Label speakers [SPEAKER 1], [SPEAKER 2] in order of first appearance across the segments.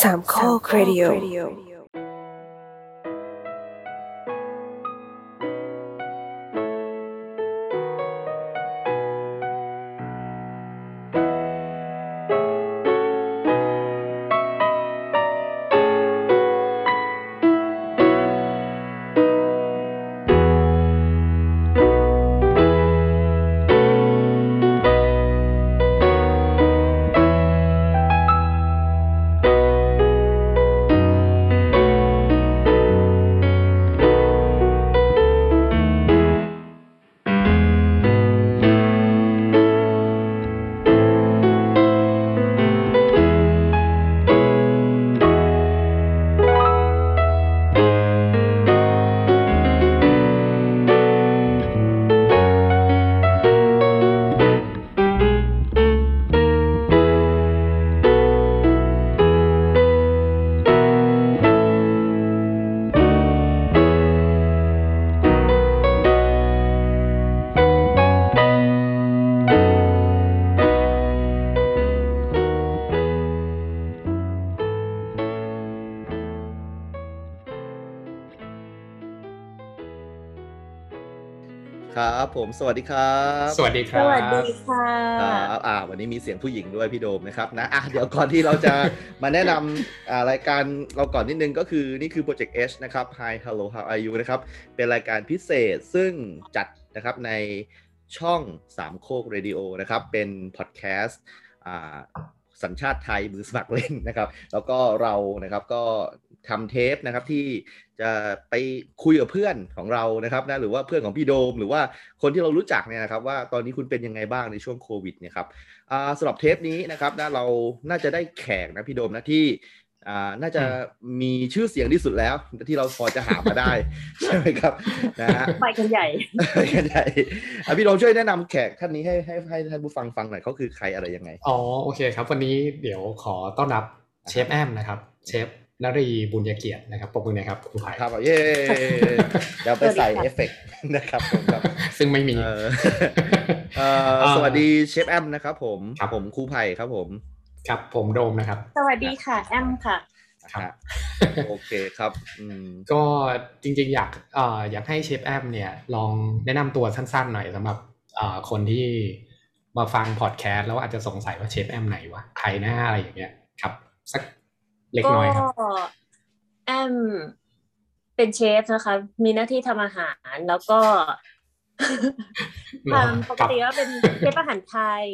[SPEAKER 1] สามข้อครดิโอ
[SPEAKER 2] ครับผมสวัสดีครับ
[SPEAKER 3] สวัสดีค
[SPEAKER 4] ส
[SPEAKER 3] รับ
[SPEAKER 4] วัสดีค่ะ
[SPEAKER 2] ครับอ่าวันนี้มีเสียงผู้หญิงด้วยพี่โดมนะครับนะอ่ะเดี๋ยวก่อนที่เราจะ มาแนะนำ อ่ารายการเราก่อนนิดนึงก็คือนี่คือ Project H นะครับ Hi Hello How are you นะครับ เป็นรายการพิเศษซึ่งจัดนะครับในช่องสามโคกเรดิโอนะครับ เป็นพอดแคสต์อ่าสัญชาติไทยมือสมัครเล่นนะครับ แล้วก็เรานะครับก็ทำเทปนะครับที่จะไปคุยกับเพื่อนของเรานะครับนะหรือว่าเพื่อนของพี่โดม หรือว่าคนที่เรารู้จักเนี่ยนะครับ ว่าตอนนี้คุณเป็นยังไงบ้างในช่วงโควิดเนี่ยครับอ่าสำหรับเทปนี้นะครับนะเราน่าจะได้แขกนะพี่โดมนะที่อ่าน่าจะมีชื่อเสียงที่สุดแล้วที่เราพอจะหามาได้ ใช่ไหมครับนะฮะ
[SPEAKER 4] ไปกันใหญ่
[SPEAKER 2] ยังไงอ่ะพี่โดมช่วยแนะนำแขกท่านนี้ให้ให้ให้ท่านผู้ฟังฟังหน่อยเขาคือใครอะไรยังไง
[SPEAKER 3] อ๋อโอเคครับ วันนี้เดี๋ยวขอต้อนรับเชฟแอมนะครับ เชฟนรีบุญยเกียรตินะครับปรบมือหนะครับคุณไผ่
[SPEAKER 2] ครับอ่ะเย้ เดี๋ยวไปใส่เอฟเฟกต์ นะครับผมครับ
[SPEAKER 3] ซึ่งไม่มี
[SPEAKER 2] เออ เอ่อ
[SPEAKER 3] อ่า
[SPEAKER 2] สวัสดีเชฟแอมนะครับผม
[SPEAKER 3] ครับ
[SPEAKER 2] ผมครูไผ่ครับผม
[SPEAKER 3] ครับผมโดมนะครับ
[SPEAKER 4] สวัสดีค่ะ แอมค่ะ
[SPEAKER 3] ครับ
[SPEAKER 2] นะฮะโอเคครับอืม
[SPEAKER 3] ก็จริงๆอยากเอ่ออยากให้เชฟแอมเนี่ยลองแนะนำตัวสั้นๆหน่อยสำหรับเอ่อคนที่มาฟังพอดแคสต์แล้วอาจจะสงสัยว่าเชฟแอมไหนวะใครหน้าอะไรอย่างเงี้ยครับ สักเล็ก
[SPEAKER 4] ก็
[SPEAKER 3] น้อยครับ
[SPEAKER 4] แอมเป็นเชฟนะคะ มีหน้าที่ทำอาหารแล้วก็
[SPEAKER 3] ครับ
[SPEAKER 4] ทำปกติก็เป็นเชฟอาหารไทย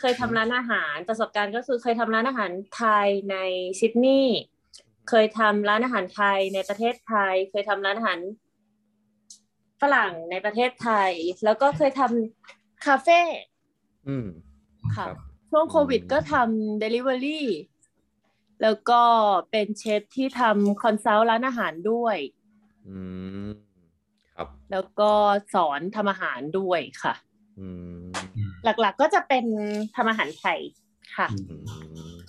[SPEAKER 4] เคยทำร้านอาหารประสบการณ์ก็คือเคยทำร้านอาหารไทยในซิดนีย์เคยทำร้านอาหารไทยในประเทศไทย เคยทำร้านอาหาร ฝรั่งในประเทศไทย แล้วก็เคยทำคาเฟ่
[SPEAKER 2] อืม
[SPEAKER 4] ค่ะ
[SPEAKER 2] ครับ
[SPEAKER 4] ช่วงโควิด
[SPEAKER 2] อืม
[SPEAKER 4] ก็ทำ Delivery แล้วก็เป็นเชฟที่ทำคอนซัลท์ร้านอาหารด้วย
[SPEAKER 2] อืมครับ
[SPEAKER 4] แล้วก็สอนทำอาหารด้วยค่ะ
[SPEAKER 2] อืม
[SPEAKER 4] หลักๆก็จะเป็นทำอาหารไทยค่ะ
[SPEAKER 2] อืม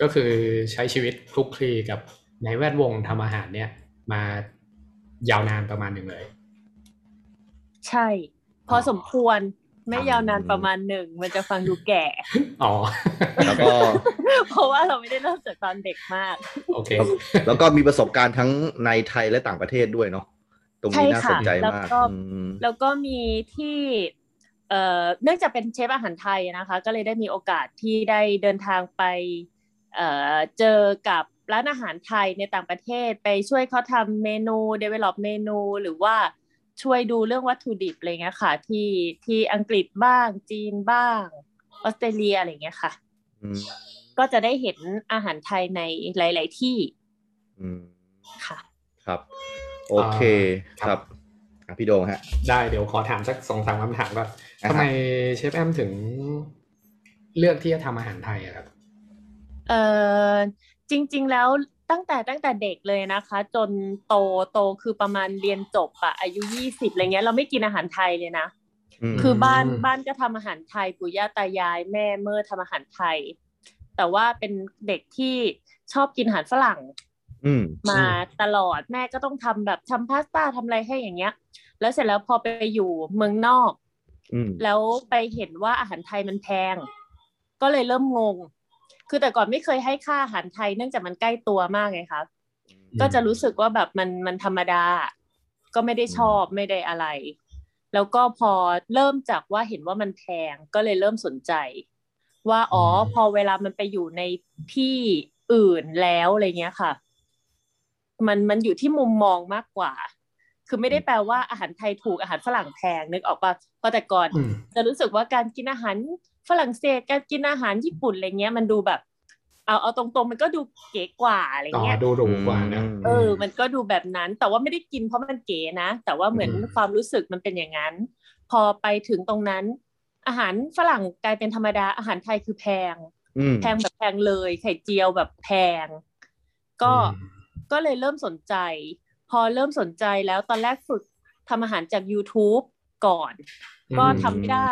[SPEAKER 3] ก็คือใช้ชีวิตคลุกคลีกับในแวดวงทำอาหารเนี่ย มายาวนานประมาณหนึ่งเลย
[SPEAKER 4] ใช่ พอสมควรไม่ยาวนานประมาณหนึ่ง มันจะฟังดูแก่
[SPEAKER 3] อ๋อ
[SPEAKER 2] แล้ว ก็
[SPEAKER 4] เพราะว่าเราไม่ได้เริ่มจากตอนเด็กมาก
[SPEAKER 3] โอเค
[SPEAKER 2] ครับ แล้วก็มีประสบการณ์ทั้งในไทยและต่างประเทศด้วยเนาะตรงนี้
[SPEAKER 4] ใช่
[SPEAKER 2] น่า
[SPEAKER 4] ค่ะ
[SPEAKER 2] สนใจ
[SPEAKER 4] แล้ว
[SPEAKER 2] มาก
[SPEAKER 4] ก็
[SPEAKER 2] อืม
[SPEAKER 4] แล้วก็มีที่เอ่อเนื่องจากเป็นเชฟอาหารไทยนะคะ ก็เลยได้มีโอกาสที่ได้เดินทางไปเอ่อเจอกับร้านอาหารไทยในต่างประเทศไปช่วยเขาทำเมนู develop เมนู หรือว่าช่วยดูเรื่องวัตถุดิบอะไรเงี้ยค่ะ ที่ที่อังกฤษบ้างจีนบ้างออสเตรเลียอะไรเงี้ยค่ะ
[SPEAKER 2] อืม
[SPEAKER 4] ก็จะได้เห็นอาหารไทยในหลาย ๆ ที่
[SPEAKER 2] อืม
[SPEAKER 4] ค่ะ
[SPEAKER 2] ครับ โอเค
[SPEAKER 3] อ่า
[SPEAKER 2] ค
[SPEAKER 3] ครั
[SPEAKER 2] รับบ อ่ะพี่โดงฮะ
[SPEAKER 3] ได้เดี๋ยวขอถามสักสองสามคำถามก่อน
[SPEAKER 2] อ่ะครับ
[SPEAKER 3] ทำไมเชฟแอมถึงเลือกที่จะทำอาหารไทยอะครับ
[SPEAKER 4] เออจริงๆแล้วตั้งแต่ตั้งแต่เด็กเลยนะคะ จนโตโตคือประมาณเรียนจบอะอายุยี่สิบอะไรเงี้ยเราไม่กินอาหารไทยเลยนะ
[SPEAKER 2] ม
[SPEAKER 4] คือบ้าน
[SPEAKER 3] อืม
[SPEAKER 4] บ้านก็ทำอาหารไทยปู่ย่าตายายแม่เมื่อทำอาหารไทย แต่ว่าเป็นเด็กที่ชอบกินอาหารฝรั่ง
[SPEAKER 2] อืม
[SPEAKER 4] มาตลอดแม่ก็ต้องทำแบบทำพาสต้าทำอะไรให้อย่างเงี้ย แล้วเสร็จแล้วพอไปอยู่เมืองนอก
[SPEAKER 2] อืม
[SPEAKER 4] แล้วไปเห็นว่าอาหารไทยมันแพง ก็เลยเริ่มงง คือแต่ก่อนไม่เคยให้ค่าอาหารไทย เนื่องจากมันใกล้ตัวมากไงคะ
[SPEAKER 3] ม
[SPEAKER 4] ก็จะรู้สึกว่าแบบมันมันธรรมดา ก็ไม่ได้ชอบไม่ได้อะไร แล้วก็พอเริ่มจากว่าเห็นว่ามันแพงก็เลยเริ่มสนใจ ว่าอ๋ออ
[SPEAKER 3] ม
[SPEAKER 4] พอเวลามันไปอยู่ในที่อื่นแล้วอะไรเงี้ยค่ะ มันมันอยู่ที่มุมมองมากกว่า คือไม่ได้แปลว่าอาหารไทยถูกอาหารฝรั่งแพงนึกออกปะเพราะแต่ก่อน
[SPEAKER 3] อืม
[SPEAKER 4] จะรู้สึกว่าการกินอาหารฝรั่งเศสการกินอาหารญี่ปุ่นอะไรเงี้ย มันดูแบบ เอาเอาตรงๆ มันก็ดูเก๋กว่าอะไร
[SPEAKER 3] อ๋อ
[SPEAKER 4] เงี้ย
[SPEAKER 3] ดูหรูกว่านะ
[SPEAKER 4] เออ มันก็ดูแบบนั้น แต่ว่าไม่ได้กินเพราะมันเก๋นะ แต่ว่าเหมือนความรู้สึกมันเป็นอย่างนั้น พอไปถึงตรงนั้น อาหารฝรั่งกลายเป็นธรรมดาอาหารไทยคือแพง
[SPEAKER 2] อืม
[SPEAKER 4] แพงแบบแพงเลยไข่เจียวแบบแพง ก็
[SPEAKER 3] อืม
[SPEAKER 4] ก็เลยเริ่มสนใจ พอเริ่มสนใจแล้วตอนแรกฝึกทำอาหารจาก YouTube ก่อน ก็ทำไม่ได้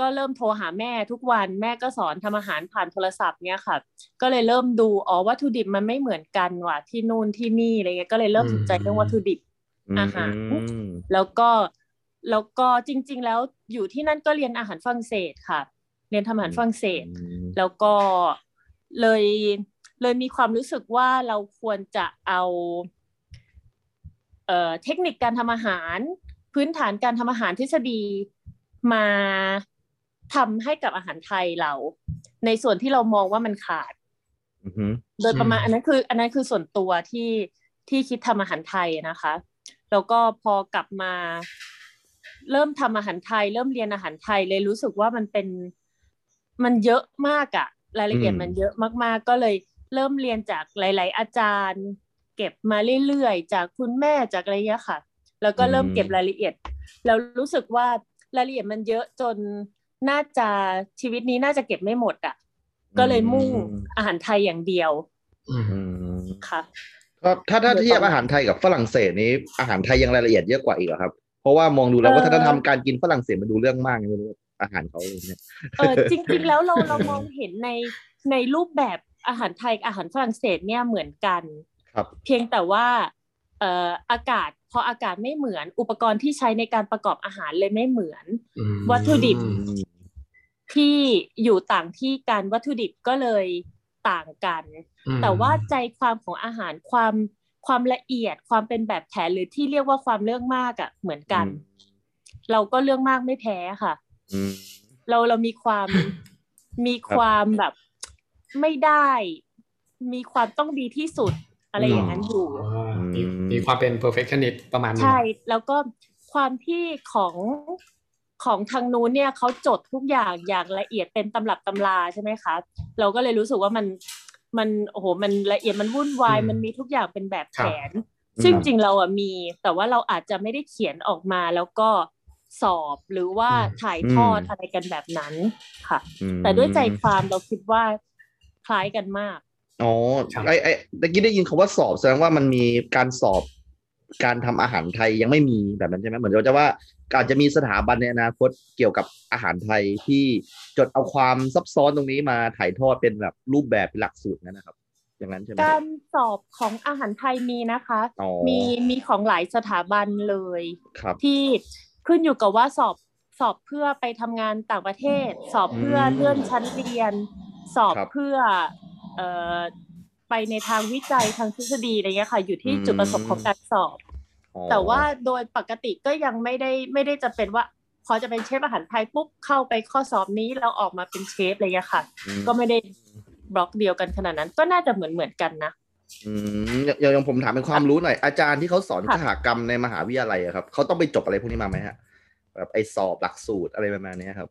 [SPEAKER 4] ก็เริ่มโทรหาแม่ทุกวันแม่ก็สอนทำอาหารผ่านโทรศัพท์เนี่ยค่ะ ก็เลยเริ่มดูอ๋อวัตถุดิบมันไม่เหมือนกันว่ะที่นู่นที่นี่อะไรเงี้ยก็เลยเริ่มสนใจเรื่องวัตถุดิบ อาหาร
[SPEAKER 2] อืม
[SPEAKER 4] แล้วก็แล้วก็จริง ๆ แล้วอยู่ที่นั่นก็เรียนอาหารฝรั่งเศสค่ะ เรียนทำอาหารฝรั่งเศส
[SPEAKER 2] อืม
[SPEAKER 4] แล้วก็เลยเลยมีความรู้สึกว่าเราควรจะเอาเอ่อเทคนิคการทำอาหาร พื้นฐานการทำอาหารทฤษฎีมาทำให้กับอาหารไทยเรา ในส่วนที่เรามองว่ามันขาด
[SPEAKER 2] อือหือ
[SPEAKER 4] โดยประมาณ
[SPEAKER 3] อืม
[SPEAKER 4] อันนั้นคือ อันนั้นคือส่วนตัวที่ที่คิดทำอาหารไทยนะคะ แล้วก็พอกลับมา เริ่มทำอาหารไทย เริ่มเรียนอาหารไทยเลยรู้สึกว่ามันเป็นมันเยอะมากอะรายละเอียดมันเยอะมากๆ ก็เลยเริ่มเรียนจากหลาย ๆ อาจารย์ เก็บมาเรื่อยๆจากคุณแม่จากอะไรเงี้ยค่ะ แล้วก็เริ่มเก็บรายละเอียด เรารู้สึกว่ารายละเอียดมันเยอะจนน่าจะชีวิตนี้น่าจะเก็บไม่หมดอ่ะ ก็เลยมุ่งอาหารไทยอย่างเดียว
[SPEAKER 3] อืม
[SPEAKER 2] อืม
[SPEAKER 4] ค่ะ
[SPEAKER 2] ครับถ้าถ้าเทียบอาหารไทยกับฝรั่งเศสนี้อาหารไทยยังรายละเอียดเยอะกว่าอีกเหรอครับ เพราะว่ามองดูแล้ว
[SPEAKER 4] เอ่อ
[SPEAKER 2] วัฒนธรรมการกินฝรั่งเศสมันดูเรื่องมากไม่รู้อาหารเขาเลยเนี่ย
[SPEAKER 4] เออจริงๆแล้วเราเรามองเห็นในในรูปแบบอาหารไทยกับอาหารฝรั่งเศสเนี่ยเหมือนกัน
[SPEAKER 2] ครับ
[SPEAKER 4] เพียงแต่ว่าเอ่ออากาศพออากาศไม่เหมือนอุปกรณ์ที่ใช้ในการประกอบอาหารเลยไม่เหมือน
[SPEAKER 3] อืม
[SPEAKER 4] วัตถุดิบ ที่อยู่ต่างที่กันวัตถุดิบก็เลยต่างกัน
[SPEAKER 3] อืม
[SPEAKER 4] แต่ว่าใจความของอาหารความความละเอียดความเป็นแบบแผนหรือที่เรียกว่าความเรื่องมากอะ่ะเหมือนกัน
[SPEAKER 2] อืม
[SPEAKER 4] เราก็เรื่องมากไม่แพ้ค่ะ
[SPEAKER 2] อืม
[SPEAKER 4] เราเรามีความ มีความแบบไม่ได้ มีความต้องดีที่สุดอะไรอย่างนั้นอยู่
[SPEAKER 3] มีมีความเป็น perfectionist ประมาณนึง
[SPEAKER 4] ใช่แล้วก็ความที่ของของทางนู้นเนี่ยเขาจดทุกอย่างอย่างละเอียดเป็นตำรับตำราใช่ไหมคะเราก็เลยรู้สึกว่ามันมันโอ้โหมันละเอียดมันวุ่นวายมันมีทุกอย่างเป็นแบบแผน ซึ่ง
[SPEAKER 2] ครับ
[SPEAKER 4] จริงเราอะมี แต่ว่าเราอาจจะไม่ได้เขียนออกมาแล้วก็สอบหรือว่าถ่ายทอดอะไรกันแบบนั้นค่ะ
[SPEAKER 2] อืม
[SPEAKER 4] แต่ด้วยใจความเราคิดว่าคล้ายกันมาก
[SPEAKER 2] อ๋อไอไอตะกี้ได้ยินคำว่าสอบแสดงว่ามันมีการสอบการทำอาหารไทยยังไม่มีแบบนั้นใช่ไหมเหมือนเราจะว่าอาจจะมีสถาบันในอนาคตเกี่ยวกับอาหารไทยที่จดเอาความซับซ้อนตรงนี้มาถ่ายทอดเป็นแบบรูปแบบเป็นหลักสูตรนั่นนะครับ อย่างนั้นใช่ไหม
[SPEAKER 4] การสอบของอาหารไทยมีนะคะ
[SPEAKER 2] อ๋อ
[SPEAKER 4] มีมีของหลายสถาบันเลย
[SPEAKER 2] ครับ
[SPEAKER 4] ที่ขึ้นอยู่กับว่าสอบสอบเพื่อไปทำงานต่างประเทศ สอบเพื่อ
[SPEAKER 2] อืม
[SPEAKER 4] เลื่อนชั้นเรียน สอบ
[SPEAKER 2] ครับ
[SPEAKER 4] เพื่อเอ่อไปในทางวิจัยทางทฤษฎีอะไรเงี้ยค่ะ อยู่ที่
[SPEAKER 2] อืม
[SPEAKER 4] จุดประสงค์ของการสอบ
[SPEAKER 2] อ๋อ
[SPEAKER 4] แต่ว่าโดยปกติก็ยังไม่ได้ไม่ได้จะเป็นว่าพอจะเป็นเชฟอาหารไทยปุ๊บเข้าไปข้อสอบนี้แล้วออกมาเป็นเชฟอะไรเงี้ยค่ะ
[SPEAKER 2] อืม
[SPEAKER 4] ก็ไม่ได้บล็อกเดียวกันขนาดนั้น ก็น่าจะเหมือนเหมือนๆกันนะ
[SPEAKER 2] อืมอย่างอย่างอย่างผมถามเป็นความรู้หน่อย อาจารย์ที่เขาสอน
[SPEAKER 4] ค่ะ
[SPEAKER 2] คหกรรมในมหาวิทยาลัยอะครับเขาต้องไปจบอะไรพวกนี้มาไหมฮะแบบไอสอบหลักสูตรอะไรประมาณเนี้ยครับ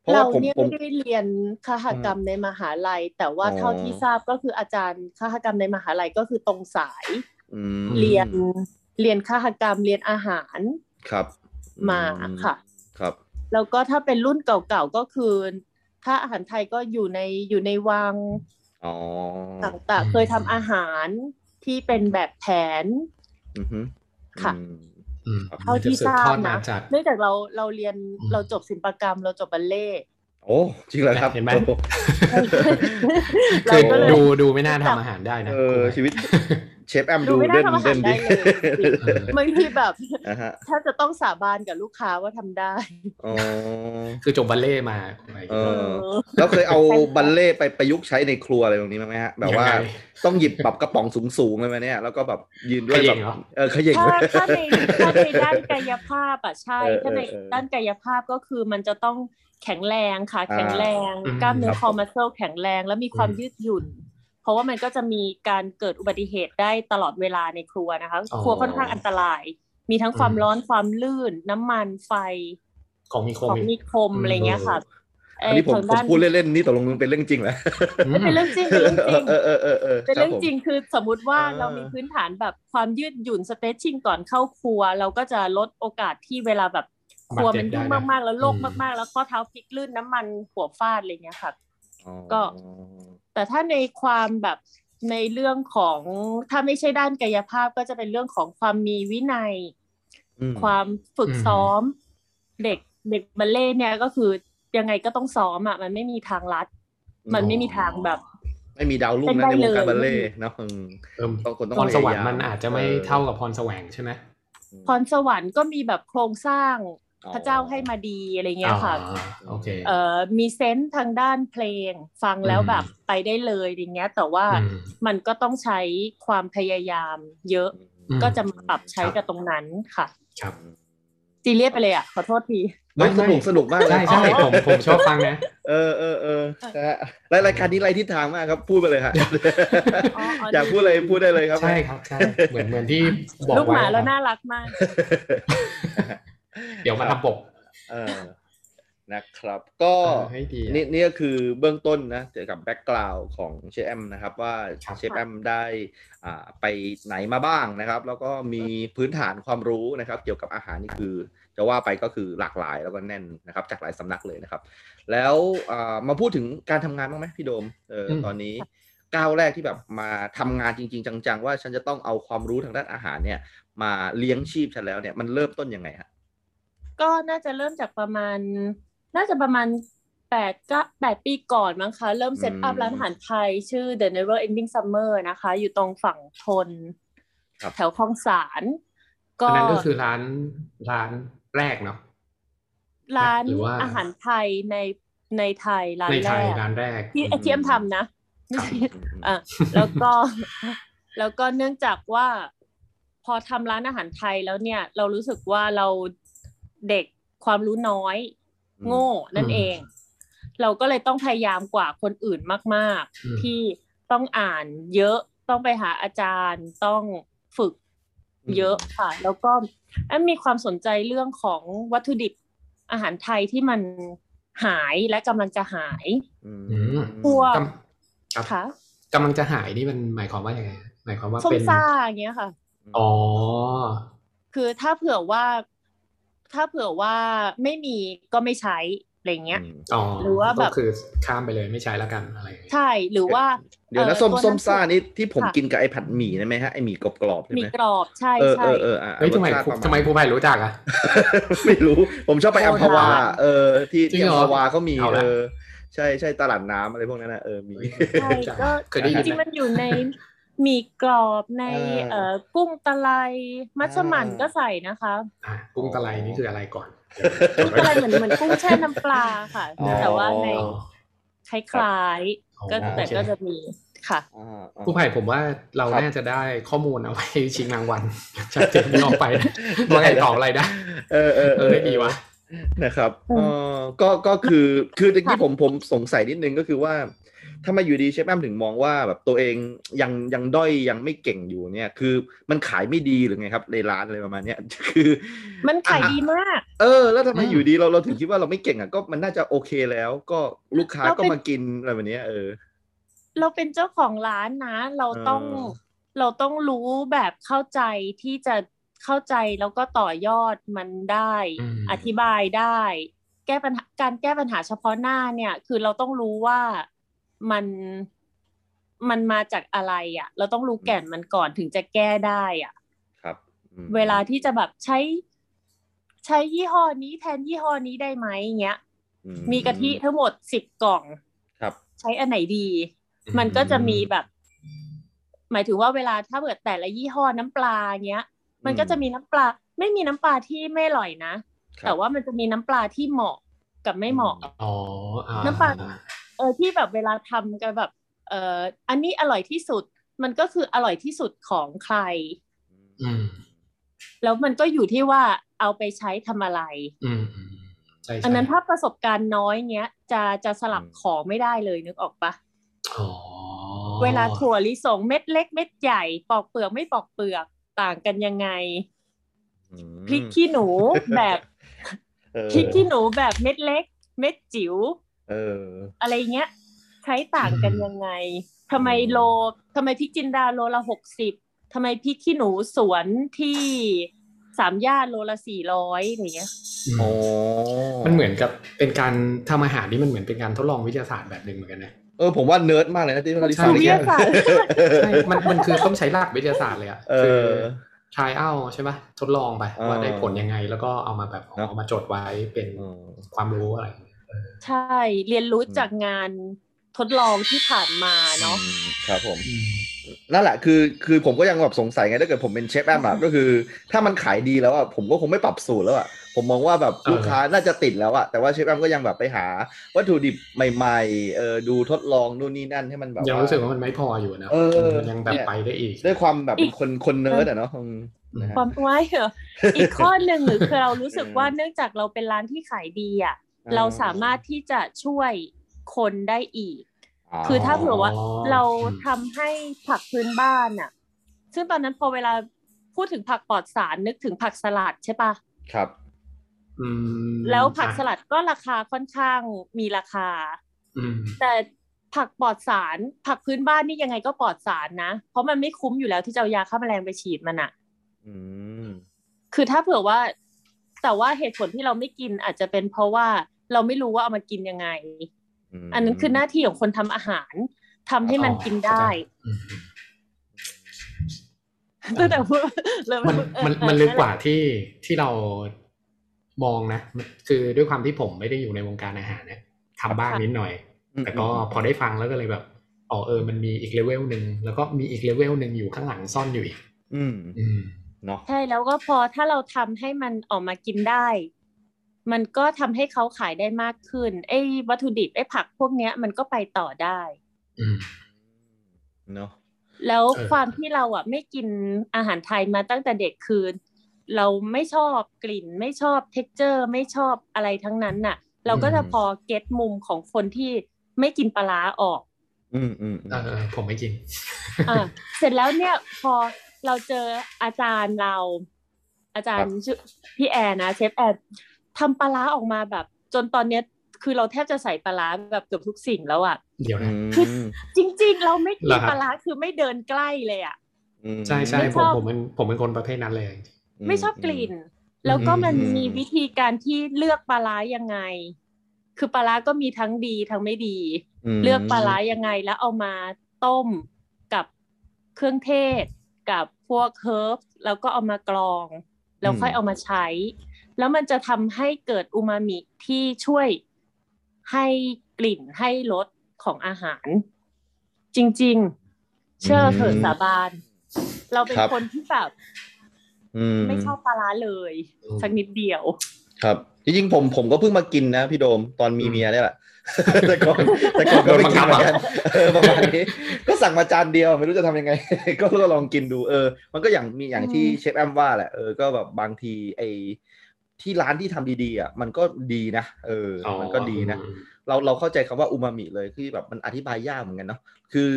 [SPEAKER 2] เพราะ
[SPEAKER 4] เรา
[SPEAKER 2] ว่าผม
[SPEAKER 4] เนี่ย
[SPEAKER 2] ผม
[SPEAKER 4] ไม่ได้เรียนคหกรรมในมหาลัย แต่ว่า
[SPEAKER 2] อ๋อ
[SPEAKER 4] เท่าที่ทราบก็คืออาจารย์คหกรรมในมหาลัยก็คือตรงสาย
[SPEAKER 2] อืม
[SPEAKER 4] เรียนเรียนคหกรรมเรียนอาหาร
[SPEAKER 2] ครับ
[SPEAKER 4] มา
[SPEAKER 2] อื
[SPEAKER 4] ค่ะ
[SPEAKER 2] ครับ
[SPEAKER 4] แล้วก็ถ้าเป็นรุ่นเก่าๆก็คือถ้าอาหารไทยก็อยู่ในอยู่ในวัง
[SPEAKER 2] อ๋อ
[SPEAKER 4] ต่างๆ เคยทำอาหารที่เป็นแบบแผน
[SPEAKER 2] อือฮึ
[SPEAKER 4] ค่ะ
[SPEAKER 2] อืม
[SPEAKER 3] อืม
[SPEAKER 4] เท่าที่ทรา
[SPEAKER 3] สืบท
[SPEAKER 4] บ
[SPEAKER 3] อดมา
[SPEAKER 4] นะ
[SPEAKER 3] จาก
[SPEAKER 4] เนื่องจากเราเราเรียน
[SPEAKER 3] อืม
[SPEAKER 4] เราจบศิลปกรรม เราจบบัลเล่ต์
[SPEAKER 2] โอ้จริงเหรอครับ
[SPEAKER 3] เห็นไหม
[SPEAKER 2] โอ้โ
[SPEAKER 4] เรา
[SPEAKER 3] คือ
[SPEAKER 4] ก็เลย
[SPEAKER 3] ดูดูไม่น่าทำอาหารได้นะ
[SPEAKER 2] เออชีวิต เชฟแอม
[SPEAKER 4] ดู
[SPEAKER 2] ดู
[SPEAKER 4] ไม่น่า
[SPEAKER 2] เด่น
[SPEAKER 4] ทำอาหาร
[SPEAKER 2] เด่นดี
[SPEAKER 4] ได้เลยจริง
[SPEAKER 3] เออ
[SPEAKER 4] บางทีแบบ
[SPEAKER 2] อ่าฮะ
[SPEAKER 4] ถ้าจะต้องสาบานกับลูกค้าว่าทำได้
[SPEAKER 2] อ๋อ
[SPEAKER 3] คือจบบัลเล่มาอะไรอย่าง
[SPEAKER 2] เอ
[SPEAKER 3] เงี้ย
[SPEAKER 2] อ
[SPEAKER 4] เออ
[SPEAKER 2] แล้วเคยเอาบัลเล่ไปประยุกต์ใช้ในครัวอะไรตรงนี้บ้างไหมฮะ แบบว่า
[SPEAKER 3] ยังไง
[SPEAKER 2] ต้องหยิบแบบกระป๋องสูงๆเลยไหมเนี่ยแล้วก็แบบยืนด้วย
[SPEAKER 3] เขย่
[SPEAKER 2] แบบ
[SPEAKER 3] งเหรอ
[SPEAKER 2] เออเขย่ง
[SPEAKER 4] ถ้า
[SPEAKER 2] ด้วย
[SPEAKER 4] ถ้าในถ้าในด้านกายภาพอ่ะใช่
[SPEAKER 2] เออเออ
[SPEAKER 4] ถ้าใน
[SPEAKER 2] เออ
[SPEAKER 4] ด้านกายภาพก็คือมันจะต้องแข็งแรงค่ะ
[SPEAKER 2] อ่า
[SPEAKER 4] แข็งแรง
[SPEAKER 3] อืม
[SPEAKER 4] กล้ามเนื้อ
[SPEAKER 2] ครับ
[SPEAKER 4] คอมัสเซลแข็งแรงแล้วมีความ
[SPEAKER 3] อืม
[SPEAKER 4] ยืดหยุ่น เพราะว่ามันก็จะมีการเกิดอุบัติเหตุได้ตลอดเวลาในครัวนะคะ
[SPEAKER 3] อ๋อ
[SPEAKER 4] ครัวค่อนข้างอันตราย มีทั้งความ
[SPEAKER 3] อืม
[SPEAKER 4] ร้อนความลื่น น้ำมันไฟ
[SPEAKER 3] ของมีโค
[SPEAKER 4] ของ
[SPEAKER 3] มิ
[SPEAKER 4] มีคม
[SPEAKER 3] อืม
[SPEAKER 4] อะไรเงี้ยค่ะ
[SPEAKER 2] ันนี้ผม
[SPEAKER 4] ทาง
[SPEAKER 2] ผม
[SPEAKER 4] ด้าน
[SPEAKER 2] พูดเล่นๆนี่ตกลงมันเป็นเรื่องจริงเหรอ
[SPEAKER 3] อืม
[SPEAKER 4] เป็นเรื่องจริงเป็นเรื่องจริง
[SPEAKER 2] เออเออเออเออ
[SPEAKER 4] เป็น
[SPEAKER 2] คบ
[SPEAKER 4] เรื่อง
[SPEAKER 2] ผม
[SPEAKER 4] จริงคือสมมติว่า
[SPEAKER 2] อ่า
[SPEAKER 4] เรามีพื้นฐานแบบความยืดหยุ่น stretching ก่อนเข้าครัว เราก็จะลดโอกาสที่เวลาแบบครัวมันยุ่ง
[SPEAKER 3] บาดเจ็บได้นะ
[SPEAKER 4] มากๆ แล้วโลก
[SPEAKER 3] อืม
[SPEAKER 4] มากๆ แล้วข้อเท้าพลิกลื่นน้ำมันหัวฟาดอะไรเงี้ยค่ะ
[SPEAKER 2] อ๋อ
[SPEAKER 4] ก็ แต่ถ้าในความแบบในเรื่องของถ้าไม่ใช่ด้านกายภาพก็จะเป็นเรื่องของความมีวินัย
[SPEAKER 2] อืม
[SPEAKER 4] ความฝึก
[SPEAKER 3] อืม
[SPEAKER 4] ซ้อม เด็กเด็กบัลเล่ต์เนี่ยก็คือยังไงก็ต้องซ้อมอ่ะมันไม่มีทางลัด มันไม่มีทางแบบ
[SPEAKER 2] ไม่มีดาวรุ่ง
[SPEAKER 4] เป็น
[SPEAKER 2] นะในวง
[SPEAKER 4] ได้
[SPEAKER 2] การ
[SPEAKER 4] เลย
[SPEAKER 2] บัลเล่ต์เนาะอืม
[SPEAKER 3] เอิ่ม
[SPEAKER 2] ต้องคนต้อง
[SPEAKER 3] พรสวรร
[SPEAKER 2] พยย
[SPEAKER 3] ค์มันอาจจะไม่เท่ากับพรแสวงใช่ไหม
[SPEAKER 4] พรสวรรค์ก็มีแบบโครงสร้าง พระเจ้าให้มาดีอะไรเงี้ยค่ะ
[SPEAKER 3] อ่าโอเค
[SPEAKER 4] เอ่อมีเซนส์ทางด้านเพลง ฟังแล้ว
[SPEAKER 3] อืม
[SPEAKER 4] แบบไปได้เลยอย่างเงี้ย แต่ว่าม มันก็ต้องใช้ความพยายามเยอะ
[SPEAKER 3] อืม
[SPEAKER 4] ก็จะมาปรับใช้กับตรงนั้นค่ะ
[SPEAKER 3] ครับ
[SPEAKER 4] ซีเรียสไปเลยอ่ะ ขอโทษที
[SPEAKER 2] ไม่สนุกสนุกมากเลย
[SPEAKER 3] ใช่ใช่ผมผมชอบฟังนะ
[SPEAKER 2] เออเออเออนะฮะรายรายการนี้ไรทิศทางมากครับ พูดไปเลยฮะ
[SPEAKER 4] อ๋ออ๋อ
[SPEAKER 2] อ
[SPEAKER 4] อ
[SPEAKER 2] ยากพูดอะไรพูดได้เลยครับ
[SPEAKER 3] ใช่ครับใช่เหมือนเหมือนที่บอก
[SPEAKER 4] ลูกห
[SPEAKER 3] ไว้
[SPEAKER 4] มา
[SPEAKER 3] ครับ
[SPEAKER 4] แล้วน่ารักมาก
[SPEAKER 3] เดี๋ยวมาทำปก
[SPEAKER 2] เออนะครับ ก็
[SPEAKER 3] เออให้ดีอะ
[SPEAKER 2] นี่นี่ก็คือเบื้องต้นนะเกี่ยวกับแบ็กกราวด์ของเชฟแอมนะครับ ว่า
[SPEAKER 3] ครับ
[SPEAKER 2] เชฟแอมได้อ่าไปไหนมาบ้างนะครับ แล้วก็มีพื้นฐานความรู้นะครับ เกี่ยวกับอาหารนี่คือ จะว่าไปก็คือหลากหลายแล้วก็แน่นนะครับ จากหลายสำนักเลยนะครับ แล้วอ่ามาพูดถึงการทำงานบ้างไหมพี่โดมเอออ
[SPEAKER 3] ม
[SPEAKER 2] ตอนนี้ก้าวแรกที่แบบมาทำงานจริง ๆ จังๆ ว่าฉันจะต้องเอาความรู้ทางด้านอาหารเนี่ย มาเลี้ยงชีพฉันแล้วเนี่ยมันเริ่มต้นยังไงฮะ
[SPEAKER 4] ก็น่าจะเริ่มจากประมาณ น่าจะประมาณแปดก็แปดปีก่อนมั้งคะ เริ่มเซตอัพร้านอาหารไทย ชื่อ The Never Ending Summer นะคะ อยู่ตรงฝั่งทน แถวคลองสาร
[SPEAKER 3] อันนั้นก็คือร้านร้านแรกเนาะ
[SPEAKER 4] ร้าน
[SPEAKER 3] หรือว่า
[SPEAKER 4] อาหารไทยในในไทยร้าน
[SPEAKER 3] ใน
[SPEAKER 4] แร
[SPEAKER 3] ไทย
[SPEAKER 4] ก
[SPEAKER 3] ร้านแรก
[SPEAKER 4] ที่ที่เอ็มทำนะ ไม่ใช่
[SPEAKER 2] อืม
[SPEAKER 4] อ่ะแล้วก็ แล้วก็เนื่องจากว่า พอทำร้านอาหารไทยแล้วเนี่ย เรารู้สึกว่าเราเด็กความรู้น้อย โง่นั่นเอง เราก็เลยต้องพยายามกว่าคนอื่นมาก
[SPEAKER 3] อืม
[SPEAKER 4] ๆ ที่ต้องอ่านเยอะต้องไปหาอาจารย์ต้องฝึก
[SPEAKER 2] อืม
[SPEAKER 4] เยอะค่ะ แล้วก็แอมมีความสนใจเรื่องของวัตถุดิบอาหารไทยที่มันหายและกำลังจะหาย
[SPEAKER 2] อืม
[SPEAKER 3] อืม
[SPEAKER 4] พวก
[SPEAKER 3] กำครับ
[SPEAKER 4] ค่ะ
[SPEAKER 3] กำลังจะหายนี่มันหมายความว่ายังไงหมายความว่า
[SPEAKER 4] ส้ม
[SPEAKER 3] เป็น
[SPEAKER 4] ซ่าอย่างเงี้ยค่ะ
[SPEAKER 3] อ๋อ
[SPEAKER 4] คือถ้าเผื่อว่า ถ้าเผื่อว่าไม่มีก็ไม่ใช้อะไรเงี้ย
[SPEAKER 2] อืม
[SPEAKER 3] อ๋อ
[SPEAKER 4] หรือว่าแบบ
[SPEAKER 3] ก็คือข้ามไปเลยไม่ใช้แล้วกันอะไรอย่างเงี้ย
[SPEAKER 4] ใช่หรือว่า
[SPEAKER 2] เดี๋ยวนะ
[SPEAKER 4] เอ่อ
[SPEAKER 2] ส้ม
[SPEAKER 4] ตัวนั้น
[SPEAKER 2] ส้มซ่านี่ที่ผม
[SPEAKER 4] ค่ะ
[SPEAKER 2] กินกับไอผัดหมี่นั่นไหมฮะไอหมี่กรอบๆใช่
[SPEAKER 4] หมี
[SPEAKER 2] ไหม
[SPEAKER 4] กรอบใช่
[SPEAKER 2] เออ
[SPEAKER 4] ใช่
[SPEAKER 2] เออเอออ่ะ
[SPEAKER 3] เฮ้ยทำไม
[SPEAKER 2] รสชาประาณ
[SPEAKER 3] ทำไมครูภัยรู้จักอะ
[SPEAKER 2] ไม่รู้ ผมชอบไปอัมพวา
[SPEAKER 4] โคราช
[SPEAKER 2] เออ ที่
[SPEAKER 3] จริ
[SPEAKER 2] ที่
[SPEAKER 3] งเหร
[SPEAKER 2] อัม
[SPEAKER 3] อ
[SPEAKER 2] พวาเขามี
[SPEAKER 3] เอาละ
[SPEAKER 2] เออใช่ใช่ตลาดน้ำอะไรพวกนั้นนะเออมี
[SPEAKER 4] ใช่ก็
[SPEAKER 3] เคยได้
[SPEAKER 4] จ
[SPEAKER 3] ยิน
[SPEAKER 4] ริงๆ
[SPEAKER 3] ไหม
[SPEAKER 4] มันอยู่ในหมี่กรอบใน
[SPEAKER 2] เออ
[SPEAKER 4] เอ่อกุ้งตะไลมัสมั่น
[SPEAKER 2] อ่า
[SPEAKER 4] ก็ใส่นะคะ
[SPEAKER 3] อ่ะกุ้งตะไลนี่คืออะไรก่อน
[SPEAKER 4] กุ้งตะไลเหมือนเหมือนกุ้งแช่น้ำปลาค่ะ
[SPEAKER 2] อ๋อ
[SPEAKER 4] แต่ว่าใน
[SPEAKER 3] อ๋อ
[SPEAKER 4] คล้ายๆก็
[SPEAKER 3] อ๋อ
[SPEAKER 4] แต่
[SPEAKER 3] โอเค
[SPEAKER 4] ก็จะมีค่ะ
[SPEAKER 2] อ่าอ่า
[SPEAKER 3] ครูภัยผมว่าเรา
[SPEAKER 2] ครับ
[SPEAKER 3] น่าจะได้ข้อมูลเอาไว้ชิงรางวัล จากเจมี่ออก ไปนะว่าไง
[SPEAKER 2] ได้
[SPEAKER 3] ต่ออะไรนะ
[SPEAKER 2] เออเออ
[SPEAKER 3] เออได้ดีวะ
[SPEAKER 2] นะครับ
[SPEAKER 4] อื
[SPEAKER 2] เอ
[SPEAKER 4] ม
[SPEAKER 2] อก็ก็คือคือตะกี้
[SPEAKER 4] ค่ะ
[SPEAKER 2] ผมผมสงสัยนิดนึงก็คือว่าทำไมอยู่ดีเชฟแอมถึงมองว่าแบบตัวเองยังยังด้อยยังไม่เก่งอยู่เนี่ย คือมันขายไม่ดีหรือไงครับในร้านอะไรประมาณเนี้ย คือ
[SPEAKER 4] มันขายดีมาก
[SPEAKER 2] เออแล้วทำไม
[SPEAKER 3] อืม
[SPEAKER 2] อยู่ดีเราเราถึงคิดว่าเราไม่เก่งอ่ะก็มันน่าจะโอเคแล้ว ก็ลูกค้า
[SPEAKER 4] เรา
[SPEAKER 2] ก็
[SPEAKER 4] เป็น
[SPEAKER 2] มากินอะไรแบบเนี้ยเออ
[SPEAKER 4] เราเป็นเจ้าของร้านนะ เราต้อง
[SPEAKER 2] เออ
[SPEAKER 4] เราต้องรู้แบบเข้าใจที่จะเข้าใจแล้วก็ต่อยอดมันได้
[SPEAKER 3] อืม
[SPEAKER 4] อธิบายได้ แก้ปัญหาการแก้ปัญหาเฉพาะหน้าเนี่ย คือเราต้องรู้ว่ามันมันมาจากอะไรอะ่ะ เราต้องรู้แก่นมันก่อนถึงจะแก้ได้อะ่ะ
[SPEAKER 2] ครับอืม
[SPEAKER 4] เวลาที่จะแบบใช้ ใช้ยี่ห้อนี้แทนยี่ห้อนี้ได้ไหมเงี้ย
[SPEAKER 2] อื
[SPEAKER 4] มีกะทิทั้งหมดสิบกล่อง
[SPEAKER 2] ครับ
[SPEAKER 4] ใช้อันไหนดี
[SPEAKER 3] อืม
[SPEAKER 4] มันก็จะมีแบบ หมายถึงว่าเวลาถ้าเกิดแต่ละยี่ห้อน้ำปลาเงี้ย มันก็จะมีน้ำปลา ไม่มีน้ำปลาที่ไม่อร่อยนะ
[SPEAKER 2] ครับ
[SPEAKER 4] แต่ว่ามันจะมีน้ำปลาที่เหมาะกับไม่เหมาะ
[SPEAKER 3] อ๋ออ่า
[SPEAKER 4] น้ำปลา เออที่แบบเวลาทำกันแบบเอออันนี้อร่อยที่สุดมันก็คืออร่อยที่สุดของใคร
[SPEAKER 3] อืม
[SPEAKER 4] แล้วมันก็อยู่ที่ว่าเอาไปใช้ทำอะไร
[SPEAKER 3] อืมอืมใช่ใช่
[SPEAKER 4] อันนั้นถ้าประสบการณ์น้อยเงี้ย จะจะสลับของไม่ได้เลยนึกออกปะ
[SPEAKER 3] อ๋อ
[SPEAKER 4] เวลาถั่วลิสงเม็ดเล็กเม็ดใหญ่ปอกเปลือกไม่ปอกเปลือกต่างกันยังไง
[SPEAKER 2] อืม
[SPEAKER 4] พริกขี้หนูแบบ
[SPEAKER 2] เออ
[SPEAKER 4] พริกขี้หนูแบบเม็ดเล็ก เม็ดจิ๋ว
[SPEAKER 2] เออ
[SPEAKER 4] อะไรเงี้ย ใช้ต่างกันยังไงทำไมโลทำไมพริกจินดาโลละหกสิบทำไมพริกขี้หนูสวนที่สามย่านโลละสี่ร้อยอะไรเงี้ย
[SPEAKER 3] ม
[SPEAKER 2] โอ้
[SPEAKER 3] มันเหมือนกับเป็นการทำอาหารนี่มันเหมือนเป็นการทดลองวิทยาศาสตร์แบบหนึ่งเหมือนกันนะ
[SPEAKER 2] เออผมว่าเนิร์ดมากเลยนะที่เราดิ
[SPEAKER 3] ใช่
[SPEAKER 2] สาน
[SPEAKER 4] วิท
[SPEAKER 2] เนี่ย
[SPEAKER 4] ยาศาสตร์
[SPEAKER 3] ใช่มันมันคือต้องใช้หลักวิทยาศาสตร์เลยอะ
[SPEAKER 2] เอ
[SPEAKER 3] คือ
[SPEAKER 2] อ
[SPEAKER 3] trial ใช่ไหมทดลองไป
[SPEAKER 2] เออ
[SPEAKER 3] ว่าได้ผลยังไง แล้วก็เอามาแบบ
[SPEAKER 2] เนอะ
[SPEAKER 3] เอามาจดไว้เป็น
[SPEAKER 2] เออ
[SPEAKER 3] ความรู้อะไร
[SPEAKER 4] ใช่ เรียนรู้
[SPEAKER 2] อืม
[SPEAKER 4] จากงานทดลองที่ผ่านมาเนาะ
[SPEAKER 2] อืมครับผม นั่นแหละคือคือผมก็ยังแบบสงสัยไงถ้าเกิดผมเป็นเชฟแอมอะก็คือ ถ้ามันขายดีแล้วอะผมก็คงไม่ปรับสูตรแล้วอะผมมองว่าแบบ
[SPEAKER 3] เออ
[SPEAKER 2] ลูกค้าน่าจะติดแล้วอะแต่ว่าเชฟแอมก็ยังแบบไปหา วัตถุดิบใหม่ๆเออดูทดลองนู่นนี่นั่นให้มันแบบ
[SPEAKER 3] ยัง
[SPEAKER 2] ว่า
[SPEAKER 3] รู้สึกว่ามันไม่พออยู่นะ
[SPEAKER 2] เออ
[SPEAKER 3] มันยังแบบไปได้อีก
[SPEAKER 2] ด้วยความแบบเป็นคนคนเนิร์ดอะเนาะอืมนะฮะ
[SPEAKER 4] ความไว้เหรออีกข้อหนึ่งหรือคือเรารู้สึก
[SPEAKER 2] อืม
[SPEAKER 4] ว่าเนื่องจากเราเป็นร้านที่ขายดีอ่ะเราสามารถที่จะช่วยคนได้อีก คือถ้าเผื่อว่า
[SPEAKER 3] อ๋อ
[SPEAKER 4] เรา
[SPEAKER 3] อืม
[SPEAKER 4] ทำให้ผักพื้นบ้านอะซึ่งตอนนั้นพอเวลาพูดถึงผักปลอดสารนึกถึงผักสลัดใช่ปะ
[SPEAKER 2] ครับ
[SPEAKER 3] อืม
[SPEAKER 4] แล้วผักส
[SPEAKER 3] อ่ะ
[SPEAKER 4] ลัดก็ราคาค่อนข้างมีราคา
[SPEAKER 3] อืม
[SPEAKER 4] แต่ผักปลอดสารผักพื้นบ้านนี่ยังไงก็ปลอดสารนะ เพราะมันไม่คุ้มอยู่แล้วที่จะเอายาฆ่าแมลงไปฉีดมันอะ
[SPEAKER 2] อืม
[SPEAKER 4] คือถ้าเผื่อว่า แต่ว่าเหตุผลที่เราไม่กินอาจจะเป็นเพราะว่าเราไม่รู้ว่าเอามากินยังไง
[SPEAKER 2] ม
[SPEAKER 4] อันนั้นคือหน้าที่ของคนทำอาหารทำให้มัน
[SPEAKER 3] อ๋อ
[SPEAKER 4] กินได้
[SPEAKER 3] เข้า
[SPEAKER 4] ตั้ง
[SPEAKER 3] ใจ อืม
[SPEAKER 4] แต่พูดเลย
[SPEAKER 3] มัน
[SPEAKER 4] เออ
[SPEAKER 3] มัน
[SPEAKER 4] เออ
[SPEAKER 3] มันลึกกว่า
[SPEAKER 4] แหะ
[SPEAKER 3] ที่ที่เรามองนะคือด้วยความที่ผมไม่ได้อยู่ในวงการอาหารเนี่ยทำบ้างนิดหน่อย แต่ก็พอได้ฟังแล้วก็เลยแบบอ๋อเออมันมีอีกเลเวลหนึ่งแล้วก็มีอีกเลเวลหนึ่งอยู่ข้างหลังซ่อนอยู่อีก
[SPEAKER 2] อืม
[SPEAKER 3] อืม
[SPEAKER 2] เนาะ
[SPEAKER 4] ใช่แล้วก็พอถ้าเราทำให้มันออกมากินได้ มันก็ทำให้เขาขายได้มากขึ้นไอ้วัตถุดิบไอ้ผักพวกเนี้ยมันก็ไปต่อได้
[SPEAKER 3] อืม
[SPEAKER 2] เนาะ
[SPEAKER 4] แล้ว
[SPEAKER 3] เออ
[SPEAKER 4] ความที่เราอ่ะไม่กินอาหารไทยมาตั้งแต่เด็กคือ เราไม่ชอบกลิ่น ไม่ชอบเท็กเจอร์ ไม่ชอบอะไรทั้งนั้นน่ะ เราก็จะพอเก็ตมุมของคนที่ไม่กินปลาร้าออก
[SPEAKER 2] อืมอืมอื
[SPEAKER 3] เอ
[SPEAKER 2] ม
[SPEAKER 3] อผมไม่กิน
[SPEAKER 4] อ่ะเสร็จแล้วเนี่ยพอเราเจออาจารย์เรา อาจารย์ชื่อพี่แอร์นะเชฟแอร์ทำปลาร้าออกมาแบบ จนตอนเนี้ยคือเราแทบจะใส่ปลาร้าแบบเกือบทุกสิ่งแล้วอะ่ะ
[SPEAKER 3] เดี๋ยวนะ
[SPEAKER 2] อืม
[SPEAKER 4] จริง ๆ เราไม่กิ
[SPEAKER 3] เหร
[SPEAKER 4] น
[SPEAKER 3] อครับ
[SPEAKER 4] ปลาร้าคือไม่เดินใกล้เลยอะ่ะ
[SPEAKER 2] อืม
[SPEAKER 3] ใช่ใช่
[SPEAKER 4] ไม่
[SPEAKER 3] ผม
[SPEAKER 4] ชอบ
[SPEAKER 3] ผมเป็นผมเป็นคนประเภทนั้นเลย
[SPEAKER 4] ไม่ชอบกลิ่น แล้วก็มันมีวิธีการที่เลือกปลาร้ายังไง คือปลาร้าก็มีทั้งดีทั้งไม่ดี
[SPEAKER 2] ม
[SPEAKER 4] เลือกปลาร้ายังไงแล้วเอามาต้มกับเครื่องเทศ กับพวกเฮิร์บแล้วก็เอามากรอง แล้ว
[SPEAKER 2] อืม
[SPEAKER 4] ค่อยเอามาใช้ แล้วมันจะทำให้เกิดอูมามิที่ช่วยให้กลิ่นให้รสของอาหาร จริง ๆ เชื่อเถอะสาบาน เราเป็นคนที่แบบ
[SPEAKER 2] อืม
[SPEAKER 4] ไม่ชอบปลาร้าเลย
[SPEAKER 3] อืม
[SPEAKER 4] สักนิดเดียว
[SPEAKER 2] ครับจริงๆผมผมก็เพิ่งมากินนะพี่โดมตอนมี
[SPEAKER 3] อืม
[SPEAKER 2] เมียเนี่ยแหละ แต่ก่อนแต่ก่อนก็ไม่กินเหมือนกันเออประมาณนี้ก็สั่งมาจานเดียวไม่รู้จะทำยังไง ก็ก็ลองกินดูเออ มันก็อย่างมีอย่าง
[SPEAKER 4] อืม
[SPEAKER 2] ที่เชฟแอมว่าแหละเออก็แบบบางทีไอที่ร้านที่ทำดีๆอ่ะมันก็ดีนะเออมันก็ดีนะ เราเราเข้าใจคำว่าอูมามิเลยที่แบบมันอธิบายยากเหมือนกันเนาะคือ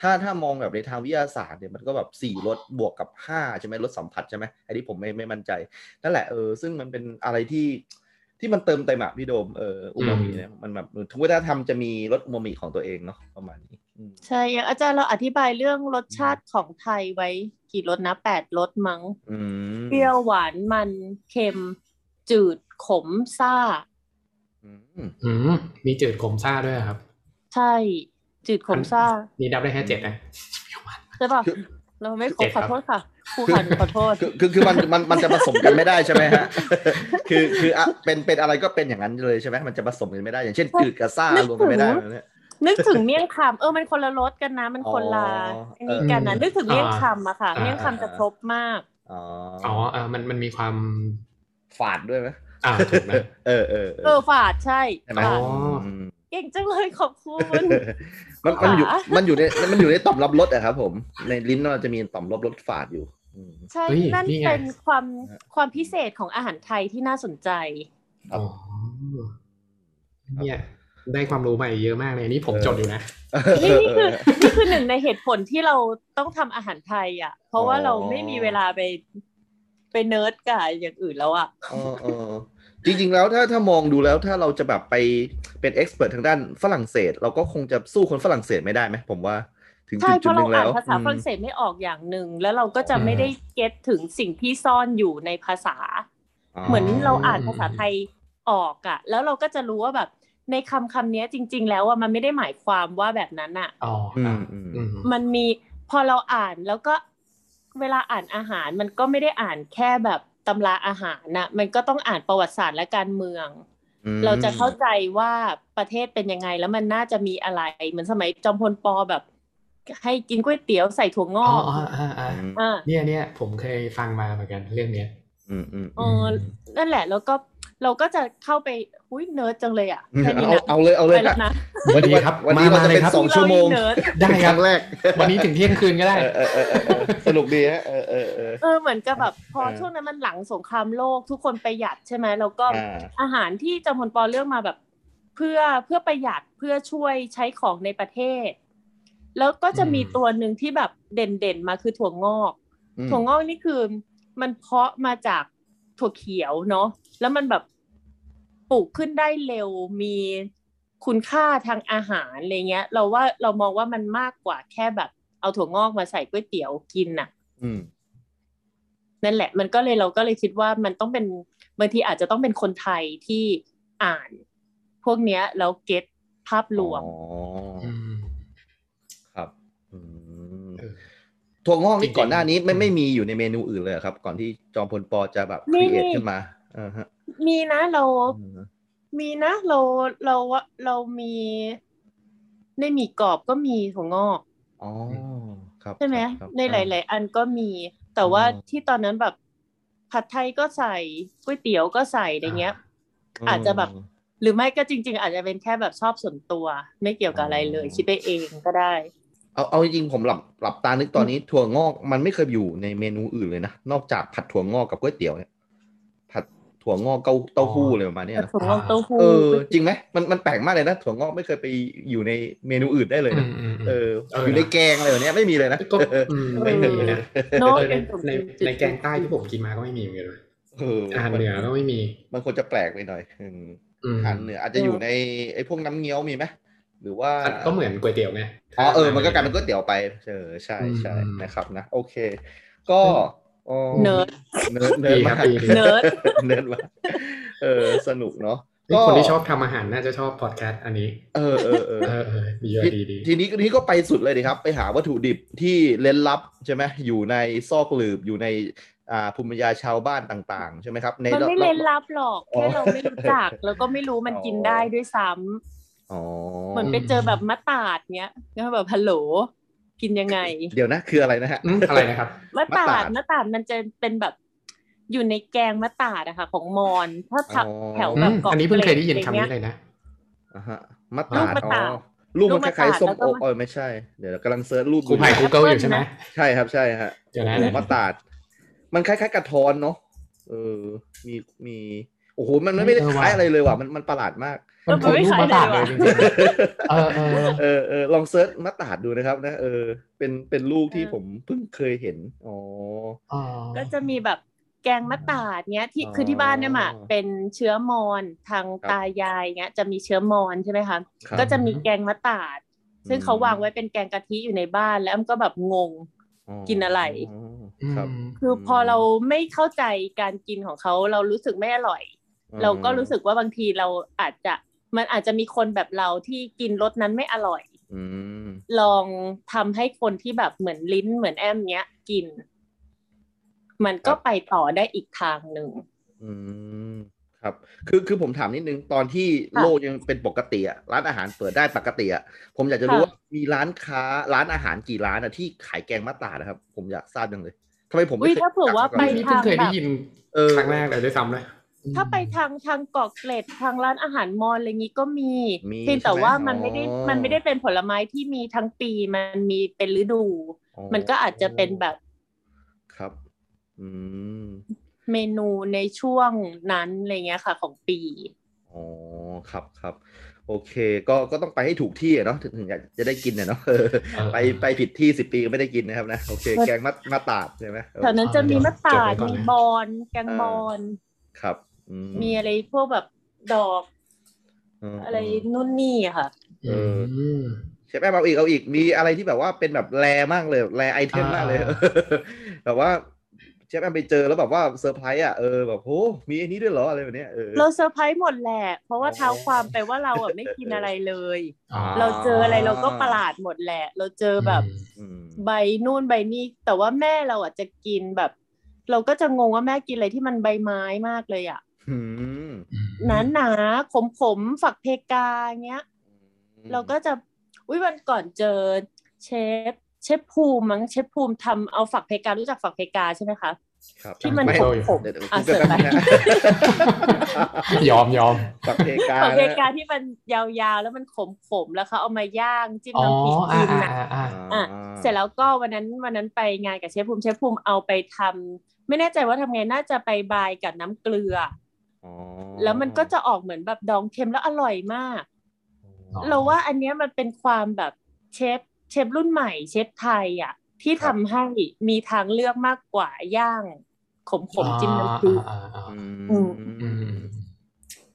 [SPEAKER 2] ถ้าถ้ามองแบบในทางวิทยาศาสตร์เนี่ยมันก็แบบสี่รสบวกกับห้าใช่ไหมรสสัมผัสใช่ไหมอันนี้ผมไม่ไม่มั่นใจ นั่นแหละเออซึ่งมันเป็นอะไรที่ที่มันเติมเต็มอะพี่โดมเอออูมามิ
[SPEAKER 3] อืม
[SPEAKER 2] เนี่ยมันแบบทุกวัฒนธรรมจะมีรสอูมามิของตัวเองเนาะประมาณนี้อืม
[SPEAKER 4] ใช่อย่างอาจารย์เราอธิบายเรื่องรสชาติของไทยไว้กี่รสนะแปดรสมั้ง
[SPEAKER 2] อืม
[SPEAKER 4] เปรี้ยวหวานมันเค็ม จืดขมซ่า
[SPEAKER 2] อืม
[SPEAKER 3] อืมมีจืดขมซ่าด้วยครับ
[SPEAKER 4] ใช่ จืดขมซ่า
[SPEAKER 3] นี่นับได้แค่เจ็ดนะ
[SPEAKER 4] ใช่ป่ะ
[SPEAKER 2] คือ
[SPEAKER 4] เราไม่คร
[SPEAKER 3] เจ็
[SPEAKER 4] บ
[SPEAKER 3] ดค
[SPEAKER 4] ข
[SPEAKER 3] รั
[SPEAKER 4] อบ โทษค่ะครูค่ะหนูขอโทษ
[SPEAKER 2] คือคือคือมันมันมันจะผสมกันไม่ได้ใช่ไหมฮะ คือคืออะเป็นเป็นอะไรก็เป็นอย่างนั้นเลยใช่ไหมมันจะผสมกันไม่ได้อย่างเช่นจืดกับซ่ารวมกันไม่ได้แบบเนี้ย
[SPEAKER 4] นึกถึงเมี่ยงคำเออมันคนละรสกันนะ มันคนละ
[SPEAKER 2] อ๋ออั
[SPEAKER 4] นนี้กันนะ
[SPEAKER 3] เออ
[SPEAKER 4] นึกถึงเมี่ยงคำอะค่ะ
[SPEAKER 3] อ่า
[SPEAKER 4] เมี่ยงคำจะครบมาก
[SPEAKER 2] อ๋อ
[SPEAKER 3] อ๋อเออมันมันมีความ
[SPEAKER 2] ฝาดด้วยไหม
[SPEAKER 3] อ่าถูกไหม
[SPEAKER 2] เออเออ
[SPEAKER 4] เออฝาดใช่
[SPEAKER 2] ใช่ไหม
[SPEAKER 4] ฝา
[SPEAKER 3] อ๋
[SPEAKER 4] ด
[SPEAKER 3] อ
[SPEAKER 2] ม
[SPEAKER 4] เก่งจังเลยขอบคุณ
[SPEAKER 2] มันมันอยู่
[SPEAKER 4] ฝา
[SPEAKER 2] มันอยู่ในมันอยู่ในต่อมรับรสอะครับผม ในลิ้นเราจะมีต่อมรับรสฝาดอยู่อืม
[SPEAKER 4] ใช่
[SPEAKER 3] เฮ้ย
[SPEAKER 4] นั่น
[SPEAKER 3] นี่ไง
[SPEAKER 4] เป็นความความพิเศษของอาหารไทยที่น่าสนใจ
[SPEAKER 2] ครับ
[SPEAKER 3] อ๋อเนี่ยได้ความรู้ใหม่เยอะมากเลยนี่ผม
[SPEAKER 2] เออ
[SPEAKER 3] จดอยู่นะ
[SPEAKER 4] นี่นี่คือนี่คือหนึ่งในเหตุผลที่เราต้องทำอาหารไทย อ่ะ เพราะว่าเราไม่มีเวลาไปไปเนิร์ดกับอย่างอื่นแล้วอ่ะ
[SPEAKER 2] เออเออจริงๆแล้วถ้าถ้ามองดูแล้วถ้าเราจะแบบไปเป็นเอ็กซ์เพรสทางด้านฝรั่งเศส เราก็คงจะสู้คนฝรั่งเศสไม่ได้ไหมผมว่าถึง
[SPEAKER 4] ใช่
[SPEAKER 2] จุด
[SPEAKER 4] เพ
[SPEAKER 2] จุด
[SPEAKER 4] ราะ
[SPEAKER 2] ห
[SPEAKER 4] เราอ่า
[SPEAKER 2] นึ่ง
[SPEAKER 4] น
[SPEAKER 2] แล้ว
[SPEAKER 4] ภาษาฝรั่ง
[SPEAKER 2] อืม
[SPEAKER 4] เศสไม่ออกอย่างหนึ่ง แล้วเราก็จะ
[SPEAKER 2] อืม
[SPEAKER 4] ไม่ได้เก็ตถึงสิ่งที่ซ่อนอยู่ในภาษา เหมือนเราอ่านภาษาไทยออกอะแล้วเราก็จะรู้ว่าแบบ ในคำคำเนี้ยจริง ๆ แล้วอ่ะมันไม่ได้หมายความว่าแบบนั้นอะ
[SPEAKER 3] อ๋อ
[SPEAKER 2] อื
[SPEAKER 3] อ่ะ
[SPEAKER 2] มอืม
[SPEAKER 3] อืม
[SPEAKER 4] มันมีพอเราอ่านแล้วก็เวลาอ่านอาหารมันก็ไม่ได้อ่านแค่แบบตำราอาหารนะมันก็ต้องอ่านประวัติศาสตร์และการเมือง
[SPEAKER 2] อืม
[SPEAKER 4] เราจะเข้าใจว่าประเทศเป็นยังไงแล้วมันน่าจะมีอะไร เหมือนสมัยจอมพลปอแบบ ให้กินก๋วยเตี๋ยวใส่ถั่วง
[SPEAKER 3] อ๋อ
[SPEAKER 4] อก
[SPEAKER 3] อ๋ออ่ะอ่ะ
[SPEAKER 2] อืม
[SPEAKER 4] อ่า
[SPEAKER 3] เนี่ยเนี่ยผมเคยฟังมาเหมือนกันเรื่องเนี้ย
[SPEAKER 2] อืมอืม
[SPEAKER 4] เออ นั่นแหละแล้วก็เราก็จะเข้าไปอุ้ยเนิร์ดจังเลยอ่ะแค่นี้
[SPEAKER 2] เอา
[SPEAKER 4] นะ
[SPEAKER 2] เอาเลยเอาเล
[SPEAKER 4] ไป
[SPEAKER 2] ย
[SPEAKER 4] แล้
[SPEAKER 2] นะ
[SPEAKER 4] วนะ
[SPEAKER 3] วันนี้ครับ
[SPEAKER 2] วันนี้
[SPEAKER 3] มา
[SPEAKER 2] เราจะ
[SPEAKER 3] มาเลย
[SPEAKER 2] เป็น
[SPEAKER 3] ครับ
[SPEAKER 2] สองชั่วโมง
[SPEAKER 4] เราเนิร์ด
[SPEAKER 3] ได้
[SPEAKER 2] เป็น
[SPEAKER 3] ค
[SPEAKER 2] ค
[SPEAKER 3] รั
[SPEAKER 2] รั้
[SPEAKER 3] บ
[SPEAKER 2] งแรก
[SPEAKER 3] วันนี้ถึงเที่ยงคืนก็ได้
[SPEAKER 2] เออเออเออเออสนุกดีฮะเออเออเออ
[SPEAKER 4] เออเหมือนกับแบบพอ
[SPEAKER 2] เออ
[SPEAKER 4] ช่วงนั้นมันหลังสงครามโลกทุกคนประหยัดใช่ไหมแล้วก็
[SPEAKER 2] อ่า
[SPEAKER 4] อาหารที่จำพลปอเลือกมาแบบ เพื่อเพื่อประหยัดเพื่อช่วยใช้ของในประเทศ แล้วก็จะมี
[SPEAKER 3] อืม
[SPEAKER 4] ตัวหนึ่งที่แบบเด่นๆมาคือถั่วงอก
[SPEAKER 2] อืม
[SPEAKER 4] ถั่วงอกนี่คือมันเพาะมาจากถั่วเขียวเนาะแล้วมันแบบปลูกขึ้นได้เร็วมีคุณค่าทางอาหารอะไรเงี้ย เราว่าเรามองว่ามันมากกว่าแค่แบบ เอาถั่วงอกมาใส่ก๋วยเตี๋ยวกินน่ะ
[SPEAKER 2] อืม
[SPEAKER 4] นั่นแหละ มันก็เลยเราก็เลยคิดว่ามันต้องเป็นบางทีอาจจะต้องเป็นคนไทยที่อ่าน พวกเนี้ยแล้วเก็ตภาพรวม
[SPEAKER 2] อ๋อ
[SPEAKER 3] อืม
[SPEAKER 2] ครับอืม
[SPEAKER 3] เออ
[SPEAKER 2] ถั่วงอก
[SPEAKER 3] จริ
[SPEAKER 2] นี่
[SPEAKER 3] งๆ
[SPEAKER 2] ก่อนหน้านี้ไม่
[SPEAKER 3] อืม
[SPEAKER 2] ไม่มีอยู่ในเมนูอื่นเลยเหรอครับ ก่อนที่จอมพลปอจะแบบ
[SPEAKER 4] นี่
[SPEAKER 2] ครีเอท
[SPEAKER 4] นี่
[SPEAKER 2] ขึ้นมาอ่าฮะ
[SPEAKER 4] มีนะเรา
[SPEAKER 2] อืม
[SPEAKER 4] มีนะเราเราเรามีในหมี่กรอบก็มีถั่วงอก
[SPEAKER 2] อ๋อครับ
[SPEAKER 4] ใช่ไหม
[SPEAKER 2] ครับ
[SPEAKER 4] ในหลาย ๆ อันก็มี แต่
[SPEAKER 2] อืม
[SPEAKER 4] ว่าที่ตอนนั้นแบบผัดไทยก็ใส่ก๋วยเตี๋ยวก็ใส่อะไรเงี้ย
[SPEAKER 2] ม
[SPEAKER 4] อาจจะแบบ หรือไม่ก็จริง ๆ อาจจะเป็นแค่แบบชอบส่วนตัว ไม่เกี่ยวกับอะไรเลย
[SPEAKER 2] อ๋อ
[SPEAKER 4] คิดไปเองก็ได้
[SPEAKER 2] เอาเอาจริงๆผมหลับหลับตานึกตอนนี้ถั่วงอกมันไม่เคยอยู่ในเมนูอื่นเลยนะนอกจากผัดถั่วงอกกับก๋วยเตี๋ยวเนี่ยผัดถั่วงอกเกาเต้าหู้อะไรประมาณเนี้ยนะ
[SPEAKER 4] ถั่วงอกเต้าหู้
[SPEAKER 2] เออ จริงไหมมันมันแปลกมากเลยนะถั่วงอกไม่เคยไปอยู่ในเมนูอื่นได้เลย
[SPEAKER 3] อื
[SPEAKER 2] นะ
[SPEAKER 3] มอืม
[SPEAKER 2] เอ
[SPEAKER 3] อืม
[SPEAKER 2] อ
[SPEAKER 3] เออ
[SPEAKER 2] อ
[SPEAKER 3] อ
[SPEAKER 2] ยู่ในแกงอะไรแบบเนี้ยไม่มีเลยนะ
[SPEAKER 3] ก็อืมไม่มีนะ
[SPEAKER 4] เนอะ
[SPEAKER 3] เออใน
[SPEAKER 4] เป็นส่วน
[SPEAKER 3] ใน
[SPEAKER 4] จุด
[SPEAKER 3] ในแกงใต้ที่ผมกินมาก็ไม่มีเหมือนกันเลย
[SPEAKER 2] เออ
[SPEAKER 3] อาหาร
[SPEAKER 2] มัน
[SPEAKER 3] เหนือก็ไม่มี
[SPEAKER 2] มันควรจะแปลกไปหน่อยอืม
[SPEAKER 3] อืม
[SPEAKER 2] อาหารเหนืออาจจะอยู่ในไอ้พวกน้ำเงี้ยวมีไหมหรือว่า
[SPEAKER 3] อ่ะก็เหมือนก๋วยเตี๋ยวไง
[SPEAKER 2] อ๋อเออมันก็กลายเป็นก๋วยเตี๋ยวไปเออใช่ใช่
[SPEAKER 3] อืม
[SPEAKER 2] นะครับนะโอเค ก็อ๋อ
[SPEAKER 4] เนิร์ด
[SPEAKER 2] เนิร์ดเนิร์ด
[SPEAKER 3] ดีครั
[SPEAKER 2] มาก
[SPEAKER 3] บดีดี
[SPEAKER 4] เนิร์ด
[SPEAKER 2] เนิร์ดมากเออสนุกเนาะ
[SPEAKER 3] นี่คนที่ชอบทำอาหารน่าจะชอบพอดแคสต์อันนี้
[SPEAKER 2] เออเออเออ
[SPEAKER 3] เออเออดีว่ะดีดี
[SPEAKER 2] ทีนี้ทีนี้ก็ไปสุดเลยดีครับ ไปหาวัตถุดิบที่เล้นลับใช่ไหมอยู่ในซอกหลืบอยู่ในอ่าภูมิปัญญาชาวบ้านต่าง ๆ ใช่ไหมครับใน
[SPEAKER 4] มันไม่เล่นลับหรอกแค่เราไม่รู้ จัก แล้วก็ไม่รู้มันกินได้ด้วยซ้ำ
[SPEAKER 2] อ๋อ
[SPEAKER 4] เหมือนไปเจอแบบมะตาดเนี้ยแล้วแบบฮัลโหล กินยังไง
[SPEAKER 2] เดี๋ยวนะคืออะไรนะฮะ
[SPEAKER 3] อืมอะไรนะครับ
[SPEAKER 4] มะตาม
[SPEAKER 2] ะตา
[SPEAKER 4] ด
[SPEAKER 2] ด
[SPEAKER 4] มะตาดมันจะเป็นแบบ อยู่ในแกงมะตาดอะค่ะ ของมอนถ้าทัก
[SPEAKER 2] อ๋อ
[SPEAKER 4] แถว
[SPEAKER 3] อื
[SPEAKER 4] แบบ
[SPEAKER 3] ม
[SPEAKER 4] กาะ
[SPEAKER 3] อันนี้เพิ่งเคยได้ยิน
[SPEAKER 4] กร็อะ
[SPEAKER 3] คำ
[SPEAKER 4] ร
[SPEAKER 3] นี้
[SPEAKER 4] งี้
[SPEAKER 3] เลยนะ
[SPEAKER 2] อ่าฮะมะ
[SPEAKER 3] ลู
[SPEAKER 2] ตาก ด
[SPEAKER 4] มะ
[SPEAKER 2] อ๋
[SPEAKER 4] ตา
[SPEAKER 2] อ
[SPEAKER 4] ด
[SPEAKER 2] ลูกมั
[SPEAKER 4] ลู
[SPEAKER 2] น
[SPEAKER 4] ก
[SPEAKER 2] ค
[SPEAKER 4] มะตาด
[SPEAKER 2] ล้ายๆส้ม
[SPEAKER 4] แล้วก็
[SPEAKER 2] โอก
[SPEAKER 4] มะ
[SPEAKER 2] เออไม่ใช่ เดี๋ยวกำลังเซิร์ชรูป
[SPEAKER 3] กู
[SPEAKER 2] ดู
[SPEAKER 3] ไผ่กูเกิลอยู่ใช่ไหม
[SPEAKER 2] ใช่ครับใช่ฮะ
[SPEAKER 3] เดี๋ยวนะ
[SPEAKER 2] มะตาด มันคล้ายๆกระท้อนเนาะเออ มีมีโอ้โหมันไม่ได้
[SPEAKER 3] เออ
[SPEAKER 2] ค
[SPEAKER 3] ว่ะ
[SPEAKER 2] ล้ายอะไรเลยว่ะมันมันประหลาดมาก
[SPEAKER 3] มันคือรูปมาตาดเลยจริงๆเออเออ
[SPEAKER 2] เออเออลองเซิร์ชมะตาดดูนะครับ นะเออ เป็นเป็นลูกที่
[SPEAKER 4] เออ
[SPEAKER 2] ผมเพิ่งเคยเห็นอ๋อ
[SPEAKER 3] อ๋อ
[SPEAKER 4] ก็จะมีแบบแกงมะตาดเนี้ย ที่
[SPEAKER 2] อ๋อ
[SPEAKER 4] คือที่บ้านเนี่ยมาเป็นเชื้อมอนทาง
[SPEAKER 2] ครับ
[SPEAKER 4] ตายายเงี้ย จะมีเชื้อมอนใช่ไหมคะ
[SPEAKER 2] ครับ
[SPEAKER 4] ก็จะมีแกงมะตาด ซึ่ง
[SPEAKER 2] อืม
[SPEAKER 4] เขาวางไว้เป็นแกงกะทิอยู่ในบ้านแล้วอ้ำก็แบบงง กินอะไร
[SPEAKER 2] ครับ
[SPEAKER 4] คือพอเราไม่เข้าใจการกินของเขาเรารู้สึกไม่อร่อย เราก็รู้สึกว่าบางทีเราอาจจะมันอาจจะมีคนแบบเราที่กินรสนั้นไม่อร่อย
[SPEAKER 2] อืม
[SPEAKER 4] ลองทำให้คนที่แบบเหมือนลิ้นเหมือนแอมเนี้ย กิน มันก็ไปต่อได้อีกทางหนึ่ง
[SPEAKER 2] อืม ครับคือคือผมถามนิดนึงตอนที่
[SPEAKER 4] ค่ะ
[SPEAKER 2] โลกยังเป็นปกติอะร้านอาหารเปิดได้ปกติอะผมอยากจะรู้
[SPEAKER 4] ค่ะ
[SPEAKER 2] ว่ามีร้านค้าร้านอาหารกี่ร้านอะที่ขายแกงมัตตานะครับ ผมอยากทราบจังเลยทำไมผม
[SPEAKER 4] อุ้
[SPEAKER 2] ไม่
[SPEAKER 4] ย
[SPEAKER 2] เคย
[SPEAKER 4] ถ้าเผื่อว่า
[SPEAKER 2] รู้
[SPEAKER 4] ไป
[SPEAKER 2] จักมาก่อนเลย
[SPEAKER 4] ทา
[SPEAKER 3] เพิ่ง
[SPEAKER 4] ง
[SPEAKER 3] เคย
[SPEAKER 4] แบ
[SPEAKER 3] ได้
[SPEAKER 4] บ
[SPEAKER 3] ยิน
[SPEAKER 2] เออ
[SPEAKER 3] ครั้งแรกเลยด้วยซ้ำเลย
[SPEAKER 4] ถ้าไปทางทางเกาะเกร็ดทางร้านอาหารมอญอะไรงี้ก็มี
[SPEAKER 2] มี
[SPEAKER 4] เพียงแต่
[SPEAKER 2] ใช่ห
[SPEAKER 4] ว่ามันไม่ได้
[SPEAKER 2] อ๋อ
[SPEAKER 4] มันไม่ได้เป็นผลไม้ที่มีทั้งปีมันมีเป็นฤดู
[SPEAKER 2] อ๋อ
[SPEAKER 4] มันก็อาจจะเป็นแบบ
[SPEAKER 2] ครับ อืม
[SPEAKER 4] เมนูในช่วงนั้นอะไรเงี้ยค่ะ ของปี
[SPEAKER 2] อ๋อครับครับโอเค ก็ก็ต้องไปให้ถูกที่อะเนาะถึงถึงอยากจะได้กินอะ เนาะเออ
[SPEAKER 3] เออ
[SPEAKER 2] ไปไปผิดที่สิบปีก็ไม่ได้กินนะครับนะโอเค แกงมัตมาตาดใช่ไหมเออ
[SPEAKER 4] แถวนั้นจะมีมะตาด
[SPEAKER 3] เดี๋ยว
[SPEAKER 4] มี
[SPEAKER 3] เดี๋ยว
[SPEAKER 4] บอนแกงบอน
[SPEAKER 2] ครับอื
[SPEAKER 4] มีอะไรพวกแบบดอก
[SPEAKER 2] อืม
[SPEAKER 4] อะไรนู่นนี่อะค่ะ
[SPEAKER 2] เออ
[SPEAKER 3] ม
[SPEAKER 2] เชฟแอมเอาอีกเอาอีกมีอะไรที่แบบว่าเป็นแบบแรมากเลยแรไอเท
[SPEAKER 3] อ่าม
[SPEAKER 2] มากเลย
[SPEAKER 3] อ่า
[SPEAKER 2] แบบว่าเชฟแอมไปเจอแล้วแบบว่าเซอร์ไพรส์อ่ะเออแบบโหมีอันนี้ด้วยเหรออะไรแบบเนี้ยเออ
[SPEAKER 4] เราเซอร์ไพรส์หมดแหละ เพราะว่า
[SPEAKER 2] อ๋อ
[SPEAKER 4] เท้าความไปว่าเราอะไม่กินอะไรเลย
[SPEAKER 3] อ่า
[SPEAKER 4] เราเจออะไรเราก็ประหลาดหมดแหละ เราเจอแบบ
[SPEAKER 2] อืม
[SPEAKER 4] ใบนู่นใบนี่แต่ว่าแม่เราอะจะกินแบบ เราก็จะงงว่าแม่กินอะไรที่มันใบไม้มากเลยอะ
[SPEAKER 2] อืม
[SPEAKER 3] อืม
[SPEAKER 4] หนาหนาขมขมๆฝักเพกาเงี้ย เราก็จะอุ้ยวันก่อนเจอเชฟเชฟภูมิมั้งเชฟภูมิทำเอาฝักเพการู้จักฝักเพกาใช่ไหมคะ
[SPEAKER 2] ครับ
[SPEAKER 4] ที่มัน
[SPEAKER 2] ไ
[SPEAKER 4] ขมขม
[SPEAKER 2] เดี๋ยวเดี๋ยว
[SPEAKER 4] อ่ะ
[SPEAKER 2] กูเกิดแป๊บนึงนะ
[SPEAKER 4] เสิร์ฟ
[SPEAKER 3] ยอมยอม
[SPEAKER 2] ปักเพกา
[SPEAKER 4] ฝักเพ
[SPEAKER 2] นะ
[SPEAKER 4] กาที่มันยาวๆแล้วมันขมขมๆแล้วเขาเอามาย่างจิ้ม
[SPEAKER 3] อ๋อ
[SPEAKER 4] น้ำพริกกิน
[SPEAKER 3] อ่าอ่า
[SPEAKER 4] นะ
[SPEAKER 3] อ่า
[SPEAKER 4] อ่ะ เสร็จแล้วก็วันนั้นวันนั้นไปงานกับเชฟภูมิเชฟภูมิเอาไปทำไม่แน่ใจว่าทำไงน่าจะไปบายกับน้ำเกลือ
[SPEAKER 2] อ๋อ
[SPEAKER 4] อแล้วมันก็จะออกเหมือนแบบดองเค็มแล้วอร่อยมาก
[SPEAKER 3] อ๋อ
[SPEAKER 4] เราว่าอันเนี้ยมันเป็นความแบบเชฟเชฟรุ่นใหม่ เชฟไทยอ่ะที่ทำให้มีทางเลือกมากกว่าย่าง ขมขมๆจิ้มน้ำพริก
[SPEAKER 3] อ่าอ่าอ่า
[SPEAKER 4] อื
[SPEAKER 2] อื
[SPEAKER 4] ม
[SPEAKER 3] อืม
[SPEAKER 2] ม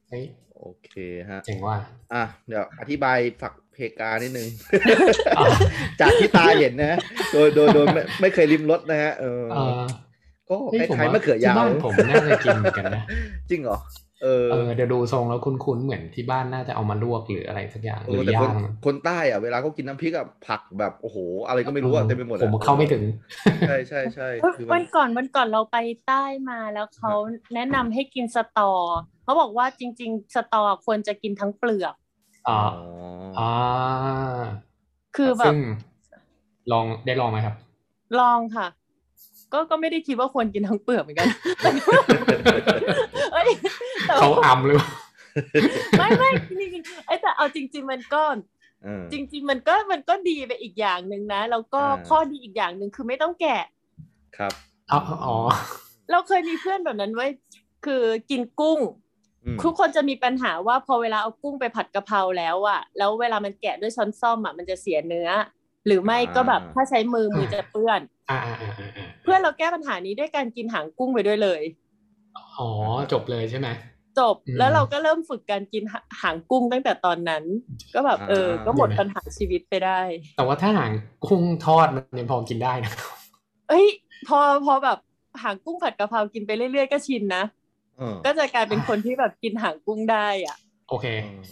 [SPEAKER 3] เฮ้ย
[SPEAKER 2] โอเคฮะ
[SPEAKER 3] เจ๋งว่ะ
[SPEAKER 2] อ่ะเดี๋ยวอธิบายฝักเพกานิดนึง
[SPEAKER 3] อ่า
[SPEAKER 2] จากที่ตาเห็นนะฮะโดยโดยโดยไม่ไม่เคยริมรสนะฮะเออ
[SPEAKER 3] เออ
[SPEAKER 2] ก็
[SPEAKER 3] เฮ้
[SPEAKER 2] ค
[SPEAKER 3] ยผม
[SPEAKER 2] ล้าย
[SPEAKER 3] ว่า
[SPEAKER 2] ๆมะเขือยาว
[SPEAKER 3] ที่บ้านผมน่าจะกินเหมือนกันนะ
[SPEAKER 2] จริงเหรอเออ
[SPEAKER 3] เออเดี๋ยวดูทรงแล้วคุ้นๆเหมือนที่บ้านน่าจะเอามาลวกหรืออะไรสักอย่างห
[SPEAKER 2] เอ
[SPEAKER 3] รือ
[SPEAKER 2] อแต่ค
[SPEAKER 3] ย่าน ง
[SPEAKER 2] คนใต้อ่ะเวลาเขากินน้ำพริกอ่ะผักแบบโอ้โห อะไรก็ไม่รู้อ่ะเต็มไปหมดอะ
[SPEAKER 3] ผมเข้าไม่ถึง
[SPEAKER 2] ใช่ใช่ใช่
[SPEAKER 4] เอ้ย
[SPEAKER 2] คือมั
[SPEAKER 4] วัน นก่อนวันก่อนเราไปใต้มาแล้วเขาแนะนำให้กินสตอเขาบอกว่าจริง ๆ สตอควรจะกินทั้งเปลือก
[SPEAKER 3] อ่าอ่า
[SPEAKER 4] คือแบ
[SPEAKER 3] ซึ่
[SPEAKER 4] บ
[SPEAKER 3] งลองได้ลองไห มครับ
[SPEAKER 4] ลองค่ะ ก็ก็ไม่ได้คิดว่าควรกินทั้งเปลือกเหมือนกันเอ้ยแต่
[SPEAKER 3] เขา
[SPEAKER 4] ว่า
[SPEAKER 3] อำหรือเปล่า
[SPEAKER 4] ไม่ไม่จริงๆไอ้ยแต่เอาจริง ๆ มันก็
[SPEAKER 2] เออ
[SPEAKER 4] จริง ๆ มันก็มันก็ดีไปอีกอย่างหนึ่งนะแล้วก็
[SPEAKER 2] อ่า
[SPEAKER 4] ข้อดีอีกอย่างหนึ่งคือไม่ต้องแกะ
[SPEAKER 2] ครับ
[SPEAKER 3] อ๋ออ๋อ
[SPEAKER 4] เราเคยมีเพื่อนแบบนั้นไว้ยคือกินกุ้ง
[SPEAKER 2] อืม
[SPEAKER 4] ทุกคนจะมีปัญหาว่าพอเวลาเอากุ้งไปผัดกะเพราแล้วอะแล้วเวลามันแกะด้วยช้อนซ่อมอะมันจะเสียเนื้อ หรือไม่ก็แบบถ้าใช้มือมือจะเปื้อน
[SPEAKER 3] อ่าอ่าอ่าอ่า
[SPEAKER 4] เพื่อนเราแก้ปัญหานี้ด้วยการกินหางกุ้งไปด้วยเลย
[SPEAKER 3] อ๋อ จบเลยใช่ไหม
[SPEAKER 4] จบ
[SPEAKER 3] อืม
[SPEAKER 4] แล้วเราก็เริ่มฝึกการกินหาหางกุ้งตั้งแต่ตอนนั้น ก็แบบเออ ก็หมดปัญหาชีวิตไปได้
[SPEAKER 3] แต่ว่าถ้าหางกุ้งทอดมันยังพอกินได้นะ
[SPEAKER 4] เอ้ย พอพอแบบหางกุ้งผัดกะเพรากินไปเรื่อยๆก็ชินนะ
[SPEAKER 2] เออ
[SPEAKER 4] ก็จะกลายเป็นคนที่แบบกินหางกุ้งได้อะ
[SPEAKER 3] โอเค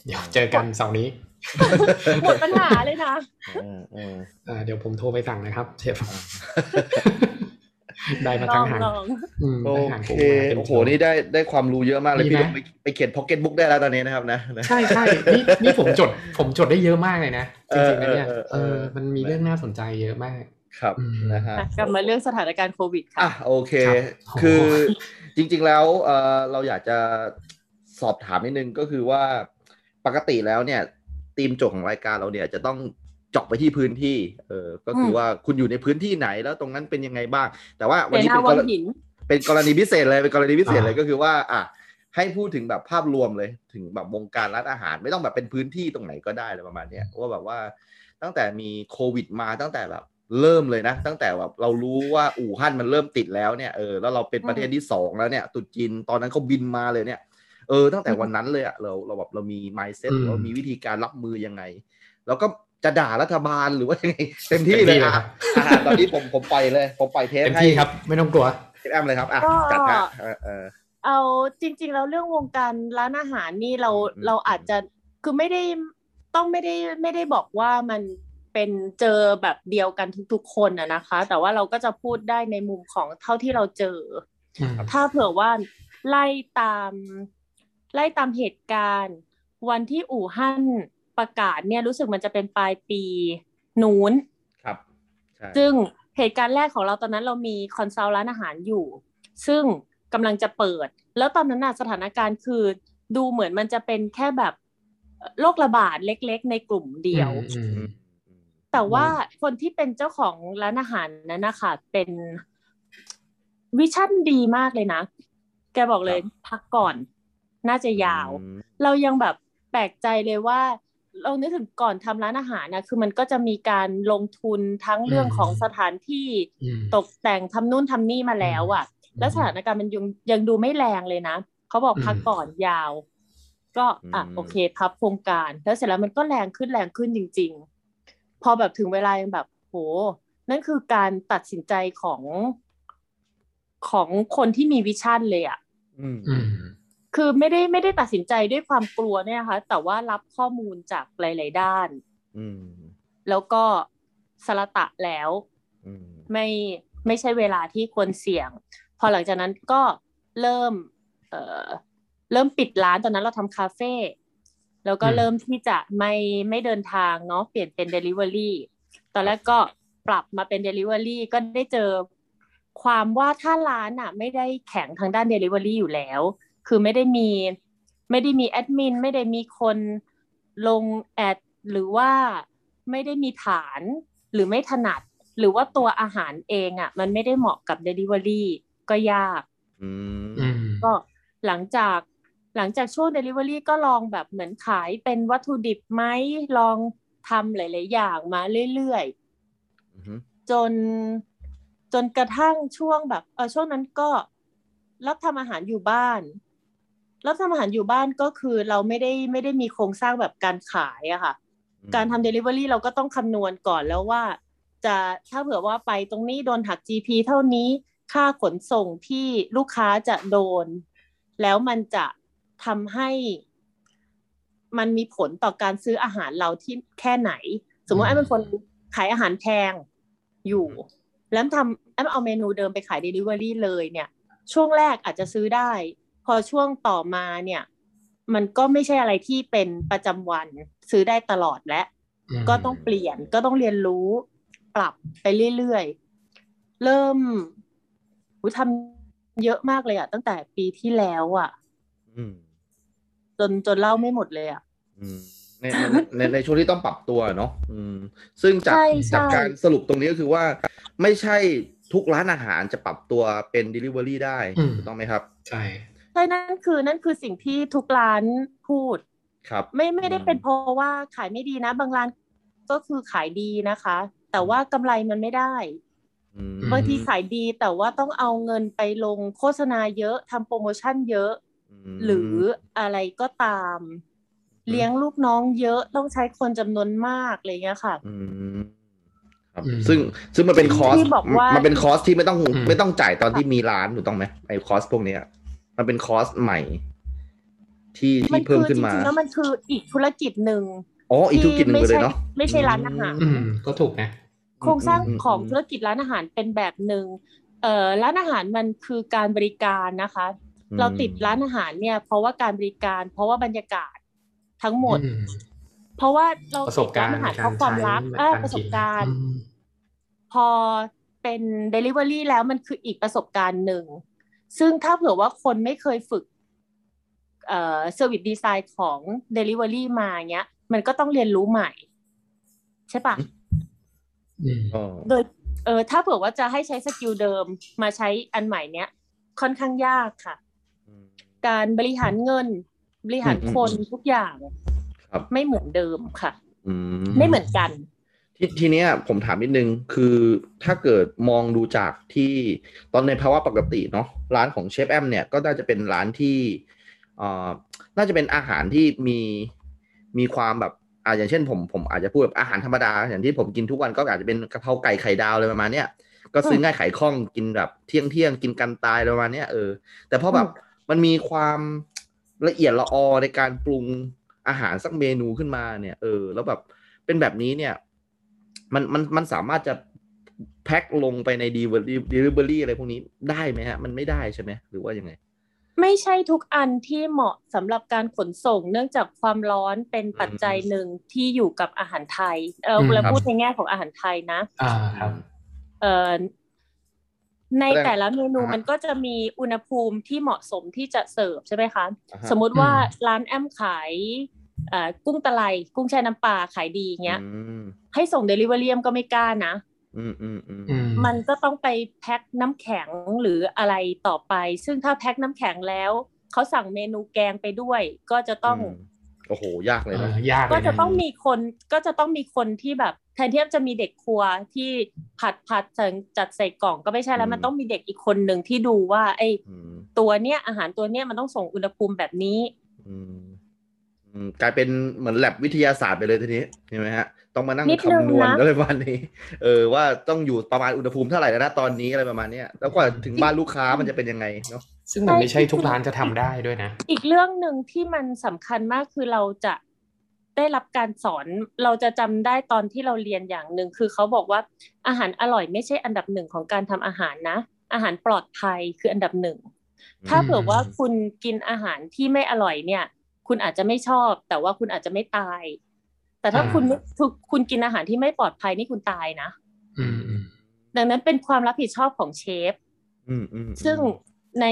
[SPEAKER 3] เดี๋ยวเจอกันเสาร์นี้
[SPEAKER 4] หมดปัญหาเลยนะ
[SPEAKER 2] เออเออ
[SPEAKER 3] เอ่อเดี๋ยวผมโทรไปสั่งนะครับเชฟ ได้มาทั้งหาง
[SPEAKER 4] ลอง
[SPEAKER 3] อืม
[SPEAKER 2] โอ
[SPEAKER 3] ได้หาง
[SPEAKER 2] เค
[SPEAKER 3] กุ้งมาเป็น
[SPEAKER 2] โอ้โห
[SPEAKER 3] โชว์
[SPEAKER 2] นี่ได้ได้ความรู้เยอะมากเลย
[SPEAKER 3] ดี
[SPEAKER 2] พี่
[SPEAKER 3] ไหม
[SPEAKER 2] ลงไปไปเขียนพ็อกเก็ตบุ๊กได้แล้วตอนนี้นะครับนะนะ
[SPEAKER 3] ใช่ใช่นี่นี่ผมจด ผมจดได้เยอะมากเลยนะ
[SPEAKER 2] เอ
[SPEAKER 3] จ
[SPEAKER 2] อ
[SPEAKER 3] ริงๆนะเนี่ย
[SPEAKER 2] เออเออ
[SPEAKER 3] เออ มันมีเรื่องน่าสนใจเยอะมาก
[SPEAKER 2] ครับ
[SPEAKER 3] อืม
[SPEAKER 2] นะฮะ
[SPEAKER 4] ๆอ่ะกลับมาเรื่องสถานการณ์โควิดค่ะ
[SPEAKER 2] อ่ะโอเค
[SPEAKER 3] ครับ
[SPEAKER 2] คือ
[SPEAKER 3] โอ้โห
[SPEAKER 2] จริงๆแล้วเอ่อเราอยากจะสอบถามนิดนึงก็คือว่าปกติแล้วเนี่ยทีมโจทย์ของรายการเราเนี่ยจะต้องเจาะไปที่พื้นที่เออก็คือ
[SPEAKER 4] ม
[SPEAKER 2] อว่าคุณอยู่ในพื้นที่ไหนแล้วตรงนั้นเป็นยังไงบ้าง แต่ว่า
[SPEAKER 4] เส
[SPEAKER 2] วันนี้
[SPEAKER 4] นา
[SPEAKER 2] เป็นก
[SPEAKER 4] วัง
[SPEAKER 2] ร
[SPEAKER 4] หิน
[SPEAKER 2] เป็นกรณีพิเศษเลยเป็นกรณีพิเศษเลย
[SPEAKER 3] อ่า
[SPEAKER 2] ก็คือว่าอ่ะให้พูดถึงแบบภาพรวมเลยถึงแบบวงการร้านอาหาร ไม่ต้องแบบเป็นพื้นที่ตรงไหนก็ได้อะไรประมาณเนี้ยว่าแบบว่า ตั้งแต่มีโควิดมาตั้งแต่แบบเริ่มเลยนะ ตั้งแต่แบบเรารู้ว่าอู่ฮั่นมันเริ่มติดแล้วเนี่ยเออแล้วเราเป็นประเทศที่สองแล้วเนี่ยตรุดจีนตอนนั้นเขาบินมาเลยเนี่ย เออ ตั้งแต่วันนั้นเลยอะเราเราแบบเรามี mindset
[SPEAKER 3] อืม
[SPEAKER 2] เรามีวิธีการรับมือยังไง แล้วก็จะด่ารัฐบาลหรือว่ายังไงเต็มที่
[SPEAKER 3] เต็ม
[SPEAKER 2] เล
[SPEAKER 3] ที่
[SPEAKER 2] ย
[SPEAKER 3] เลย
[SPEAKER 2] อะ
[SPEAKER 3] ครับ
[SPEAKER 2] อ่ะตอนนี้ผมผมไปเลยผมไปเทป
[SPEAKER 3] เต็ม
[SPEAKER 2] ให้
[SPEAKER 3] ที่ครับ ไม่ต้องกลัว
[SPEAKER 2] เทปแอมเลยครับอ่ะ
[SPEAKER 4] ก็
[SPEAKER 2] จัดฮะเออเออ
[SPEAKER 4] เอาจริง ๆ แล้วเรื่องวงการร้านอาหารนี่เรา
[SPEAKER 2] อืมอืม
[SPEAKER 4] เราอาจจะคือไม่ได้ต้องไม่ได้ไม่ได้บอกว่ามันเป็นเจอแบบเดียวกันทุกๆคนอะนะคะ แต่ว่าเราก็จะพูดได้ในมุมของเท่าที่เราเจอ ถ้าเผื่อว่าไล่ตาม ไล่ตามเหตุการณ์ วันที่อู่ฮั่นประกาศเนี่ยรู้สึกมันจะเป็นปลายปีนู้น
[SPEAKER 2] ครับใช่
[SPEAKER 4] ซึ่งเหตุการณ์แรกของเราตอนนั้นเรามีคอนซัลท์ร้านอาหารอยู่ ซึ่งกำลังจะเปิด แล้วตอนนั้นน่ะสถานการณ์คือ ดูเหมือนมันจะเป็นแค่แบบโรคระบาดเล็กๆ ในกลุ่มเดียว
[SPEAKER 3] อืม
[SPEAKER 2] อื
[SPEAKER 3] อื
[SPEAKER 2] ม
[SPEAKER 3] ม
[SPEAKER 2] อืม
[SPEAKER 4] แต่ว่าคนที่เป็นเจ้าของร้านอาหารนั้นนะคะเป็นวิชั่นดีมากเลยนะ แกบอกเลยพักก่อน น่าจะยาว
[SPEAKER 2] อืม
[SPEAKER 4] เรายังแบบแปลกใจเลยว่า เรานึกถึงก่อนทำร้านอาหารนะคือมันก็จะมีการลงทุนทั้งเรื่องของสถานที่
[SPEAKER 3] อืม
[SPEAKER 4] ตกแต่งทำนู่นทำนี่มาแล้วอะ่ะ แล้วสถานการณ์มันยังยังดูไม่แรงเลยนะเขาบอก
[SPEAKER 3] อืม
[SPEAKER 4] พักก่อนยาว ก็อ่ะโอเคพับโครงการ แล้วเสร็จแล้วมันก็แรงขึ้นแรงขึ้นจริง ๆ พอแบบถึงเวลายังแบบโห นั่นคือการตัดสินใจของของคนที่มีวิชั่นเลยอ่ะ
[SPEAKER 2] อืม
[SPEAKER 3] อืม
[SPEAKER 4] คือไม่ได้ไม่ได้ตัดสินใจด้วยความกลัวเนี่ยนะคะ แต่ว่ารับข้อมูลจากหลาย ๆ ด้าน
[SPEAKER 2] อืม
[SPEAKER 4] แล้วก็สละตะแล้ว
[SPEAKER 2] อืม
[SPEAKER 4] ไม่ไม่ใช่เวลาที่ควรเสี่ยง พอหลังจากนั้นก็เริ่มเอ่อเริ่มปิดร้านตอนนั้นเราทำคาเฟ่แล้วก็
[SPEAKER 3] อืม
[SPEAKER 4] เริ่มที่จะไม่ไม่เดินทางเนาะเปลี่ยนเป็น Delivery ตอนแรกก็ปรับมาเป็น Delivery ก็ได้เจอความว่าถ้าร้านอ่ะ ไม่ได้แข็งทางด้าน Delivery อยู่แล้ว คือไม่ได้มีไม่ได้มีแอดมินไม่ได้มีคนลงแอดหรือว่าไม่ได้มีฐานหรือไม่ถนัด หรือว่าตัวอาหารเองอะ่ะ มันไม่ได้เหมาะกับ Delivery ก็ยาก
[SPEAKER 2] อืม
[SPEAKER 3] อืม
[SPEAKER 4] ก็หลังจากหลังจากช่วง Delivery ก็ลองแบบเหมือนขายเป็นวัตถุดิบไหมลองทำหลาย ๆ อย่างมาเรื่อย ๆ
[SPEAKER 2] อืม
[SPEAKER 4] จนจนกระทั่งช่วงแบบเออช่วงนั้นก็รับทำอาหารอยู่บ้าน รับทำอาหารอยู่บ้านก็คือเราไม่ได้ไม่ได้มีโครงสร้างแบบการขายอะค่ะ การทำ Delivery เราก็ต้องคำนวณก่อนแล้วว่า จะถ้าเผื่อว่าไปตรงนี้โดนหัก GP เท่านี้ค่าขนส่งที่ลูกค้าจะโดน แล้วมันจะทำให้ มันมีผลต่อการซื้ออาหารเราที่แค่ไหน สมมติ
[SPEAKER 3] อืม
[SPEAKER 4] ไอ้เป็นคนขายอาหารแพงอยู่ แล้วทำแอมเอาเมนูเดิมไปขาย Delivery เลยเนี่ย ช่วงแรกอาจจะซื้อได้ พอช่วงต่อมาเนี่ย มันก็ไม่ใช่อะไรที่เป็นประจำวันซื้อได้ตลอดและ
[SPEAKER 3] อืม
[SPEAKER 4] ก็ต้องเปลี่ยนก็ต้องเรียนรู้ปรับไปเรื่อยๆ เริ่มหูทำเยอะมากเลยอะตั้งแต่ปีที่แล้วอะ
[SPEAKER 2] อืม
[SPEAKER 4] จนจนเล่าไม่หมดเลยอะ
[SPEAKER 2] อืมในในในในช่วงที่ต้องปรับตัวเนาะอืมซึ่งจาก
[SPEAKER 4] ใช่ใช่
[SPEAKER 2] จากการสรุปตรงนี้ก็คือว่า ไม่ใช่ทุกร้านอาหารจะปรับตัวเป็น Delivery ได้
[SPEAKER 3] อืม
[SPEAKER 2] ถูกต้องไหมครับ
[SPEAKER 3] ใช่
[SPEAKER 4] ใช่นั่นคือนั่นคือสิ่งที่ทุกร้านพูด
[SPEAKER 2] ครับ
[SPEAKER 4] ไม่ไม่ได้
[SPEAKER 2] อืม
[SPEAKER 4] เป็นเพราะว่าขายไม่ดีนะ บางร้านก็คือขายดีนะคะ แต่ว่ากำไรมันไม่ได้
[SPEAKER 2] อืม
[SPEAKER 4] บางทีขายดีแต่ว่าต้องเอาเงินไปลงโฆษณาเยอะทำโปรโมชั่นเยอะ
[SPEAKER 2] ม
[SPEAKER 4] หรืออะไรก็ตาม
[SPEAKER 2] ม
[SPEAKER 4] เลี้ยงลูกน้องเยอะต้องใช้คนจำนวนมากอะไรเงี้ยค่ะ
[SPEAKER 2] อืมครับ
[SPEAKER 3] อืม
[SPEAKER 2] ซึ่งซึ่งมันเป็นคอส
[SPEAKER 4] ที่บอกว่ามั
[SPEAKER 2] นเป็นคอสที่ไม่ต้อง
[SPEAKER 3] อืม
[SPEAKER 2] ไม่ต้องจ่ายตอนที่มีร้านถูกต้องไหมไอ้คอสพวกเนี้ยมันเป็นคอสใหม่ ที่
[SPEAKER 4] มั
[SPEAKER 2] ที่
[SPEAKER 4] คื
[SPEAKER 2] เพิ่ม
[SPEAKER 4] จ
[SPEAKER 2] ขึ้นมา
[SPEAKER 4] ริงๆแล้วมันคืออีกธุรกิจหนึ่ง
[SPEAKER 2] อ๋ออีกธุรกิจหนึ่งไปเลยเนาะ
[SPEAKER 4] ไม่ใช่ร้านอาหาร
[SPEAKER 3] อืม ก็ถูกนะ
[SPEAKER 4] โครงสร้าง
[SPEAKER 2] อืมอืม
[SPEAKER 4] ของ
[SPEAKER 2] อืม
[SPEAKER 4] ธุรกิจร้านอาหารเป็นแบบหนึ่งเอ่อร้านอาหารมันคือการบริการนะคะ เราติดร้านอาหารเนี่ยเพราะว่าการบริการ เพราะว่าบรรยากาศทั้งหมด
[SPEAKER 3] อืม
[SPEAKER 4] เพราะว่าเรา
[SPEAKER 3] ประสบการณ์
[SPEAKER 4] ติดนอาหาร
[SPEAKER 3] ใน
[SPEAKER 4] เพราะความรัก
[SPEAKER 3] ใช้
[SPEAKER 4] เออ
[SPEAKER 3] ใน
[SPEAKER 4] ประสบการณ์
[SPEAKER 3] อืม
[SPEAKER 4] พอเป็น Delivery แล้วมันคืออีกประสบการณ์หนึ่ง ซึ่งถ้าเผื่อว่าคนไม่เคยฝึกเอ่อเซอร์วิสดีไซน์ของ Delivery มาเนี้ย มันก็ต้องเรียนรู้ใหม่ ใช่ปะ
[SPEAKER 3] อืม
[SPEAKER 2] อ๋อ
[SPEAKER 4] โดยเออถ้าเผื่อว่าจะให้ใช้สกิลเดิมมาใช้อันใหม่เนี้ย ค่อนข้างยากค่ะ
[SPEAKER 2] อืม
[SPEAKER 4] การบริหารเงิน บริหาร
[SPEAKER 2] อืมอืม
[SPEAKER 4] คน
[SPEAKER 2] อืม
[SPEAKER 4] ทุกอย่าง
[SPEAKER 2] ครับ
[SPEAKER 4] ไม่เหมือนเดิมค่ะ
[SPEAKER 2] อื
[SPEAKER 4] ไม่เหมือนกัน
[SPEAKER 2] ทีทีเนี้ยผมถามนิดนึงคือถ้าเกิดมองดูจากที่ตอนในภาวะปกติเนาะร้านของเชฟแอมเนี่ยก็น่าจะเป็นร้านที่เอ่อน่าจะเป็นอาหารที่มีมีความแบบอ่าอย่างเช่นผมผมอาจจะพูดแบบอาหารธรรมดา อย่างที่ผมกินทุกวันก็อาจจะเป็นกะเพราไก่ไข่ดาวอะไรประมาณเนี้ยก็ซื้อง่ายขายคล่องกินแบบเที่ยงเที่ยงกินกันตายอะไรประมาณเนี้ยเออ แต่พอแบบมันมีความละเอียดละออในการปรุงอาหารสักเมนูขึ้นมาเนี่ยเออ แล้วแบบเป็นแบบนี้เนี่ย มันมันมันสามารถจะแพ็คลงไปในดีเวอรี่อะไรพวกนี้ได้ไหมฮะ มันไม่ได้ใช่ไหมหรือว่ายังไง
[SPEAKER 4] ไม่ใช่ทุกอันที่เหมาะสำหรับการขนส่ง เนื่องจากความร้อนเป็นปัจจัยหนึ่งที่อยู่กับอาหารไทย เออ
[SPEAKER 3] อืม
[SPEAKER 4] เรา
[SPEAKER 3] ครับ
[SPEAKER 4] พูดในแง่ของอาหารไทยนะ
[SPEAKER 3] อ่าครับ
[SPEAKER 4] เอ่อใน
[SPEAKER 2] แสดง
[SPEAKER 4] แต่ละเมนู
[SPEAKER 2] อ่าฮะ
[SPEAKER 4] มันก็จะมีอุณหภูมิที่เหมาะสมที่จะเสิร์ฟใช่ไหมคะ
[SPEAKER 2] อ่าฮะ
[SPEAKER 4] สมมุติว่า
[SPEAKER 3] อืม
[SPEAKER 4] ร้านแอมขายเอ่อกุ้งตะไลกุ้งแช่น้ำปลาขายดีอย่างเงี้ย
[SPEAKER 2] อืม
[SPEAKER 4] ให้ส่งเดลิเวอรี่ก็ไม่กล้านะ
[SPEAKER 2] อืมอืมอืม
[SPEAKER 3] อืม
[SPEAKER 4] มันก็ต้องไปแพ็คน้ำแข็งหรืออะไรต่อไป ซึ่งถ้าแพ็คน้ำแข็งแล้ว เขาสั่งเมนูแกงไปด้วย ก็จะต้อง
[SPEAKER 2] มโอ้โห ยากเลย
[SPEAKER 3] เอ
[SPEAKER 2] นะ
[SPEAKER 3] อยากเลยน
[SPEAKER 4] ก็จะต้องมีคนก็จะต้องมีคนที่แบบแทนที่จะมีเด็กครัวที่ผัดผัดใส่จัดใส่กล่องก็ไม่ใช่แล้
[SPEAKER 2] อื
[SPEAKER 4] ว
[SPEAKER 2] ม
[SPEAKER 4] มันต้องมีเด็กอีกคนหนึ่งที่ดูว่าไอ้
[SPEAKER 2] อืม
[SPEAKER 4] ตัวเนี้ยอาหารตัวเนี้ยมันต้องส่งอุณหภูมิแบบนี้
[SPEAKER 2] อืมอืมกลายเป็นเหมือนแลบวิทยาศาสตร์ไปเลยทีนี้ใช่ไหมฮะ ต้องมานั่ง
[SPEAKER 4] นิดนึง
[SPEAKER 2] คำนวณ
[SPEAKER 4] นะ
[SPEAKER 2] ก็เลยวันนี้ เออว่าต้องอยู่ประมาณอุณหภูมิเท่าไหร่แล้วนะตอนนี้อะไรประมาณเนี้ยแล้วกว่าถึงบ้านลูกค้ามันจะเป็นยังไงเนาะ
[SPEAKER 3] ซึ่งมันไม่ใช่ทุก
[SPEAKER 4] ใช่
[SPEAKER 3] ร้านจะทำได้ด้วยนะ
[SPEAKER 4] อีกเรื่องหนึ่งที่มันสำคัญมากคือเราจะได้รับการสอนเราจะจำได้ตอนที่เราเรียนอย่างหนึ่งคือเขาบอกว่าอาหารอร่อยไม่ใช่อันดับหนึ่งของการทำอาหารนะ อาหารปลอดภัยคืออันดับหนึ่ง ถ้าเผื่อว่าคุณกินอาหารที่ไม่อร่อยเนี่ย คุณอาจจะไม่ชอบ แต่ว่าคุณอาจจะไม่ตาย แต่ถ้า
[SPEAKER 3] อ่า
[SPEAKER 4] คุณไม่คุณคุณกินอาหารที่ไม่ปลอดภัยนี่คุณตายนะ
[SPEAKER 3] อืมอืม
[SPEAKER 4] ดังนั้นเป็นความรับผิดชอบของเชฟ
[SPEAKER 2] อืมอืม
[SPEAKER 4] ซึ่งใน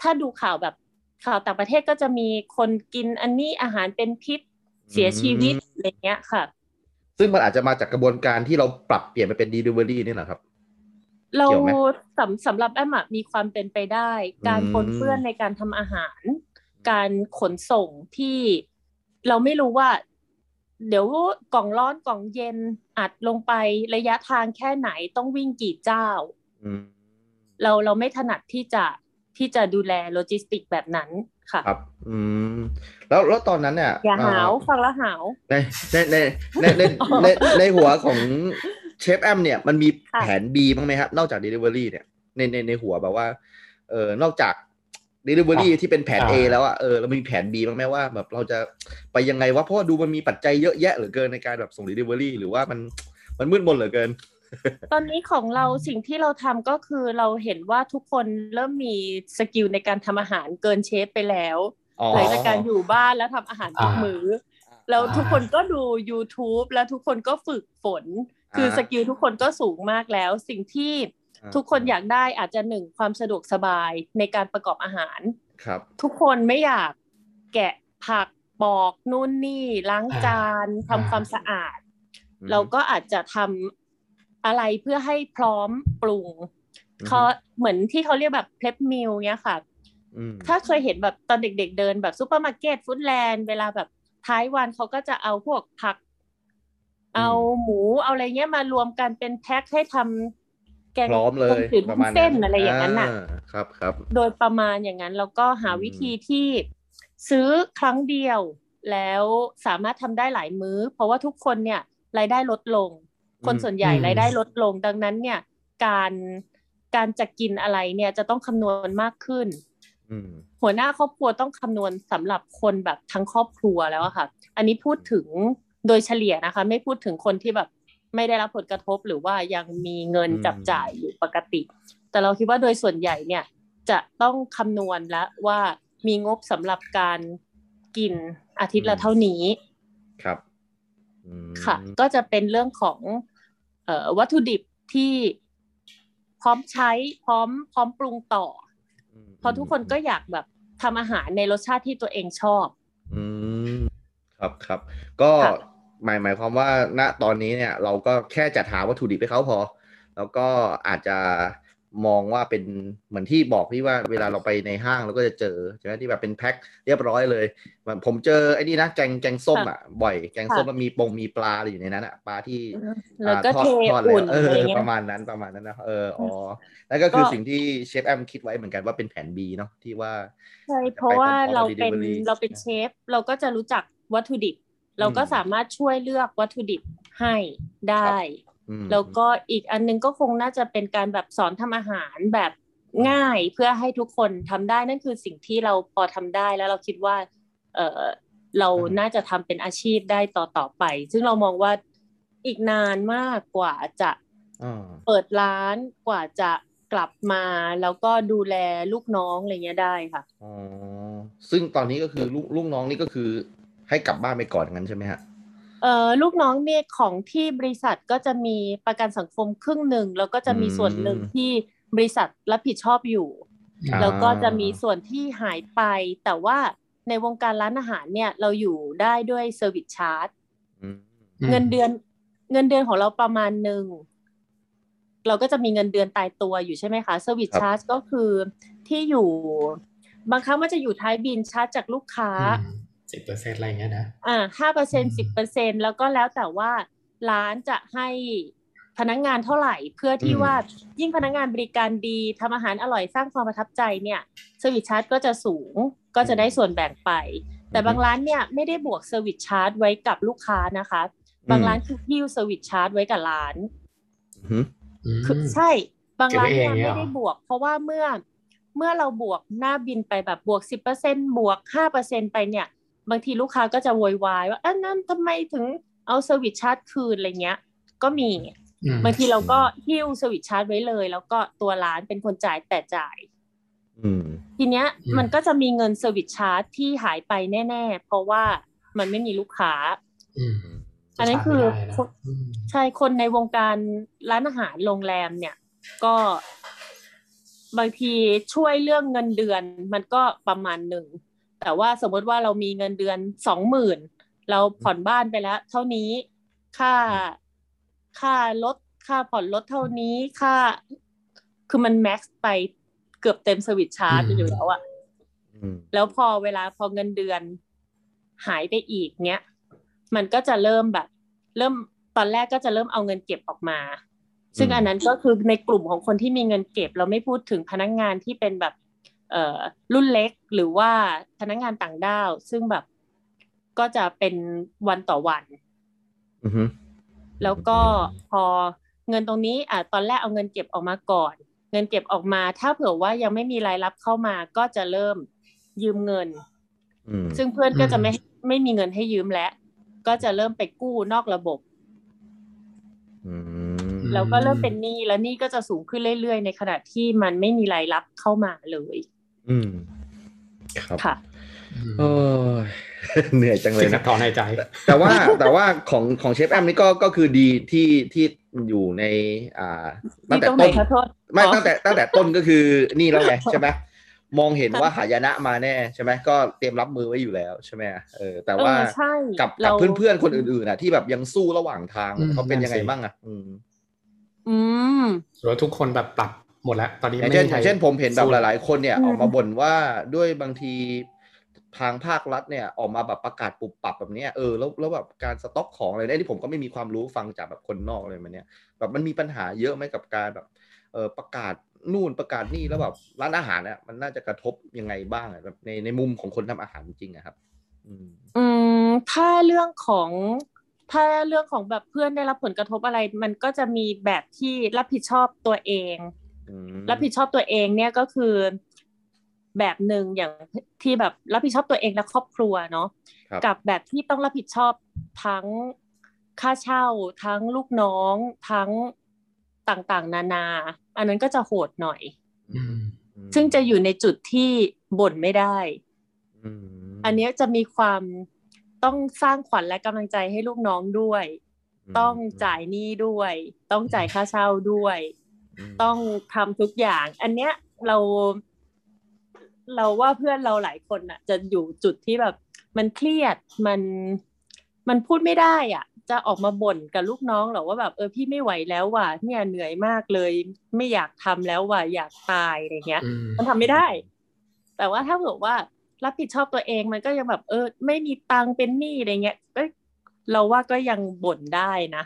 [SPEAKER 4] ถ้าดูข่าวแบบข่าวต่างประเทศก็จะมีคนกินอันนี้อาหารเป็นพิษเสียชีวิตอะไรเงี้ยค่ะ
[SPEAKER 2] ซึ่งมันอาจจะมาจากกระบวนการที่เราปรับเปลี่ยนไปเป็น delivery นี่แหละครับ
[SPEAKER 4] เรา
[SPEAKER 2] เกี่ยวไหม
[SPEAKER 4] สำสำหรับแอมอะมีความเป็นไปได้ การ
[SPEAKER 2] อืม
[SPEAKER 4] ปนเปื้อนในการทำอาหาร การขนส่งที่เราไม่รู้ว่า เดี๋ยวกล่องร้อนกล่องเย็นอัดลงไประยะทางแค่ไหนต้องวิ่งกี่เจ้า
[SPEAKER 2] อืม
[SPEAKER 4] เราเราไม่ถนัดที่จะที่จะดูแลโลจิสติกแบบนั้นค่ะ
[SPEAKER 2] ครับ อืม แล้วแล้วตอนนั้นเนี่ย
[SPEAKER 4] อย่าหาว
[SPEAKER 2] เ
[SPEAKER 4] ฟังแล้วหาว
[SPEAKER 2] ในในในในในในในหัวของเชฟแอมเนี่ยมันมี
[SPEAKER 4] ค่ะ
[SPEAKER 2] แผน B บ้างไหมครับนอกจาก Delivery เนี่ยในในในหัวแบบว่าเออนอกจาก Delivery
[SPEAKER 3] อ่ะ
[SPEAKER 2] ที่เป็นแผน
[SPEAKER 3] อ่า
[SPEAKER 2] A แล้วอะเออเรามีแผน B บ้างไหมว่าแบบเราจะไปยังไงวะเพราะว่าดูมันมีปัจจัยเยอะแยะเหลือเกินในการแบบส่ง Delivery หรือว่ามันมันมืดมนเหลือเกิน
[SPEAKER 4] ตอนนี้ของเราสิ่งที่เราทำก็คือเราเห็นว่าทุกคนเริ่มมีสกิลในการทำอาหารเกินเชฟไปแล้ว
[SPEAKER 2] อ๋อ
[SPEAKER 4] หลังจากการอยู่บ้านแล้วทำอาหารทุกมื้ออแล้วทุกคนก็ดู YouTube แล้วทุกคนก็ฝึกฝน คืออา สกิลทุกคนก็สูงมากแล้ว สิ่งที่ทุกคนอยากได้อาจจะหนึ่งความสะดวกสบายในการประกอบอาหาร
[SPEAKER 2] ครับ
[SPEAKER 4] ทุกคนไม่อยากแกะผักปอกนู่นนี่ล้างจาน
[SPEAKER 3] อ่า
[SPEAKER 4] ทำความสะอาด
[SPEAKER 2] อืม
[SPEAKER 4] เราก็อาจจะทำอะไรเพื่อให้พร้อมปรุง
[SPEAKER 2] อือฮึ
[SPEAKER 4] เขาเหมือนที่เขาเรียกแบบเพลฟมิลเนี้ยค่ะ
[SPEAKER 2] อืม
[SPEAKER 4] ถ้าเคยเห็นแบบตอนเด็กๆเดินแบบซูเปอร์มาร์เก็ตฟู้ดแลนด์เวลาแบบท้ายวันเขาก็จะเอาพวกผัก เอาหมูเอาอะไรเงี้ยมารวมกันเป็นแพ็คให้ทำแกง
[SPEAKER 2] พร้อมเลย
[SPEAKER 4] ต้จืด
[SPEAKER 2] ป
[SPEAKER 4] วุ้
[SPEAKER 2] ระ
[SPEAKER 4] น
[SPEAKER 2] มาณ
[SPEAKER 4] เส้นอะไรอย่างนั้นน่ะ
[SPEAKER 2] าครับครับ
[SPEAKER 4] โดยประมาณอย่างนั้นแล้วก็หา
[SPEAKER 2] อืม
[SPEAKER 4] วิธีที่ซื้อครั้งเดียว แล้วสามารถทำได้หลายมื้อ เพราะว่าทุกคนเนี่ยรายได้ลดลง คนส่วนใหญ่
[SPEAKER 3] อืม
[SPEAKER 4] รายได้ลดลง ดังนั้นเนี่ยการการจะกินอะไรเนี่ยจะต้องคำนวณมากขึ้น
[SPEAKER 2] อืม
[SPEAKER 4] หัวหน้าครอบครัวต้องคำนวณสำหรับคนแบบทั้งครอบครัวแล้วอะค่ะ อันนี้พูดถึงโดยเฉลี่ยนะคะ ไม่พูดถึงคนที่แบบไม่ได้รับผลกระทบหรือว่ายังมีเงิน
[SPEAKER 2] อืม
[SPEAKER 4] จับจ่ายอยู่ปกติ แต่เราคิดว่าโดยส่วนใหญ่เนี่ย จะต้องคำนวณแล้วว่ามีงบสำหรับการกินอาทิตย์ละเท่านี้
[SPEAKER 2] ครับอืม
[SPEAKER 4] ค่ะ ก็จะเป็นเรื่องของเออวัตถุดิบที่พร้อมใช้พร้อมพร้อมปรุงต่อ เพราะทุกคนก็อยากแบบทำอาหารในรสชาติที่ตัวเองชอบ
[SPEAKER 2] อืมครับครับก็
[SPEAKER 4] ค่ะ
[SPEAKER 2] หมายหมายความว่าณตอนนี้เนี่ย เราก็แค่จัดหาวัตถุดิบให้เขาพอ แล้วก็อาจจะมองว่าเป็นเหมือนที่บอกที่ว่าเวลาเราไปในห้างเราก็จะเจอใช่ไหมที่แบบเป็นแพ็คเรียบร้อยเลยเหมือนผมเจอไอ้นี่นะแกงแกงส้มอ่ะบ่อยแกงส้ม
[SPEAKER 4] ค่ะ
[SPEAKER 2] มันมีปงมีปลาอะไรอยู่ในนั้นอ่ะปลาที่
[SPEAKER 4] แล้วก็
[SPEAKER 2] าทอ
[SPEAKER 4] เท
[SPEAKER 2] ดทอด
[SPEAKER 4] อุ่น
[SPEAKER 2] แล้วเอ
[SPEAKER 4] อะไร
[SPEAKER 2] อ
[SPEAKER 4] เงี้
[SPEAKER 2] ป
[SPEAKER 4] ย
[SPEAKER 2] ระมาณนั้นประมาณนั้นนะเออ อ๋อนั่นก็คือ
[SPEAKER 4] ก็
[SPEAKER 2] สิ่งที่เชฟแอมคิดไว้เหมือนกันว่าเป็นแผน B เนาะที่ว่า
[SPEAKER 4] ใช่เพราะว่า
[SPEAKER 2] ไปพร้อมๆกับ
[SPEAKER 4] เราเป็น
[SPEAKER 2] delivery
[SPEAKER 4] เราเป็นเชฟ เราก็จะรู้จักวัตถุดิบ เราก็สามารถช่วยเลือกวัตถุดิบให้ได้
[SPEAKER 2] อืม
[SPEAKER 4] แล้วก็อีกอันนึงก็คงน่าจะเป็นการแบบสอนทำอาหารแบบง่ายเพื่อให้ทุกคนทำได้นั่นคือสิ่งที่เราพอทำได้แล้วเราคิดว่า เออเรา
[SPEAKER 2] อืม
[SPEAKER 4] น่าจะทำเป็นอาชีพได้ต่อต่อๆไป ซึ่งเรามองว่าอีกนานมากกว่าจะ
[SPEAKER 2] อ่า
[SPEAKER 4] เปิดร้านกว่าจะ กลับมาแล้วก็ดูแลลูกน้องอะไรเงี้ยได้ค่ะ
[SPEAKER 2] อ๋อซึ่งตอนนี้ก็คือลูกลูกน้องนี่ก็คือให้กลับบ้านไปก่อนงั้นใช่ไหมฮะ
[SPEAKER 4] เอ่อลูกน้องเนี่ยของที่บริษัทก็จะมีประกันสังคมครึ่งหนึ่ง แล้วก็จะมีส่วนหนึ่งที่บริษัทรับผิดชอบอยู่
[SPEAKER 3] ครับ
[SPEAKER 4] แล้วก็จะมีส่วนที่หายไป แต่ว่าในวงการร้านอาหารเนี่ยเราอยู่ได้ด้วยเซอร์วิสชาร์จ
[SPEAKER 2] อืม
[SPEAKER 4] เงินเดือน เงินเดือนของเราประมาณหนึ่งเราก็จะมีเงินเดือนตายตัวอยู่ใช่ไหมคะเซอร์วิสชาร์จก็คือที่อยู่ บางครั้งมันจะอยู่ท้ายบินชาร์จจากลูกค้า
[SPEAKER 3] สิบเปอร์เซ็นต์อะไรอย่างเงี้ยนะ
[SPEAKER 4] อ่าห้าเปอร์เซ็น
[SPEAKER 3] ม
[SPEAKER 4] สิบเปอร์เซ็นแล้วก็แล้วแต่ว่าร้านจะให้พนักงานเท่าไหร่ เพื่อที่ว่ายิ่งพนักงานบริการดีทำอาหารอร่อยสร้างความประทับใจเนี่ยเซอร์วิสชาร์จก็จะสูงก็จะได้ส่วนแบ่งไป แต่บางร้านเนี่ยไม่ได้บวกเซอร์วิสชาร์จไว้กับลูกค้านะคะ บางร้านคือพิ้วเซอร์วิสชาร์จไว้กับร้าน
[SPEAKER 2] อืม
[SPEAKER 4] คือใช่บางร้านเนี่ย
[SPEAKER 3] เก็บไว้เองเนี่ย
[SPEAKER 4] ไม่
[SPEAKER 3] เหร
[SPEAKER 4] ได้
[SPEAKER 3] อ
[SPEAKER 4] บวก เพราะว่าเมื่อเมื่อเราบวกหน้าบินไปแบบบวกสิบเปอร์เซ็นบวกห้าเปอร์เซ็นไปเนี่ย บางทีลูกค้าก็จะโวยวายว่าอันนั้นทำไมถึงเอาเซอร์วิสชาร์จคืนอะไรเงี้ย ก็มี
[SPEAKER 3] อืม
[SPEAKER 4] บางทีเราก็หิ้วเซอร์วิสชาร์จไว้เลย แล้วก็ตัวร้านเป็นคนจ่ายแต่จ่าย
[SPEAKER 2] อืม
[SPEAKER 4] ทีเนี้ยมันก็จะมีเงินเซอร์วิสชาร์จที่หายไปแน่ๆ เพราะว่ามันไม่มีลูกค้า
[SPEAKER 3] อืม
[SPEAKER 4] อันนั้นคือ
[SPEAKER 3] จะใช้ไม่ได้นะ
[SPEAKER 4] คน
[SPEAKER 3] อืม
[SPEAKER 4] ใช่คนในวงการร้านอาหารโรงแรมเนี่ย ก็บางทีช่วยเรื่องเงินเดือนมันก็ประมาณหนึ่ง แต่ว่าสมมติว่าเรามีเงินเดือนสองหมื่นเราผ่อนบ้านไปแล้ว เท่านี้ค่าค่ารถค่าผ่อนรถเท่านี้ค่า คือมันแม็กซ์ไปเกือบเต็มสวิตชาร์จไปอยู่แล้วอะ
[SPEAKER 2] อืม
[SPEAKER 4] แล้วพอเวลาพอเงินเดือนหายไปอีกเนี้ยมันก็จะเริ่มแบบ เริ่มตอนแรกก็จะเริ่มเอาเงินเก็บออกมา ซึ่ง
[SPEAKER 2] อืม
[SPEAKER 4] อันนั้นก็คือในกลุ่มของคนที่มีเงินเก็บ เราไม่พูดถึงพนักงานที่เป็นแบบเอ่อรุ่นเล็กหรือว่าพนักงานต่างด้าว ซึ่งแบบก็จะเป็นวันต่อวัน
[SPEAKER 2] อือฮึ
[SPEAKER 4] แล้วก็พอเงินตรงนี้อ่ะตอนแรกเอาเงินเก็บออกมาก่อน เงินเก็บออกมา ถ้าเผื่อว่ายังไม่มีรายรับเข้ามาก็จะเริ่มยืมเงิน
[SPEAKER 2] อืม
[SPEAKER 4] ซึ่งเพื่อนก็จะไม่ไม่มีเงินให้ยืมแล้วก็จะเริ่มไปกู้นอกระบบ
[SPEAKER 2] อืม
[SPEAKER 4] แล้วก็เริ่มเป็นหนี้แล้วหนี้ก็จะสูงขึ้นเรื่อยๆ ในขณะที่มันไม่มีรายรับเข้ามาเลย
[SPEAKER 2] อืม ครับ
[SPEAKER 4] ค่ะ
[SPEAKER 2] โอ้ย เหนื่อยจังเลย
[SPEAKER 3] สิ่ง
[SPEAKER 2] นะ
[SPEAKER 3] สะท้อนในใจ
[SPEAKER 2] แต่ว่า แต่ว่าของของเชฟแอมนี่ก็ก็คือดีที่ที่อยู่ใน อ่า ตั้งแต่
[SPEAKER 4] มีตรงไหน
[SPEAKER 2] ต้น
[SPEAKER 4] คะโทษ
[SPEAKER 2] ไม่
[SPEAKER 4] อ๋อ
[SPEAKER 2] ตั้งแต่ตั้งแต่ต้นก็คือนี่ แล้วไงใช่ไหมมองเห็นว่าหายนะมาแน่ใช่ไหมก็เตรียมรับมือไว้อยู่แล้วใช่ไหมเออ แต่ว่า
[SPEAKER 4] เออใช่
[SPEAKER 2] กับกับ
[SPEAKER 4] เรา
[SPEAKER 2] เพื่อนๆคนอื่นๆอ่ะที่แบบยังสู้ระหว่างทาง
[SPEAKER 3] อืม
[SPEAKER 2] เขาเป็นยังไง
[SPEAKER 3] นั่นสิ
[SPEAKER 2] บ้างอ่ะอืม
[SPEAKER 4] อืม
[SPEAKER 3] หรือว่าทุกคนแบบปรับหมดแล้ว ตอนนี้
[SPEAKER 2] อย่าง
[SPEAKER 3] ไม่
[SPEAKER 2] เช่นอ
[SPEAKER 3] มีใคร
[SPEAKER 2] ย่างเช่นผมเห็นแบบ
[SPEAKER 3] สู้
[SPEAKER 2] หลายๆ คนเนี่ย
[SPEAKER 4] อืม
[SPEAKER 2] ออกมาบ่นว่าด้วยบางทีทางภาครัฐเนี่ยออกมาแบบประกาศปรับปรับแบบเนี้ยเออแล้วแล้วแบบการสต็อกของอะไรเนี่ยที่ผมก็ไม่มีความรู้ฟังจากแบบคนนอกเลยมันเนี่ย แบบมันมีปัญหาเยอะไหมกับการแบบเออประกาศนู่นประกาศนี่แล้วแบบร้านอาหารเนี่ยมันน่าจะกระทบยังไงบ้างอะแบบในในมุมของคนทำอาหารจริงๆอะครับ อืม
[SPEAKER 4] อืมถ้าเรื่องของถ้าเรื่องของแบบเพื่อนได้รับผลกระทบอะไร มันก็จะมีแบบที่รับผิดชอบตัวเอง
[SPEAKER 2] อืม
[SPEAKER 4] รับผิดชอบตัวเองเนี่ยก็คือแบบหนึ่งอย่างที่แบบรับผิดชอบตัวเองและครอบครัวเนาะ
[SPEAKER 2] ครับ
[SPEAKER 4] กับแบบที่ต้องรับผิดชอบทั้งค่าเช่า ทั้งลูกน้อง ทั้งต่างๆ นานา อันนั้นก็จะโหดหน่อย
[SPEAKER 3] อืม
[SPEAKER 2] อืม
[SPEAKER 4] ซึ่งจะอยู่ในจุดที่บ่นไม่ได้
[SPEAKER 2] อืม
[SPEAKER 4] อันเนี้ยจะมีความต้องสร้างขวัญและกำลังใจให้ลูกน้องด้วย ต้องจ่ายหนี้ด้วย ต้องจ่ายค่าเช่าด้วย
[SPEAKER 2] ม
[SPEAKER 4] ต้องทำทุกอย่าง อันเนี้ยเรา เราว่าเพื่อนเราหลายคนน่ะ จะอยู่จุดที่แบบ มันเครียดมันมันพูดไม่ได้อ่ะ จะออกมาบ่นกับลูกน้องหรอกว่าแบบเออพี่ไม่ไหวแล้วว่ะเนี่ยเหนื่อยมากเลย ไม่อยากทำแล้วว่ะอยากตายอะไรเงี้ย
[SPEAKER 3] อืม
[SPEAKER 4] มันทำไม่ได้ แต่ว่าถ้าเกิดว่ารับผิดชอบตัวเองมันก็ยังแบบเออ ไม่มีตังค์เป็นหนี้อะไรเงี้ยเอ้ยเราว่าก็ยังบ่นได้นะ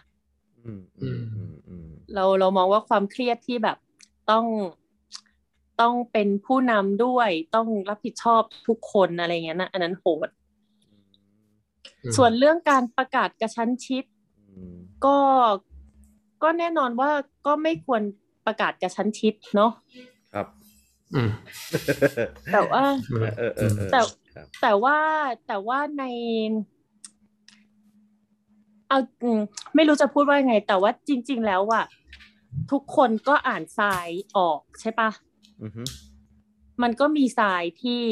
[SPEAKER 2] อืมอืมอืมอืม
[SPEAKER 4] เราเรามองว่าความเครียดที่แบบต้องต้องเป็นผู้นำด้วย ต้องรับผิดชอบทุกคนอะไรเงี้ยนะอันนั้นโหด ส่วนเรื่องการประกาศกระชั้นชิด
[SPEAKER 2] อืม
[SPEAKER 4] ก็ก็แน่นอนว่าก็ไม่ควรประกาศกระชั้นชิดเนาะ
[SPEAKER 2] ครับ
[SPEAKER 3] อืม
[SPEAKER 4] แต่ว่า
[SPEAKER 2] เออเออเออ
[SPEAKER 4] แต่
[SPEAKER 2] ครับ
[SPEAKER 4] แต่ว่าแต่ว่าใน เอาอืมไม่รู้จะพูดว่ายังไง แต่ว่าจริง ๆ แล้วอะ ทุกคนก็อ่านทรายออกใช่ปะ
[SPEAKER 2] อือฮึ
[SPEAKER 4] มันก็มีทรายที่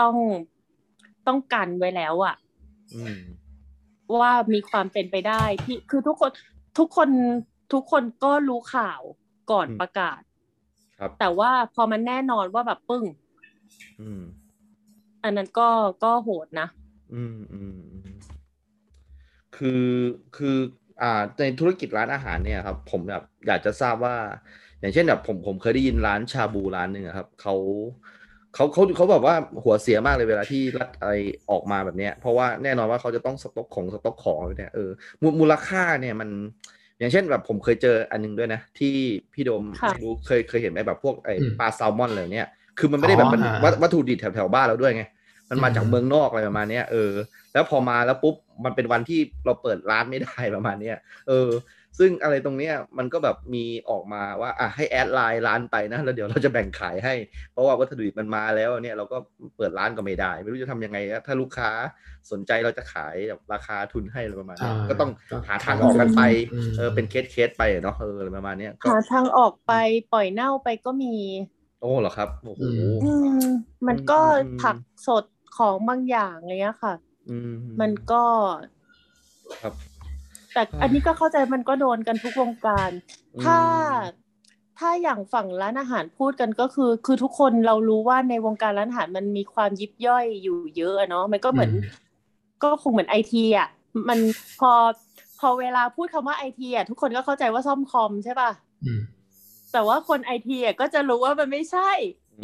[SPEAKER 4] ต้องต้องกันไว้แล้วอะ
[SPEAKER 2] อืม
[SPEAKER 4] ว่ามีความเป็นไปได้ที่คือทุกคนทุกคนทุกคนก็รู้ข่าวก่อนประกาศ
[SPEAKER 2] ครับ
[SPEAKER 4] แต่ว่าพอมันแน่นอนว่าแบบปึ้ง
[SPEAKER 2] อืม
[SPEAKER 4] อันนั้นก็ก็โหดนะ
[SPEAKER 2] อืมอืมอืมคือคืออ่าในธุรกิจร้านอาหารเนี่ยครับ ผมแบบอยากจะทราบว่า อย่างเช่นแบบผมผมเคยได้ยินร้านชาบูร้านหนึ่งอะครับเขาเขาเขาเขาแบบว่าหัวเสียมากเลยเวลาที่รัฐอะไรออกมาแบบเนี้ย เพราะว่าแน่นอนว่าเขาจะต้องสต็อกของสต็อกของอะไรเนี่ยเออมูลมูลค่าเนี่ยมัน อย่างเช่นแบบผมเคยเจออันหนึงด้วยนะ ที่พี่โดม
[SPEAKER 4] ค่ะ
[SPEAKER 2] ไม่รู้เคยเคยเห็นไหมแบบพวกไอ้
[SPEAKER 3] อืม
[SPEAKER 2] ปลาแซลมอนอะไรเนี่ย คือมันไม่ได้แบบมัน
[SPEAKER 3] อ๋ออ่า
[SPEAKER 2] วัตวัตถุดิบแถวแถวบ้านเราด้วยไง มันมาจาก
[SPEAKER 3] อืม
[SPEAKER 2] เมืองนอกอะไรประมาณเนี้ยเออ แล้วพอมาแล้วปุ๊บมันเป็นวันที่เราเปิดร้านไม่ได้ ประมาณเนี้ยเออ ซึ่งอะไรตรงเนี้ยมันก็แบบมีออกมาว่าอ่ะให้แอดไลน์ร้านไปนะแล้วเดี๋ยวเราจะแบ่งขายให้ เพราะว่าวัตถุดิบมันมาแล้วเนี่ยเราก็เปิดร้านก็ไม่ได้ ไม่รู้จะทำยังไงนะถ้าลูกค้าสนใจเราจะขายแบบราคาทุนให้อะไรประมาณเนี้ย
[SPEAKER 3] อ่า
[SPEAKER 2] ก็ต้อง
[SPEAKER 3] ก็
[SPEAKER 2] หาทางออกกันไป
[SPEAKER 3] อืม
[SPEAKER 2] เออเป็นเคสเคสๆไปอะเนาะเอออะไรประมาณเนี้ยก็
[SPEAKER 4] หาทางออกไปปล่อยเน่าไปก็มี
[SPEAKER 2] โอ้เหรอครับโอ้โห
[SPEAKER 3] อื
[SPEAKER 4] อืมมันก็
[SPEAKER 2] อืม
[SPEAKER 4] ผักสดของบางอย่างอะไรเงี้ยค่ะ
[SPEAKER 2] อืม
[SPEAKER 4] มันก็
[SPEAKER 2] ครับ
[SPEAKER 4] แต่
[SPEAKER 2] อ่า
[SPEAKER 4] อันนี้ก็เข้าใจมันก็โดนกันทุกวงการ
[SPEAKER 2] อืม
[SPEAKER 4] ถ้าถ้าอย่างฝั่งร้านอาหารพูดกันก็คือ คือทุกคนเรารู้ว่าในวงการร้านอาหารมันมีความยิบย่อยอยู่เยอะอะเนาะมันก็เหมือน
[SPEAKER 3] อืม
[SPEAKER 4] ก็คงเหมือนไอทีอ่ะมันพอพอเวลาพูดคำว่าไอทีอ่ะทุกคนก็เข้าใจว่าซ่อมคอมใช่ป่ะ
[SPEAKER 3] อืม
[SPEAKER 4] แต่ว่าคนไอทีอ่ะก็จะรู้ว่ามันไม่ใช่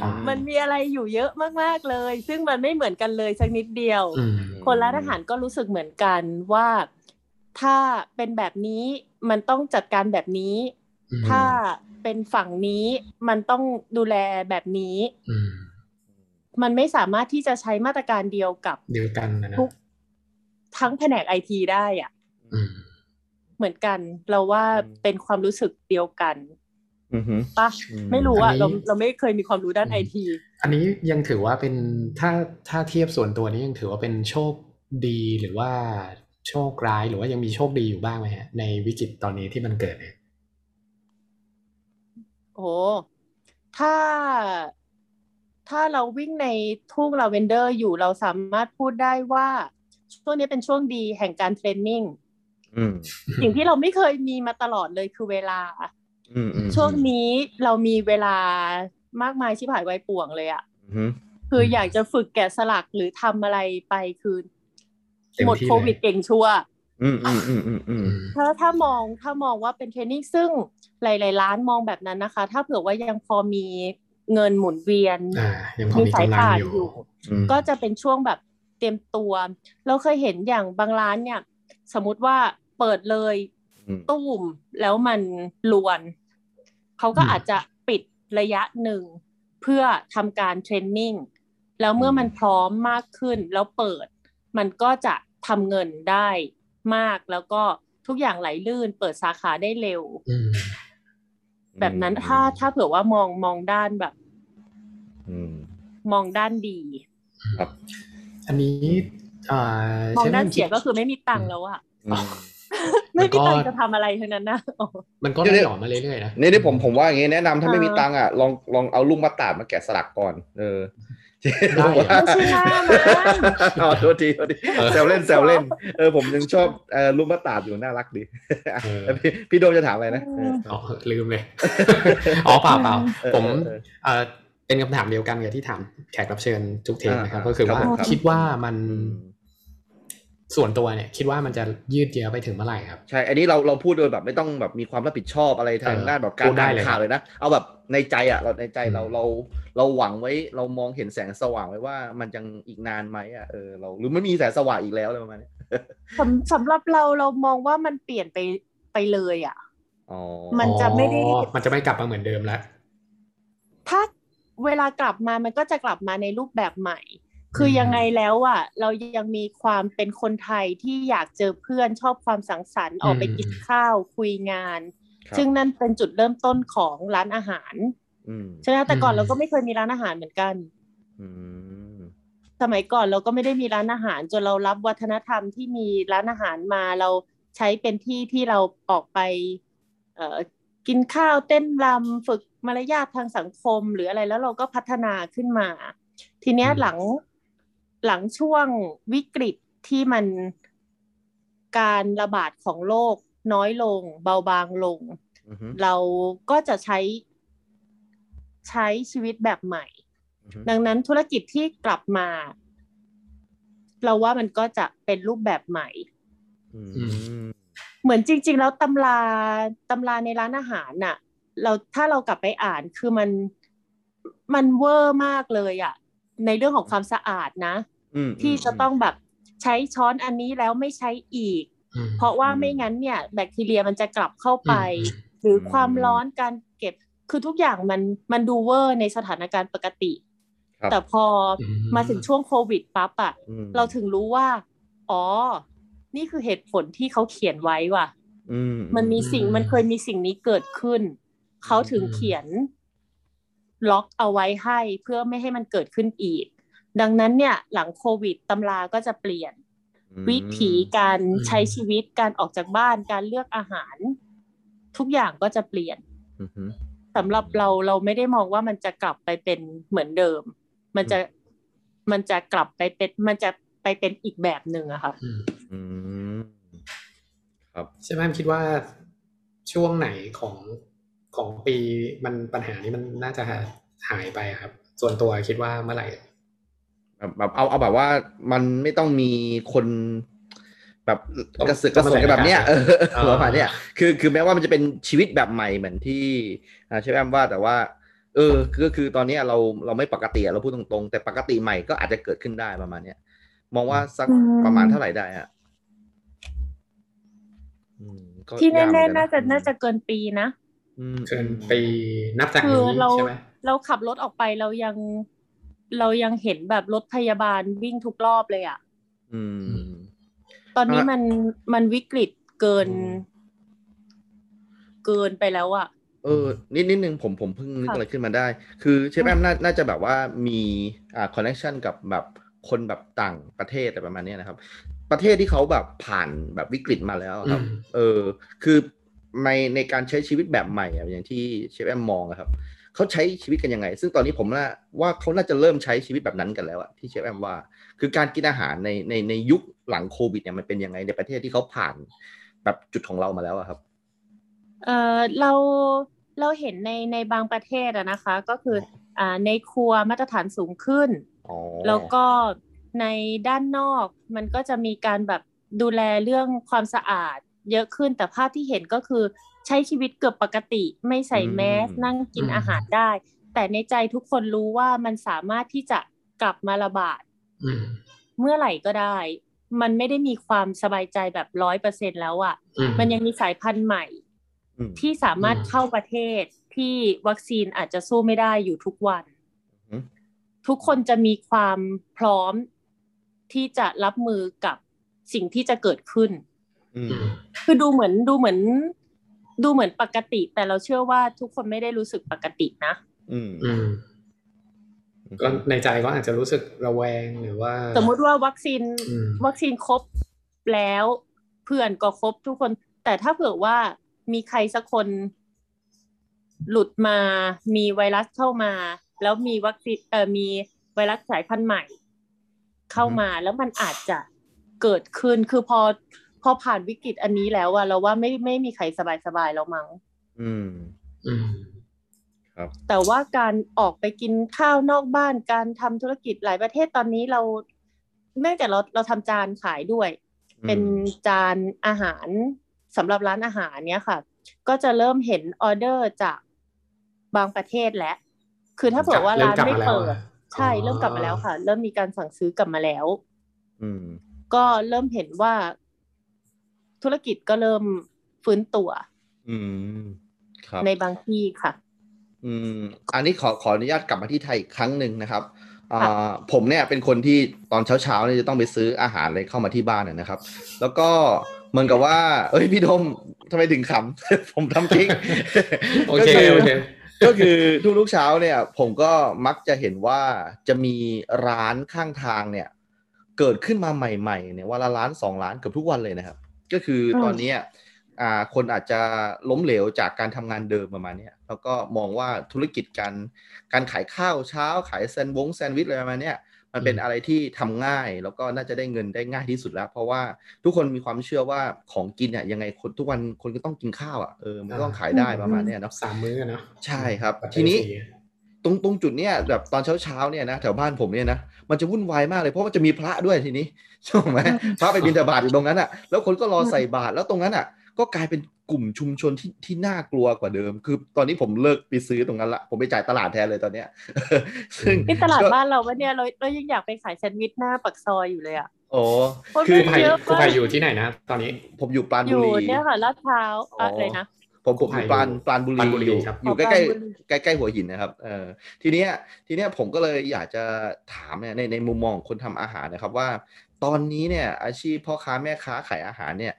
[SPEAKER 3] อ่า
[SPEAKER 4] มันมีอะไรอยู่เยอะมากๆเลย ซึ่งมันไม่เหมือนกันเลยสักนิดเดียว
[SPEAKER 3] อืม
[SPEAKER 4] คนร้านอาหารก็รู้สึกเหมือนกันว่าถ้าเป็นแบบนี้มันต้องจัดการแบบนี้
[SPEAKER 3] อืม
[SPEAKER 4] ถ้าเป็นฝั่งนี้มันต้องดูแลแบบนี้
[SPEAKER 3] อืม
[SPEAKER 4] มันไม่สามารถที่จะใช้มาตรการเดียวกับ
[SPEAKER 3] เดียวกันนะนะ
[SPEAKER 4] ทุกทั้งแผนกไอทีได้อะ
[SPEAKER 3] อืม
[SPEAKER 4] เหมือนกัน เราว่าเป็นความรู้สึกเดียวกัน
[SPEAKER 2] อือหือ
[SPEAKER 4] ปะ
[SPEAKER 2] อืม
[SPEAKER 4] ไม่รู้อะ
[SPEAKER 3] อันนี้
[SPEAKER 4] เราเราไม่เคยมีความรู้ด้านไอที
[SPEAKER 3] อันนี้ยังถือว่าเป็นถ้าถ้าเทียบส่วนตัวนี้ยังถือว่าเป็นโชคดีหรือว่าโชคร้ายหรือว่ายังมีโชคดีอยู่บ้างไหมฮะในวิกฤตตอนนี้ที่มันเกิดเนี่ย
[SPEAKER 4] โอ้โหถ้าถ้าเราวิ่งในทุ่งลาเวนเดอร์อยู่เราสามารถพูดได้ว่าช่วงนี้เป็นช่วงดีแห่งการเทรนนิ่ง
[SPEAKER 2] อืม
[SPEAKER 4] สิ่งที่เราไม่เคยมีมาตลอดเลยคือเวลา
[SPEAKER 2] อืมอืม
[SPEAKER 4] ช่วงนี้เรามีเวลามากมายชิบหายไวายป่วงเลยอะ
[SPEAKER 2] อือหือ
[SPEAKER 4] คืออยากจะฝึกแกะสลักหรือทำอะไรไปคือ
[SPEAKER 3] เต็
[SPEAKER 4] หมด
[SPEAKER 3] ที่
[SPEAKER 4] โควิด
[SPEAKER 3] เลย
[SPEAKER 4] เก่งชัวร์
[SPEAKER 2] อืมอืมอืมอืมอืม
[SPEAKER 3] อืม
[SPEAKER 4] ถ้าถ้ามองถ้ามองว่าเป็นเทรนนิ่งซึ่งหลาย ๆ ร้านมองแบบนั้นนะคะ ถ้าเผื่อว่ายังพอมีเงินหมุนเวียน
[SPEAKER 3] อ่า ยังพอมี
[SPEAKER 4] สาย
[SPEAKER 3] กำลัง
[SPEAKER 4] ป่าน
[SPEAKER 3] อยู่
[SPEAKER 4] อยู่
[SPEAKER 2] อืม
[SPEAKER 4] ก็จะเป็นช่วงแบบเตรียมตัว เราเคยเห็นอย่างบางร้านเนี่ย สมมติว่าเปิดเลย
[SPEAKER 2] อืม
[SPEAKER 4] ตู้มแล้วมันลวน เขาก็
[SPEAKER 3] อืม
[SPEAKER 4] อาจจะปิดระยะหนึ่ง เพื่อทำการเทรนนิ่งแล้วเมื่อมันพร้อมมากขึ้นแล้วเปิด มันก็จะทำเงินได้มากแล้วก็ทุกอย่างไหลลื่น เปิดสาขาได้เร็ว
[SPEAKER 3] อืม
[SPEAKER 4] แบบนั้นถ้าถ้าเผื่อว่ามองมองด้านแบบ
[SPEAKER 2] อืม
[SPEAKER 4] มองด้านดี
[SPEAKER 3] อันนี้อ่าม
[SPEAKER 4] อง
[SPEAKER 3] ชฟ
[SPEAKER 4] ด้าน
[SPEAKER 3] มันคิ
[SPEAKER 4] เสียก็คือไม่มีตังค์แล้วอะ
[SPEAKER 2] อืม
[SPEAKER 3] มั
[SPEAKER 4] ไม่
[SPEAKER 3] นก็
[SPEAKER 4] มีตังค์จะทำอะไรทั้งนั้นนะโอ้
[SPEAKER 3] มันก็ได้หล่อมาเรื่อยๆนะ
[SPEAKER 2] นี่นี่ผมผมว่าอย่างงี้แนะนำถ้าไม่มีตังค์อ่ะลองลองเอาลูกมะตาดมาแกะสลักก่อน เออ
[SPEAKER 3] ได้เหรอ
[SPEAKER 4] ไม่ใช่หน้า มัน
[SPEAKER 2] อ๋อโทษทีโทษที
[SPEAKER 3] เออ
[SPEAKER 2] แซวเล่นแซวเล่นเออผมยังชอบเออลูกมะตาดอยู่น่ารักดี
[SPEAKER 3] เออ
[SPEAKER 2] แล้วพี่พี่โดมจะถามอะไรนะเออ
[SPEAKER 3] อ๋อลืมเลย อ๋อเปล่าเปล่าผม
[SPEAKER 2] เออ
[SPEAKER 3] เออเป็นคำถามเดียวกันกับที่ถามแขกรับเชิญทุกเทปนะครับ
[SPEAKER 2] อ่า
[SPEAKER 3] ก็คือ
[SPEAKER 2] ค
[SPEAKER 3] ว่า
[SPEAKER 2] รับผมครับ
[SPEAKER 3] คิดว่ามัน
[SPEAKER 2] อืม
[SPEAKER 3] ส่วนตัวเนี่ย คิดว่ามันจะยืดเยื้อไปถึงเมื่อไหร่ครับ
[SPEAKER 2] ใช่ อันนี้เราเราพูดโดยแบบไม่ต้องแบบมีความรับผิดชอบอะไรทาง
[SPEAKER 3] เออ
[SPEAKER 2] ด้านแบบ
[SPEAKER 3] พู
[SPEAKER 2] การ
[SPEAKER 3] ดได้
[SPEAKER 2] อ่าน
[SPEAKER 3] เลย
[SPEAKER 2] ข่าวเลยนะ เอาแบบในใจอ่ะเราในใจเรา
[SPEAKER 3] อืม
[SPEAKER 2] เราเราหวังไว้เรามองเห็นแสงสว่างไว้ว่ามันยังอีกนานไหมอ่ะเออเราหรือมันมีแสงสว่างอีกแล้วอะไรประมาณเนี้ย
[SPEAKER 4] สำสำหรับเราเรามองว่ามันเปลี่ยนไปไปเลยอ่ะ
[SPEAKER 2] อ๋อ
[SPEAKER 4] มันจะไม่ได้
[SPEAKER 3] อ๋อมันจะไม่กลับมาเหมือนเดิมแล้ว
[SPEAKER 4] ถ้าเวลากลับมามันก็จะกลับมาในรูปแบบใหม่ คืออ
[SPEAKER 3] ม
[SPEAKER 4] ยังไงแล้วอ่ะเรายังมีความเป็นคนไทยที่อยากเจอเพื่อนชอบความสังสรรค์ออกไปกินข้าวคุยงาน
[SPEAKER 2] ครับ
[SPEAKER 4] ซึ่งนั่นเป็นจุดเริ่มต้นของร้านอาหาร
[SPEAKER 2] อืม
[SPEAKER 4] ใช่ไหมแต่ก่อนเราก็ไม่เคยมีร้านอาหารเหมือนกัน
[SPEAKER 2] อืม
[SPEAKER 4] สมัยก่อนเราก็ไม่ได้มีร้านอาหาร จนเรารับวัฒนธรรมที่มีร้านอาหารมาเราใช้เป็นที่ที่เราออกไป เอ่อ กินข้าวเต้นรำฝึกมารยาททางสังคมหรืออะไรแล้วเราก็พัฒนาขึ้นมา ทีเนี้ย
[SPEAKER 3] อืม
[SPEAKER 4] หลังหลังช่วงวิกฤตที่มันการระบาดของโรคน้อยลง เบาบางลง
[SPEAKER 2] อือฮึ
[SPEAKER 4] เราก็จะใช้ใช้ชีวิตแบบใหม่
[SPEAKER 2] อือฮึ
[SPEAKER 4] ดังนั้นธุรกิจที่กลับมา เราว่ามันก็จะเป็นรูปแบบใหม่
[SPEAKER 2] อืม
[SPEAKER 4] เหมือนจริง ๆ แล้วตำราตำราในร้านอาหารน่ะ เราถ้าเรากลับไปอ่านคือมันมันเวอร์มากเลยอะในเรื่องของความสะอาดนะ
[SPEAKER 2] อืม
[SPEAKER 4] ที่จะต้องแบบใช้ช้อนอันนี้แล้วไม่ใช้อีก
[SPEAKER 3] อืม
[SPEAKER 4] เพราะว่าไม่งั้นเนี่ย แบคทีเรียมันจะกลับเข้าไป
[SPEAKER 3] อืม
[SPEAKER 4] หรือความร้อนการเก็บ คือทุกอย่างมันมันดูเวอร์ในสถานการณ์ปกติ
[SPEAKER 2] ครับ
[SPEAKER 4] แต่พอ
[SPEAKER 3] อื
[SPEAKER 4] มาถึงช่วงโควิดปั๊บอะ
[SPEAKER 2] อืม
[SPEAKER 4] เราถึงรู้ว่า อ๋อ นี่คือเหตุผลที่เขาเขียนไว้ว่ะ
[SPEAKER 2] อืม
[SPEAKER 4] มันมีสิ่งมันเคยมีสิ่งนี้เกิดขึ้น เขาถึงเขียนล็อกเอาไว้ให้เพื่อไม่ให้มันเกิดขึ้นอีก ดังนั้นเนี่ย หลังโควิดตำราก็จะเปลี่ยน วิถีการใช้ชีวิตการออกจากบ้านการเลือกอาหาร ทุกอย่างก็จะเปลี่ยน
[SPEAKER 2] อือฮึ
[SPEAKER 4] สำหรับเราเราไม่ได้มองว่ามันจะกลับไปเป็นเหมือนเดิม มันจะมันจะกลับไปเป็นมันจะไปเป็นอีกแบบหนึ่งอะค่ะ
[SPEAKER 3] อืม
[SPEAKER 2] อืมครับ
[SPEAKER 3] ใช่ไหมคิดว่าช่วงไหนของของปีมันปัญหานี้มันน่าจะหาหายไปอะครับ ส่วนตัวคิดว่าเมื่อไหร่
[SPEAKER 2] แบบเอาเอาแบบว่ามันไม่ต้องมีคนแบบกระเสือกกระสนกันแบบเนี้ยเออ
[SPEAKER 3] อ่า
[SPEAKER 2] ประมาณเนี้ยคือคือแม้ว่ามันจะเป็นชีวิตแบบใหม่เหมือนที่อ่าเชฟแอมว่าแต่ว่า เออก็คือตอนเนี้ยเราเราไม่ปกติอะเราพูดตรงๆ แต่ปกติใหม่ก็อาจจะเกิดขึ้นได้ประมาณเนี้ยมองว่าสัก
[SPEAKER 4] อืม
[SPEAKER 2] ประมาณเท่าไหร่ได้ฮะอืมก็
[SPEAKER 4] ที่
[SPEAKER 2] ยกเหมื
[SPEAKER 4] แน่
[SPEAKER 2] อกั
[SPEAKER 4] ๆน่าจะน่าจะเกินปีนะ
[SPEAKER 2] อืม
[SPEAKER 3] เกินปีนับจาก
[SPEAKER 4] คือ
[SPEAKER 3] นี้
[SPEAKER 4] เรา
[SPEAKER 3] ใช่ไหม
[SPEAKER 4] เราขับรถออกไปเรายังเรายังเห็นแบบรถพยาบาลวิ่งทุกรอบเลยอะ
[SPEAKER 2] อืม
[SPEAKER 4] ตอนนี้
[SPEAKER 2] อ่ะ
[SPEAKER 4] มันมันวิกฤตเกิน
[SPEAKER 2] อืม
[SPEAKER 4] เกินไปแล้วอะ
[SPEAKER 2] เออนิดนิดนึงผมผมเพิ่งนึก
[SPEAKER 4] ค่ะ
[SPEAKER 2] อะไรขึ้นมาได้ คือเชฟ
[SPEAKER 4] ค่ะ
[SPEAKER 2] แอมน่าน่าจะแบบว่ามีอ่าคอนเนคชันกับแบบคนแบบต่างประเทศอะไรประมาณเนี้ยนะครับ ประเทศที่เขาแบบผ่านแบบวิกฤตมาแล้วอะครับ
[SPEAKER 3] อืม
[SPEAKER 2] เออคือในในการใช้ชีวิตแบบใหม่อะอย่างที่เชฟแอมมองอะครับเขาใช้ชีวิตกันยังไง ซึ่งตอนนี้ผมว่าว่าเขาน่าจะเริ่มใช้ชีวิตแบบนั้นกันแล้วอะที่เชฟแอมว่า คือการกินอาหารในในในยุคหลังโควิดเนี่ยมันเป็นยังไงในประเทศที่เขาผ่านแบบจุดของเรามาแล้วอะครับ
[SPEAKER 4] เออเราเราเห็นในในบางประเทศอะนะคะ ก็คืออ่าในครัวมาตรฐานสูงขึ้น
[SPEAKER 2] อ๋อ
[SPEAKER 4] แล้วก็ในด้านนอกมันก็จะมีการแบบดูแลเรื่องความสะอาด เยอะขึ้นแต่ภาพที่เห็นก็คือใช้ชีวิตเกือบปกติ ไม่ใส่แมส
[SPEAKER 2] อืม
[SPEAKER 4] นั่งกิน
[SPEAKER 3] อืม
[SPEAKER 4] อาหารได้ แต่ในใจทุกคนรู้ว่ามันสามารถที่จะกลับมาระบาด
[SPEAKER 3] อืม
[SPEAKER 4] เมื่อไหร่ก็ได้ มันไม่ได้มีความสบายใจแบบร้อยเปอร์เซ็นแล้วอะ
[SPEAKER 3] อืม
[SPEAKER 4] มันยังมีสายพันธุ์ใหม่
[SPEAKER 2] อืม
[SPEAKER 4] ที่สามารถ
[SPEAKER 3] อืม
[SPEAKER 4] เข้าประเทศที่วัคซีนอาจจะสู้ไม่ได้อยู่ทุกวัน
[SPEAKER 2] อืม
[SPEAKER 4] ทุกคนจะมีความพร้อมที่จะรับมือกับสิ่งที่จะเกิดขึ้น
[SPEAKER 2] อื
[SPEAKER 3] อื
[SPEAKER 2] ม
[SPEAKER 3] ม
[SPEAKER 4] คือดูเหมือนดูเหมือน ดูเหมือนปกติ แต่เราเชื่อว่าทุกคนไม่ได้รู้สึกปกตินะ
[SPEAKER 2] อืม
[SPEAKER 3] อืม ก็ในใจก็อาจจะรู้สึกระแวงหรือว่า
[SPEAKER 4] สมมุติว่าวัคซีน
[SPEAKER 3] อืม
[SPEAKER 4] วัคซีนครบแล้วเพื่อนก็ครบทุกคน แต่ถ้าเผื่อว่ามีใครสักคนหลุดมา มีไวรัสเข้ามา แล้วมีวัคซีนเอ่อมีไวรัสสายพันธุ์ใหม่ เข้ามาแล้วมันอาจจะเกิดขึ้นคือพอพอผ่านวิกฤตอันนี้แล้วอะเราว่าไม่ไม่มีใครสบายสบายๆแล้วมั้ง
[SPEAKER 2] อืม
[SPEAKER 3] อืม
[SPEAKER 4] แต่ว่าการออกไปกินข้าวนอกบ้านการทำธุรกิจหลายประเทศตอนนี้เราเนื่องจากเราเราทำจานขายด้วย เป็นจานอาหารสำหรับร้านอาหารเนี้ยค่ะ ก็จะเริ่มเห็นออเดอร์จากบางประเทศแล้ว คือถ้าเผื่อว่า
[SPEAKER 3] เริ่ม
[SPEAKER 4] ร้าน
[SPEAKER 3] กลับ
[SPEAKER 4] ไม่
[SPEAKER 3] มาแล้ว
[SPEAKER 4] เปิด
[SPEAKER 3] อะ
[SPEAKER 4] ใช่ เริ่มกลับมาแล้วค่ะ เริ่มมีการสั่งซื้อกลับมาแล้ว
[SPEAKER 2] อืม
[SPEAKER 4] ก็เริ่มเห็นว่าธุรกิจก็เริ่มฟื้นตัว
[SPEAKER 2] อืม ครับ
[SPEAKER 4] ในบางที่ค่ะ
[SPEAKER 2] อืม อันนี้ขอขออนุญาตกลับมาที่ไทยอีกครั้งหนึ่งนะครับอ่า
[SPEAKER 4] ค่ะ
[SPEAKER 2] ผมเนี่ยเป็นคนที่ตอนเช้าๆเนี่ยจะต้องไปซื้ออาหารเลยเข้ามาที่บ้านนะนะครับ แล้วก็เหมือนกับว่า เอ้ยพี่ดมทำไมถึงขำ ผมทำจริง
[SPEAKER 3] โอเคโอเค
[SPEAKER 2] ก็คือทุกๆเช้าเนี่ย ผมก็มักจะเห็นว่าจะมีร้านข้างทางเนี่ย เกิดขึ้นมาใหม่ๆเนี่ยวันละร้านสองร้านเกือบทุกวันเลยนะครับ ก็คือตอนเนี้ย อ่าคนอาจจะล้มเหลวจากการทำงานเดิมประมาณเนี้ยแล้วก็มองว่าธุรกิจการการขายข้าวเช้า ขายแซนด์วงแซนด์วิชอะไรประมาณเนี้ยมันเป็น
[SPEAKER 3] อืม
[SPEAKER 2] อะไรที่ทำง่าย แล้วก็น่าจะได้เงินได้ง่ายที่สุดแล้ว เพราะว่าทุกคนมีความเชื่อว่าของกินเนี่ยยังไงคนทุกวันคนก็ต้องกินข้าวอ่ะเออมันก็ต้องขายได้ประมาณเนี้ยเนาะ
[SPEAKER 3] สามมื้ออะเนาะ
[SPEAKER 2] ใช่ครับ
[SPEAKER 3] ปัจจัย
[SPEAKER 2] ทีนี้
[SPEAKER 3] สี่
[SPEAKER 2] ตรงตรงจุดเนี้ยแบบตอนเช้าเช้าๆเนี่ยนะแถวบ้านผมเนี่ยนะมันจะวุ่นวายมากเลยเพราะมันจะมีพระด้วยทีนี้ ใช่ไหม
[SPEAKER 4] อืม
[SPEAKER 2] พระไปบิณฑบาตอยู่ตรงนั้นอ่ะแล้วคนก็รอใส่บาตรแล้วตรงนั้นอ่ะ ก็กลายเป็นกลุ่มชุมชนที่ที่น่ากลัวกว่าเดิม คือตอนนี้ผมเลิกไปซื้อตรงนั้นละผมไปจ่ายตลาดแทนเลยตอนเนี้ย ซึ่ง
[SPEAKER 4] ที่ตลาด
[SPEAKER 2] ก็
[SPEAKER 4] บ้านเราวะเนี่ยเราเรายังอยากไปขายแซนด์วิชหน้าปากซอยอยู่เลยอ่ะ
[SPEAKER 2] โอ้
[SPEAKER 4] โย
[SPEAKER 2] คือ
[SPEAKER 3] ครูไผ่
[SPEAKER 4] เยะ
[SPEAKER 3] ครูไผ่
[SPEAKER 4] มาก
[SPEAKER 3] อยู่ที่ไหนนะ ตอนนี้
[SPEAKER 2] ผมอยู่ปราณ
[SPEAKER 4] อ
[SPEAKER 2] บุ
[SPEAKER 4] ยู่
[SPEAKER 2] รี
[SPEAKER 4] เนี่ยค่ะลาดพร้าว
[SPEAKER 2] อ๋ออ
[SPEAKER 4] อะไรนะ
[SPEAKER 2] ผมผมอ
[SPEAKER 3] ครู
[SPEAKER 2] ยู่
[SPEAKER 3] ไผ่
[SPEAKER 2] ปรานปรานบุรี
[SPEAKER 3] ปราณบุรี
[SPEAKER 2] อยู่
[SPEAKER 3] ครับ
[SPEAKER 2] อยู่
[SPEAKER 4] อ๋
[SPEAKER 2] ใกล้
[SPEAKER 4] อปราณบุรี
[SPEAKER 2] ใกล้ใกล้ใกล้ๆหัวหินนะครับเออทีเนี้ยทีเนี้ยผมก็เลยอยากจะถามเนี่ยในในมุมมองของคนทำอาหารนะครับว่า ตอนนี้เนี่ยอาชีพพ่อค้าแม่ค้าขายอาหารเนี่ย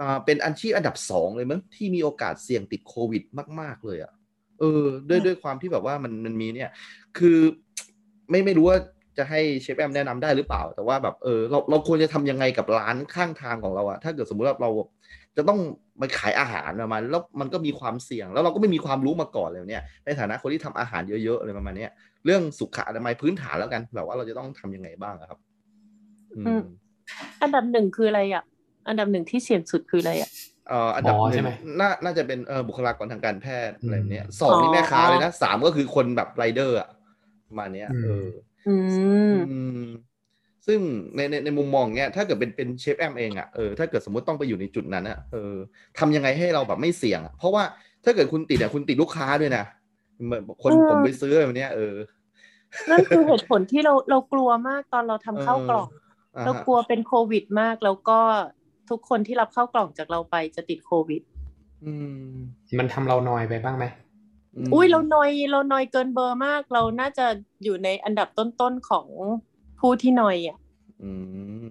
[SPEAKER 2] อ่าเป็นอาชีพอันดับสองเลยมั้งที่มีโอกาสเสี่ยงติดโควิดมาก ๆ เลยอะ่ะเออด้วยด้วยความที่แบบว่ามันมันมีเนี่ย คือไม่ไม่รู้ว่าจะให้เชฟแอมแนะนำได้หรือเปล่า แต่ว่าแบบเออเราเราควรจะทำยังไงกับร้านข้างทางของเราอะถ้าเกิดสมมุติว่าเรา จะต้องมาขายอาหารประมาณแล้วมันก็มีความเสี่ยง แล้วเราก็ไม่มีความรู้มาก่อนเลยเนี่ยในฐานะคนที่ทำอาหารเยอะๆอะไรประมาณเนี้ยเรื่องสุขอนามัยพื้นฐานแล้วกัน แบบว่าเราจะต้องทำยังไงบ้างอะครับ อืม
[SPEAKER 4] อืม อันดับหนึ่งคืออะไรอ่ะ อันดับหนึ่งที่เสี่ยงสุดคืออะไรอ่ะ
[SPEAKER 2] เอ่ออันดับ
[SPEAKER 3] หมอ
[SPEAKER 2] หนึ่
[SPEAKER 3] ใช่
[SPEAKER 2] ง
[SPEAKER 3] ไหม
[SPEAKER 2] น่าน่าจะเป็นเอ่อบุคลากรทางการแพทย์
[SPEAKER 3] อืม
[SPEAKER 2] อะไรแบบเนี้ยสองนี่แม่ค้าเลยนะสามก็คือคนแบบไรเดอร์อะประมาณเนี้ย
[SPEAKER 3] อืม
[SPEAKER 2] เออ
[SPEAKER 4] อืม
[SPEAKER 2] อืมซึ่งในในในมุมมองเนี้ยถ้าเกิดเป็นเป็นเชฟแอมเองอะ่ะเออถ้าเกิดสมมติต้องไปอยู่ในจุดนั้นอะ่ะเออทำยังไงให้เราแบบไม่เสี่ยงอะเพราะว่าถ้าเกิดคุณติดเนี่ยคุณติดลูกค้าด้วยนะเหมือนคน
[SPEAKER 4] เออ
[SPEAKER 2] ผมไปซื้อแบบเนี้ยเออ
[SPEAKER 4] นั่นคือเหตุผลที่เราเรากลัวมากตอนเราทำข้าวกล่อง
[SPEAKER 2] อ่า
[SPEAKER 4] เรา
[SPEAKER 2] ฮะ
[SPEAKER 4] กลัวเป็นโควิดมากแล้วก็ทุกคนที่รับเข้ากล่องจากเราไปจะติดโควิด
[SPEAKER 2] อืม
[SPEAKER 3] มันทำเรานอยไปบ้างไหม
[SPEAKER 2] ม
[SPEAKER 4] อุ้ยเรานอยเรานอยเกินเบอร์มาก เราน่าจะอยู่ในอันดับต้นๆของผู้ที่นอยอ่ะ
[SPEAKER 2] อืม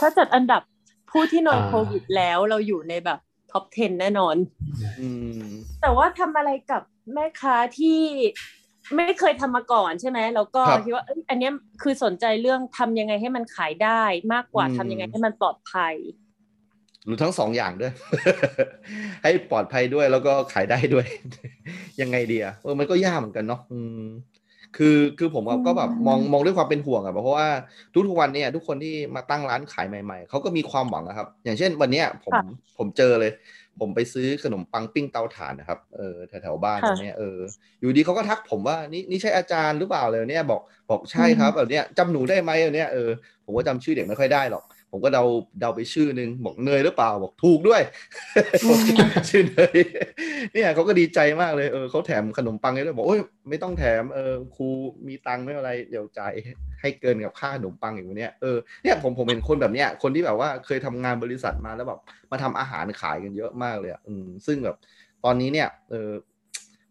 [SPEAKER 4] ถ้าจัดอันดับผู้ที่นอย
[SPEAKER 3] อ่า
[SPEAKER 4] โควิดแล้วเราอยู่ในแบบท็อป 10 แน่นอน
[SPEAKER 2] อืม
[SPEAKER 4] แต่ว่าทำอะไรกับแม่ค้าที่ไม่เคยทำมาก่อนใช่ไหมแล้วก็คิดว่าเอ้ยอันเนี้ยคือสนใจเรื่องทำยังไงให้มันขายได้มากกว่าทำยังไงให้มันปลอดภัย
[SPEAKER 2] หรือทั้งสองอย่างด้วย ให้ปลอดภัยด้วยแล้วก็ขายได้ด้วย ยังไงดีอะเออมันก็ยากเหมือนกันเนาะอืม คือคือผมอะ
[SPEAKER 4] อืม
[SPEAKER 2] ก็แบบมองมองด้วยความเป็นห่วงอะเพราะว่าทุกๆวันเนี่ยทุกคนที่มาตั้งร้านขายใหม่ๆเขาก็มีความหวังนะครับ อย่างเช่นวันเนี้ยผมผมเจอเลย ผมไปซื้อขนมปังปิ้งเตาถ่านนะครับเออแถวๆบ้าน
[SPEAKER 4] ค่ะ
[SPEAKER 2] ตรงเนี้ยเอออยู่ดีเขาก็ทักผมว่านี่นี่ใช่อาจารย์หรือเปล่าเลยเนี่ยบอกบอกใช่ครับแบบเนี้ยจำหนูได้ไหมแบบเนี้ยเออผมก็จำชื่อเด็กไม่ค่อยได้หรอก ผมก็เดาเดาไปชื่อนึงบอกเนยหรือเปล่าบอกถูกด้วย
[SPEAKER 4] อืม
[SPEAKER 2] ชื่อเนย เนี่ยเขาก็ดีใจมากเลยเออเขาแถมขนมปังให้ด้วยบอกโอ้ยไม่ต้องแถมเออครูมีตังค์ไม่เป็นไรเดี๋ยวจ่ายให้เกินกับค่าขนมปังอีกวันเนี้ยเออเนี่ยผมผมเห็นคนแบบเนี้ยคนที่แบบว่าเคยทำงานบริษัทมาแล้วแบบมาทำอาหารขายกันเยอะมากเลยอะอืมซึ่งแบบตอนนี้เนี่ยเออ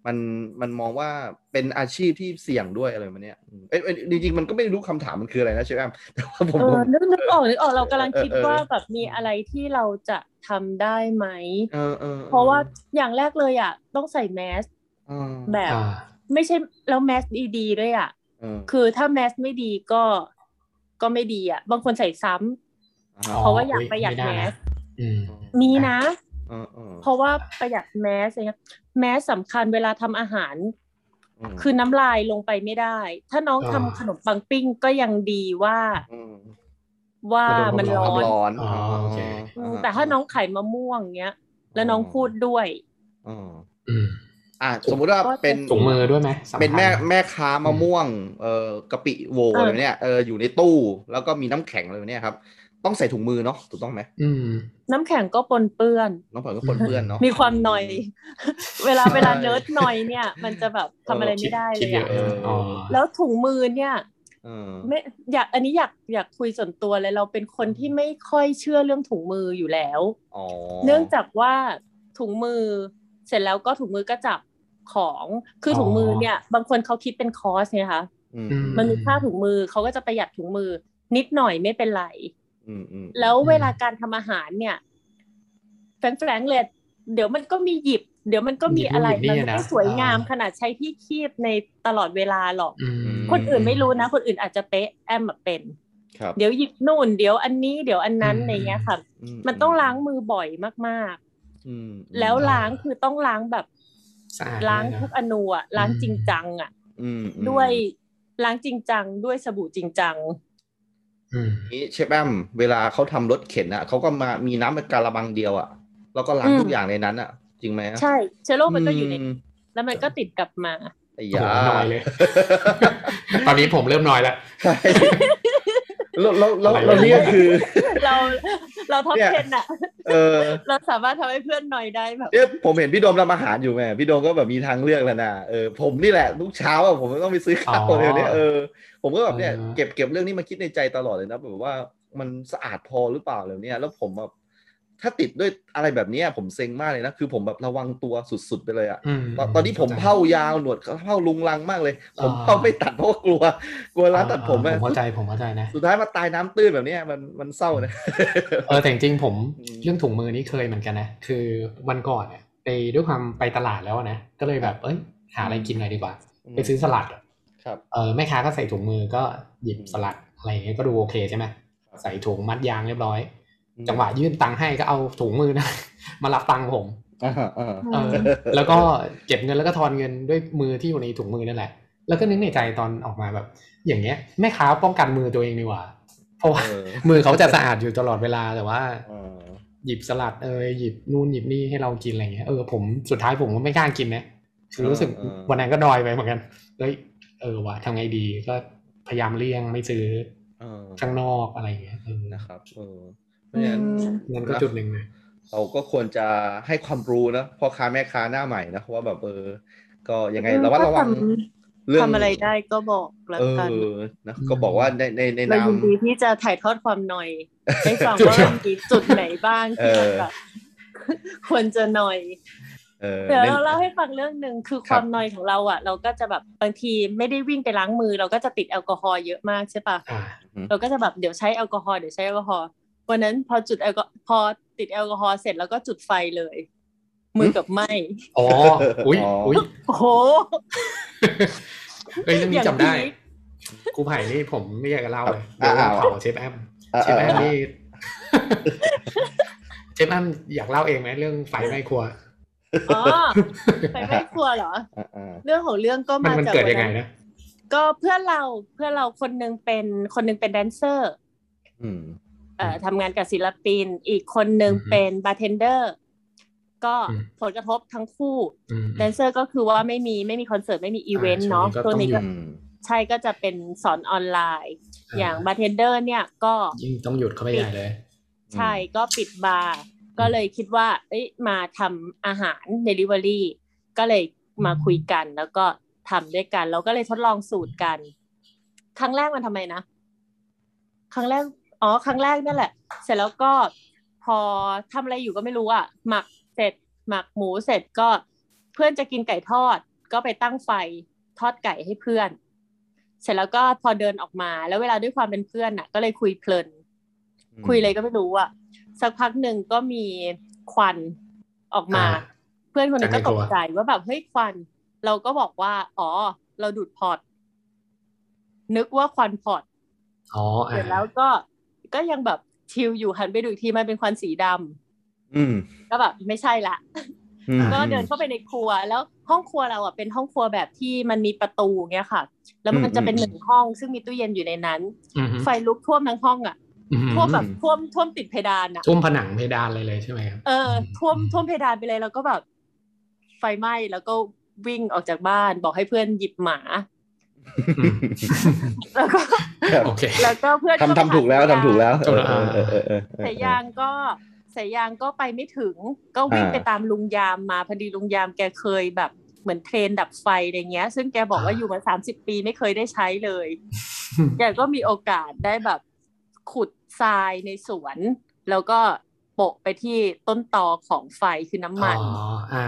[SPEAKER 2] มันมันมองว่าเป็นอาชีพที่เสี่ยงด้วยอะไรมาเนี้ยอืมเอ้ยเอ้ยจริงๆมันก็ไม่รู้คำถามมันคืออะไรนะเชฟแอมแต่ว่าผม
[SPEAKER 4] เอ
[SPEAKER 2] ผม
[SPEAKER 4] อนึกนึกออกนึกออกเรากำลังคิด
[SPEAKER 2] เออเออ
[SPEAKER 4] ว่าแบบมีอะไรที่เราจะทำได้ไหม
[SPEAKER 2] เออออออ
[SPEAKER 4] เพราะว่าอย่างแรกเลยอ่ะต้องใส่แมส
[SPEAKER 2] อ่า
[SPEAKER 4] แบบ
[SPEAKER 3] อ่า
[SPEAKER 4] ไม่ใช่แล้วแมสดีๆด้วยอ่ะ
[SPEAKER 2] เออ
[SPEAKER 4] คือถ้าแมสไม่ดีก็ก็ไม่ดีอ่ะ บางคนใส่ซ้ำ
[SPEAKER 2] อ่าฮะ
[SPEAKER 4] เพราะว่าอยากประหยัด
[SPEAKER 3] ไไ
[SPEAKER 4] แมส
[SPEAKER 3] อืม
[SPEAKER 4] มีนะ
[SPEAKER 2] เออเออ
[SPEAKER 4] เพราะว่าประหยัดแมสอะไรเงี้ยแมสสำคัญเวลาทำอาหาร
[SPEAKER 2] ม
[SPEAKER 4] คือน้ำลายลงไปไม่ได้ ถ้าน้อง
[SPEAKER 3] อ่า
[SPEAKER 4] ทำขนมปังปิ้งก็ยังดีว่า
[SPEAKER 2] อืม
[SPEAKER 4] ว่า
[SPEAKER 3] มั
[SPEAKER 4] มัน
[SPEAKER 3] นโดน
[SPEAKER 4] ร้
[SPEAKER 3] ค
[SPEAKER 4] อ
[SPEAKER 3] วาม
[SPEAKER 4] น
[SPEAKER 2] ร้อน
[SPEAKER 3] อ๋อโอเค
[SPEAKER 4] อืมแต่ถ้าน้องขายมะม่วงเงี้ย แล้วน้องพูดด้วย
[SPEAKER 2] อืม
[SPEAKER 3] อืม
[SPEAKER 2] อ่าสมมุติว่าเป็น
[SPEAKER 3] ถุงมือด้วยไหมสำคัญ
[SPEAKER 2] เป็นแม่แม่ค้ามะม่วงเอ่อกะปิโว
[SPEAKER 4] เอออ
[SPEAKER 2] อะไรเนี่ยเอออยู่ในตู้แล้วก็มีน้ำแข็งอะไรเนี่ยครับ ต้องใส่ถุงมือเนาะถูกต้องไหม
[SPEAKER 3] อืม
[SPEAKER 4] น้ำแข็งก็ปนเปื้อน
[SPEAKER 2] น้องเผยก็ปนเปื้อนเนาะ
[SPEAKER 4] มีความหน่อย เวลา
[SPEAKER 2] ใช่
[SPEAKER 4] เวลาเนิร์ดหน่อยเนี่ย มันจะแบบทำอะไรไม่ได้เล
[SPEAKER 3] คิด
[SPEAKER 4] ย
[SPEAKER 3] เย
[SPEAKER 4] อะ
[SPEAKER 3] อะอ๋อ
[SPEAKER 4] แล้วถุงมือเนี่ย
[SPEAKER 2] เออ
[SPEAKER 4] ไม่อยากอันนี้อยากอยากคุยส่วนตัวเลยเราเป็นคนที่ไม่ค่อยเชื่อเรื่องถุงมืออยู่แล้ว
[SPEAKER 2] อ๋อ
[SPEAKER 4] เนื่องจากว่าถุงมือเสร็จแล้วก็ถุงมือก็จับของคืออ
[SPEAKER 3] อ
[SPEAKER 4] ถุงมือเนี่ย บางคนเขาคิดเป็นคอสเนี่ยคะ
[SPEAKER 2] อืม
[SPEAKER 4] มันมีค่าถุงมือเขาก็จะประหยัดถุงมือ นิดหน่อยไม่เป็นไร
[SPEAKER 2] อืมอืม
[SPEAKER 4] แล้วเวลาการทำอาหารเนี่ยแฝงๆเลยเดี๋ยวมันก็มีหยิบ เดี๋ยวมันก็มีอะไร
[SPEAKER 3] หยิ
[SPEAKER 4] มั
[SPEAKER 3] บนู่น
[SPEAKER 4] น
[SPEAKER 3] หยิบ
[SPEAKER 4] ไม่
[SPEAKER 3] นี่นะ
[SPEAKER 4] ได้สวยงามขนาดใช้ที่คีบในตลอดเวลาหรอก
[SPEAKER 3] อืม
[SPEAKER 4] คนอื่นไม่รู้นะ คนอื่นอาจจะเป๊ะแอมแบบเป็น
[SPEAKER 2] ครับ
[SPEAKER 4] เดี๋ยวหยิบนู่นเดี๋ยวอันนี้เดี๋ยวอันนั้น
[SPEAKER 3] อืม
[SPEAKER 4] อะไรเงี้ยค่ะ มันต้องล้างมือบ่อยมาก
[SPEAKER 2] อืม
[SPEAKER 4] ๆ แล้วล้างคือต้องล้างแบบ
[SPEAKER 3] สะอาด
[SPEAKER 4] ล้าง
[SPEAKER 3] เยนะ
[SPEAKER 4] ทุกอนูอะล้างจริงจังอะ
[SPEAKER 2] อืมอืม
[SPEAKER 4] ด้วยล้างจริงจังด้วยสบู่จริงจัง
[SPEAKER 3] อืม
[SPEAKER 2] นี้เชฟแอมเวลาเขาทำรถเข็นอ่ะเขาก็มามีน้ำเป็นกาละบังเดียวอ่ะแล้วก็ล้าง
[SPEAKER 4] อืม
[SPEAKER 2] ทุกอย่างในนั้นอ่ะ จริงไหมอะ
[SPEAKER 4] ใช่เชื้อโรคมันก็อยู่ใน
[SPEAKER 2] ม
[SPEAKER 4] แล้วมันก็ติดกลับมา
[SPEAKER 2] ไอ้
[SPEAKER 3] โอ้
[SPEAKER 2] ยา
[SPEAKER 3] โหน้อยเลย ตอนนี้ผมเริ่มน้อยแล้ว
[SPEAKER 2] ใช่แล้วแล้วแล้ว
[SPEAKER 3] อะไรวะ
[SPEAKER 2] แล้วเนี่ยคือ
[SPEAKER 4] เรา เราท็อป
[SPEAKER 2] เนี่ย
[SPEAKER 4] เทนอะ
[SPEAKER 2] เออ
[SPEAKER 4] เราสามารถทำให้เพื่อนหน่อยได้แบบ
[SPEAKER 2] เนี่ยผมเห็นพี่โดมทำอาหารอยู่แม่พี่โดมก็แบบมีทางเลือกแล้วนะเออผมนี่แหละทุกเช้าอะผมต้องไปซื้อข้าว
[SPEAKER 3] อ๋อ
[SPEAKER 2] เดี๋ยวนี้เออผมก็แบบเนี่ย
[SPEAKER 3] อ่าฮะ
[SPEAKER 2] เก็บเก็บเรื่องนี้มาคิดในใจตลอดเลยนะแบบว่ามันสะอาดพอหรือเปล่าแล้วเนี่ย แล้วผมแบบถ้าติดด้วยอะไรแบบเนี้ยผมเซ็งมากเลยนะคือผมแบบระวังตัวสุดๆไปเลยอะ
[SPEAKER 3] ม
[SPEAKER 2] ตอนตอนนี้ผมเผายาวหนวดเผาลุงลังมากเลย ผม
[SPEAKER 3] อ่า
[SPEAKER 2] เผาไม่ตัดเพราะว่ากลัว กลัวร้านตัดผม
[SPEAKER 3] อ่า
[SPEAKER 2] อะ
[SPEAKER 3] ผมเข้าใจผมเข้าใจนะ
[SPEAKER 2] สุดท้ายมาตายน้ำตื้นแบบเนี้ยมันมันเศร้านะ
[SPEAKER 3] เออแต่จริงๆผม
[SPEAKER 2] อืม
[SPEAKER 3] เรื่องถุงมือนี่เคยเหมือนกันนะ คือวันก่อนอะไปด้วยความไปตลาดแล้วอะนะ ก็เลยแบบเอ้ยหาอะไรกินหน่อยดีกว่า ไปซื้อสลัดอะ
[SPEAKER 2] ครับ
[SPEAKER 3] เออแม่ค้าก็ใส่ถุงมือก็หยิบ
[SPEAKER 2] อืม
[SPEAKER 3] สลัดอะไรอย่างเงี้ยก็ดูโอเคใช่ไหมใส่ถุงมัดยางเรียบร้อย จังหวะยื่นตังค์ให้ก็เอาถุงมือนะ มารับตังค์ผม
[SPEAKER 2] อ่าอ่า
[SPEAKER 3] เออแล้วก็เก็บเงินแล้วก็ทอนเงินด้วยมือที่อยู่ในถุงมือนั่นแหละ แล้วก็นึกในใจตอนออกมาแบบ อย่างเงี้ยแม่ค้าป้องกันมือตัวเองดีกว่า เพราะว่า
[SPEAKER 2] เออ
[SPEAKER 3] มือเขาจะสะอาดอยู่ตลอดเวลาแต่ว่า
[SPEAKER 2] อ่า
[SPEAKER 3] หยิบสลัดเอยหยิบนู่นหยิบนี่ให้เรากินอะไรเงี้ยเออผมสุดท้ายผมก็ไม่กล้ากินนะคือรู้สึกวันนั้นก็ดอยไปเหมือนกันเฮ้ยเออวะทำไงดีก็พยายามเลี่ยงไม่ซื้อ
[SPEAKER 2] อ่า
[SPEAKER 3] ข้างนอกอะไรเงี้ยเออ
[SPEAKER 2] นะครับเออเพราะฉะนั้น
[SPEAKER 3] นั่นก็จุดหนึ่งนะ
[SPEAKER 2] เราก็ควรจะให้ความรู้นะพ่อค้าแม่ค้าหน้าใหม่นะว่าแบบเออ ก็ยังไง
[SPEAKER 4] เออ
[SPEAKER 2] ระวัด
[SPEAKER 4] ก็
[SPEAKER 2] ระวัง
[SPEAKER 4] ทำ ทำอะไรได้ก็บอกแล้ว
[SPEAKER 2] เอ
[SPEAKER 4] กัน
[SPEAKER 2] อนะก็บอกว่าในในใน
[SPEAKER 4] เรา
[SPEAKER 2] นาม
[SPEAKER 4] ยินดีที่จะถ่ายทอดความหน่อยให้ฟัง
[SPEAKER 3] จุด
[SPEAKER 4] ว่ามันมีจุดไหนบ้างที่มัน
[SPEAKER 2] เออ
[SPEAKER 4] แบบควรจะหน่อย
[SPEAKER 2] เออ
[SPEAKER 4] เดี๋ยว
[SPEAKER 2] ใน
[SPEAKER 4] เราเล่าให้ฟังเรื่องหนึ่งคือ
[SPEAKER 2] ค
[SPEAKER 4] ครับ วามนอยของเราอ่ะ เราก็จะแบบบางทีไม่ได้วิ่งไปล้างมือ เราก็จะติดแอลกอฮอล์เยอะมากใช่ปะ
[SPEAKER 3] อ่า
[SPEAKER 4] เราก็จะแบบเดี๋ยวใช้แอลกอฮอล์เดี๋ยวใช้แอลกอฮอล์วันนั้นพอจุดแอลกอพอติดแอลกอฮอล์เสร็จแล้วก็จุดไฟเลย มือกับไหม
[SPEAKER 3] อ๋ออุ้ยอุ้ย
[SPEAKER 4] โอ้โห
[SPEAKER 3] เอ้ยเรื่องนี้จ ำ
[SPEAKER 4] อ
[SPEAKER 3] ได้
[SPEAKER 4] ย่างนี้
[SPEAKER 3] ครูไผ่นี่ผมไม่อยากจะเล่าเลย
[SPEAKER 2] อ่า
[SPEAKER 3] เดี๋ยว
[SPEAKER 2] อ่า
[SPEAKER 3] เผาเชฟแอม
[SPEAKER 2] อ่า
[SPEAKER 3] เชฟแอมนี่ เชฟแอมอยากเล่าเองไหมเรื่องไฟไหม้ครัว
[SPEAKER 4] อ๋อไปไม่ครัวเหรอ
[SPEAKER 2] อ่าอ่า
[SPEAKER 4] เรื่องของเรื่องก็
[SPEAKER 3] มัน
[SPEAKER 4] มา
[SPEAKER 3] มัน
[SPEAKER 4] จาก
[SPEAKER 3] เกิด
[SPEAKER 4] วั
[SPEAKER 3] ยังไงนะ
[SPEAKER 4] ก็เพื่อนเราเพื่อนเราคนหนึงเป็นคนหนึงเป็นแดนเซอร์
[SPEAKER 2] อืม
[SPEAKER 4] เอ่อทำงานกับศิลปิน อีกคนหนึง
[SPEAKER 3] อือฮึ
[SPEAKER 4] เป็นบาร์เทนเดอร์ก็
[SPEAKER 3] อืม
[SPEAKER 4] ผลกระทบทั้งคู่
[SPEAKER 3] อืม
[SPEAKER 4] แดนเซอร์ก็คือว่าไม่มีไม่มีคอนเสิร์ตไม่มีอีเวนต์
[SPEAKER 3] อ่า
[SPEAKER 4] เนาะ
[SPEAKER 3] ช่
[SPEAKER 4] ตัว ว
[SPEAKER 3] งนี้
[SPEAKER 4] นี้
[SPEAKER 3] ก็
[SPEAKER 4] ก็
[SPEAKER 2] อืม
[SPEAKER 4] ใช่ก็จะเป็นสอนออนไลน์ อย่างบาร์เทนเดอร์เนี่ยก็
[SPEAKER 3] ยิ่งต้องหยุดเข้าไปใหญ่เลย
[SPEAKER 4] ใช่ก็ปิดบาร์ก็เลยคิดว่า เอ้ยมาทำอาหาร Delivery ก็เลยมาคุยกันแล้วก็ทำด้วยกัน แล้วก็เลยทดลองสูตรกัน ครั้งแรกมันทำไมนะ ครั้งแรกอ๋อครั้งแรกนั่นแหละ เสร็จแล้วก็พอทำอะไรอยู่ก็ไม่รู้อ่ะหมักเสร็จหมักหมูเสร็จก็เพื่อนจะกินไก่ทอด ก็ไปตั้งไฟทอดไก่ให้เพื่อน เสร็จแล้วก็พอเดินออกมา แล้วเวลาด้วยความเป็นเพื่อนอ่ะ ก็เลยคุยเพลิน
[SPEAKER 2] อืม
[SPEAKER 4] คุยอะไรก็ไม่รู้อ่ะสักพักหนึ่งก็มีควันออกมา
[SPEAKER 3] อ่า
[SPEAKER 4] เพื่อนคนนั้นก็ต
[SPEAKER 3] จากในครัว
[SPEAKER 4] กใจว่าแบบเฮ้ยควัน เราก็บอกว่า อ๋อ เราดูดพอร์ตนึกว่าควันพอร์ต
[SPEAKER 3] อ๋ออ่า
[SPEAKER 4] เสร็จแล้วก็ก็ยังแบบชิลอยู่หันไปดูอีกทีมันเป็นควันสีดำ
[SPEAKER 2] อืม
[SPEAKER 4] ก็แบบไม่ใช่ละ
[SPEAKER 2] อืม
[SPEAKER 4] ก็เดินเข้าไปในครัว แล้วห้องครัวเราอ่ะเป็นห้องครัวแบบที่มันมีประตูเงี้ยค่ะ แล้วมันจะเป็นหนึ่งห้อง ซึ่งมีตู้เย็นอยู่ในนั้น
[SPEAKER 3] อือหือ
[SPEAKER 4] ไฟลุกท่วมทั้งห้องอ่ะ
[SPEAKER 3] อือหือ
[SPEAKER 4] ท่วมแบบท่วมท่วมติดเพดานอ่ะ
[SPEAKER 3] ท่วมผนังเพดานเลยเลยใช่ไหมครับ
[SPEAKER 4] เออท่วมท่วมเพดานไปเลยแล้วก็แบบไฟไหม้แล้วก็วิ่งออกจากบ้าน บอกให้เพื่อนหยิบหมา
[SPEAKER 3] อืม
[SPEAKER 4] แล้วก็
[SPEAKER 3] โอเค
[SPEAKER 4] แล้วก็เพื่อน
[SPEAKER 2] ทำ
[SPEAKER 4] ไปหา
[SPEAKER 2] ทำถูกแล้ว
[SPEAKER 4] ยา
[SPEAKER 2] ทำถูกแล้ว
[SPEAKER 3] ถูกแล้ว
[SPEAKER 2] เออเออเออเออเออ
[SPEAKER 4] สายยางก็สายยางก็ไปไม่ถึง ก็วิ่ง
[SPEAKER 2] อ่า
[SPEAKER 4] ไปตามลุงยามมาพอดีลุงยามแกเคยแบบเหมือนเทรนดับไฟอะไรเงี้ย ซึ่งแกบอกว่า
[SPEAKER 3] อ่า
[SPEAKER 4] อยู่มาสามสิบปีไม่เคยได้ใช้เลย แกก็มีโอกาสได้แบบขุดทรายในสวน แล้วก็โปะไปที่ต้นตอของไฟคือน้ำมัน
[SPEAKER 3] อ๋ออ่า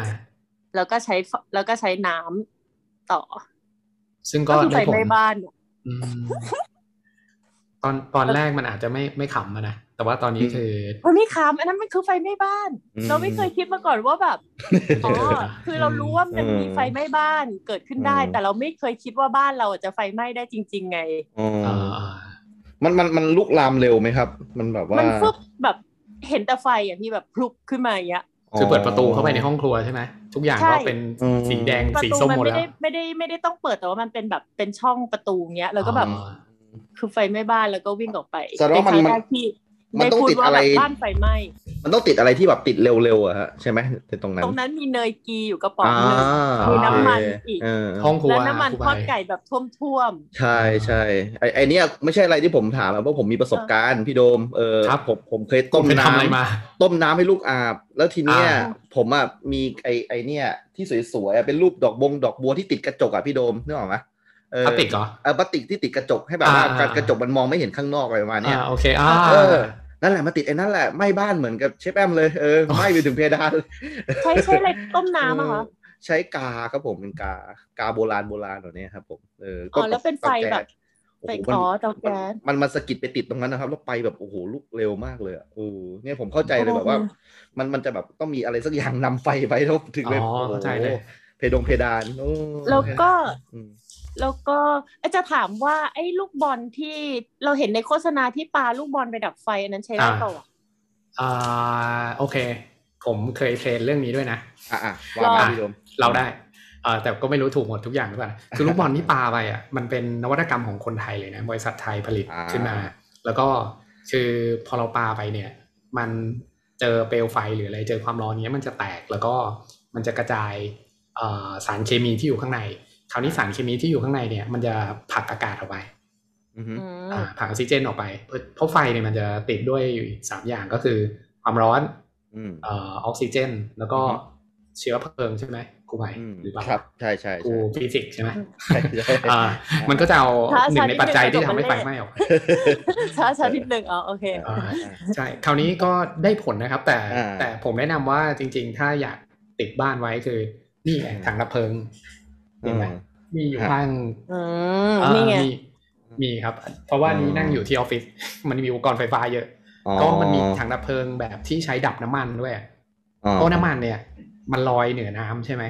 [SPEAKER 4] แล้วก็ใช้ฟแล้วก็ใช้น้ำต่อ
[SPEAKER 3] ซึ่งก็
[SPEAKER 4] ก็คือไฟ
[SPEAKER 3] ได้ผ
[SPEAKER 4] ไห
[SPEAKER 3] ล
[SPEAKER 4] ม้บ้าน
[SPEAKER 3] อืมตอนตอนแรกมันอาจจะไม่ไม่ขำอะนะ แต่ว่าตอนนี้คือ
[SPEAKER 4] มันไม่ค้ามอันนั้นมันคือไฟไหม้บ้าน เราไม่เคยคิดมาก่อนว่าแบบ อ๋อ คือเรารู้ว่ามันมีไฟไหม้บ้านเกิดขึ้นได้
[SPEAKER 2] อืม
[SPEAKER 4] แต่เราไม่เคยคิดว่าบ้านเราจะไฟไหม้ได้จริง ๆ ไง
[SPEAKER 2] อ๋อ
[SPEAKER 3] อ่าอ่า
[SPEAKER 2] มันมันมันลุกลามเร็วไหมครับ มันแบบว่า
[SPEAKER 4] มั
[SPEAKER 2] มัน
[SPEAKER 4] ฟึบแบบเห็นแต่ไฟอ่ะพี่แบบพลุกขึ้นมาอย่างเงี้ย
[SPEAKER 3] คือเปิดประตูเข้าไปในห้องครัวใช่ไหมทุกอย่าง
[SPEAKER 4] ใช่
[SPEAKER 3] ก็เป็นสีแดง
[SPEAKER 4] ประ
[SPEAKER 3] สี
[SPEAKER 4] ตู
[SPEAKER 3] ส้ม
[SPEAKER 4] มั
[SPEAKER 3] หมด
[SPEAKER 4] ไม่
[SPEAKER 3] แล้ว
[SPEAKER 4] ได้ไม่ได้ไม่ได้ต้องเปิดแต่ว่ามันเป็นแบบเป็นช่องประตูเงี้ย แล้วก็แบบ
[SPEAKER 3] อ๋อ
[SPEAKER 4] คือไฟไหม้บ้านแล้วก็วิ่งออกไป
[SPEAKER 2] แสดงว่ามัน
[SPEAKER 4] เป็ค
[SPEAKER 2] มัน
[SPEAKER 4] รั้งแรกที่
[SPEAKER 2] มันต้อง
[SPEAKER 4] พู
[SPEAKER 2] ติด
[SPEAKER 4] ว่า
[SPEAKER 2] อะไร
[SPEAKER 4] แบบบ้านไฟไหม้
[SPEAKER 2] มันต้องติดอะไรที่แบบติดเร็วๆอะฮะใช่ไหมในตรงนั้น
[SPEAKER 4] ตรงนั้นมีเนยกีอยู่กระป๋องหนึง
[SPEAKER 2] า
[SPEAKER 4] มีน้ำมัน
[SPEAKER 2] โเค
[SPEAKER 4] อีก
[SPEAKER 2] เ
[SPEAKER 3] ห้องครัว
[SPEAKER 4] แล้วน้ำมัน
[SPEAKER 3] ครู
[SPEAKER 4] ทอด
[SPEAKER 3] ใบ
[SPEAKER 4] ไก่แบบท่วม
[SPEAKER 2] ใช่ใช่ไอไอเนี้ยไม่ใช่อะไรที่ผมถามอะเพราะผมมีประสบการณ์พี่โดมเออ
[SPEAKER 3] ครับ
[SPEAKER 2] ผมผมเคย
[SPEAKER 3] ต้
[SPEAKER 2] ต้
[SPEAKER 3] ม
[SPEAKER 2] ม
[SPEAKER 3] เป็นทำอะไร
[SPEAKER 2] น้ำ
[SPEAKER 3] มา
[SPEAKER 2] ต้มน้ำให้ลูกอาบ แล้วทีเนี้ย
[SPEAKER 3] อ่า
[SPEAKER 2] ผมอ่ะมีไอไอเนี้ยที่สวยๆอะเป็นรูปดอกบงดอกบัวที่ติดกระจกอ่ะพี่โดมนึกออกไหมเออ
[SPEAKER 3] พลาสติกเหรอ
[SPEAKER 2] เออพลาสติกที่ติดกระจกให้แบบว่า
[SPEAKER 3] อ่าอ่า
[SPEAKER 2] กระจกมันมองไม่เห็นข้างนอกอะไรประมาณเนี้ย
[SPEAKER 3] อ่าโอเคอ่า
[SPEAKER 2] เออ นั่นแหละมาติดไอ้นั่นแหละไหม้บ้านเหมือนกับเชฟแอมเลยเออไหม้ไปถึงเพดานเลย
[SPEAKER 4] ๆ ใช้ใช้อะไรต้มน้ำอะคะ
[SPEAKER 2] เออใช้กาครับผมเป็นกากาโบราณโบราณหน่อยเนี่ยครับผมเออ
[SPEAKER 4] อ๋
[SPEAKER 2] ก็
[SPEAKER 4] อแล้วเป็นไฟแบบ
[SPEAKER 2] โอ้
[SPEAKER 4] ไฟ
[SPEAKER 2] โห
[SPEAKER 4] อ๋อ
[SPEAKER 2] มัน
[SPEAKER 4] เตาแก๊ส
[SPEAKER 2] มันมาสะกิดไปติดตรงนั้นนะครับ แล้วไปแบบโอ้โหลุกเร็วมากเลยอะเออเนี่ยผมเข้าใจเลยแบบว่า
[SPEAKER 4] โอ้
[SPEAKER 2] มันมันจะแบบต้องมีอะไรสักอย่างนำไฟไปแล้วถึง
[SPEAKER 3] อ๋
[SPEAKER 2] เลย
[SPEAKER 3] อเข้าใจเลย
[SPEAKER 2] โอ้โหเพดงเพดานโอ้
[SPEAKER 4] แล้วก็
[SPEAKER 2] อืม
[SPEAKER 4] แล้วก็เอ้ยจะถามว่าไอ้ลูกบอลที่เราเห็นในโฆษณาที่ปาลูกบอลไปดับไฟอันนั้นใช้ได้เปล่าอะ
[SPEAKER 3] อ่าโอเค ผมเคยเทรนเรื่องนี้ด้วยนะ
[SPEAKER 2] อ่ะอ่ะว่า
[SPEAKER 4] ล
[SPEAKER 2] มา
[SPEAKER 4] อง
[SPEAKER 2] พี่โดม
[SPEAKER 3] เราได้เอ่อแต่ก็ไม่รู้ถูกหมดทุกอย่างหรือเปล่านะคือลูกบอลที่ปาไปอ่ะ มันเป็นนวัตกรรมของคนไทยเลยนะ บริษัทไทยผลิต
[SPEAKER 2] อ่า
[SPEAKER 3] ขึ้นมา แล้วก็คือพอเราปาไปเนี่ย มันเจอเปลวไฟหรืออะไรเจอความร้อนเนี้ยมันจะแตกแล้วก็มันจะกระจายเอ่อสารเคมีที่อยู่ข้างใน คราวนี้สารเคมีที่อยู่ข้างในเนี่ยมันจะผลักอากาศออกไป
[SPEAKER 2] อือฮึ
[SPEAKER 4] อืม
[SPEAKER 3] อ่าผลักออกซิเจนออกไปเพราะเพราะไฟเนี่ยมันจะติดด้วยอยู่สามอย่างก็คือความร้อน
[SPEAKER 2] อืม
[SPEAKER 3] เออออกซิเจน แล้วก็
[SPEAKER 2] อือฮึ
[SPEAKER 3] เชื้อเพลิงใช่ไหมครูใหม่
[SPEAKER 2] อืม
[SPEAKER 3] หรือเปล่า
[SPEAKER 2] ครับใช่ใช่
[SPEAKER 3] ครู
[SPEAKER 2] ใช่
[SPEAKER 3] ฟิสิกส์ใช่ไหม
[SPEAKER 2] ใช่ใช่
[SPEAKER 3] อ่า มันก็จะเอาหนึ่งในปัจจัยที่ทำให้ไฟไหม้ออก
[SPEAKER 4] ช้าช้านิดนึงอ๋อโอเค
[SPEAKER 3] อ่าใช่ คราวนี้ก็ได้ผลนะครับ แต่
[SPEAKER 2] อ่า
[SPEAKER 3] แต่ผมแนะนำว่าจริง ๆ ถ้าอยากติดบ้านไว้คือ นี่ไงถังดับเพลิงเห็นไหม
[SPEAKER 2] อืม
[SPEAKER 3] มีอยู่
[SPEAKER 2] ฮะ
[SPEAKER 3] ข้าง
[SPEAKER 4] อืม
[SPEAKER 3] อ่า
[SPEAKER 4] นี่ไง
[SPEAKER 3] มีมีครับ เพราะว่านี่นั่งอยู่ที่ออฟฟิศ มันมีอุปกรณ์ไฟฟ้าเยอะ ก็มันมีถังดับเพลิงแบบที่ใช้ดับน้ำมันด้วย
[SPEAKER 2] อ๋อ
[SPEAKER 3] เพราะน้ำมันเนี่ย มันลอยเหนือน้ำใช่ไหม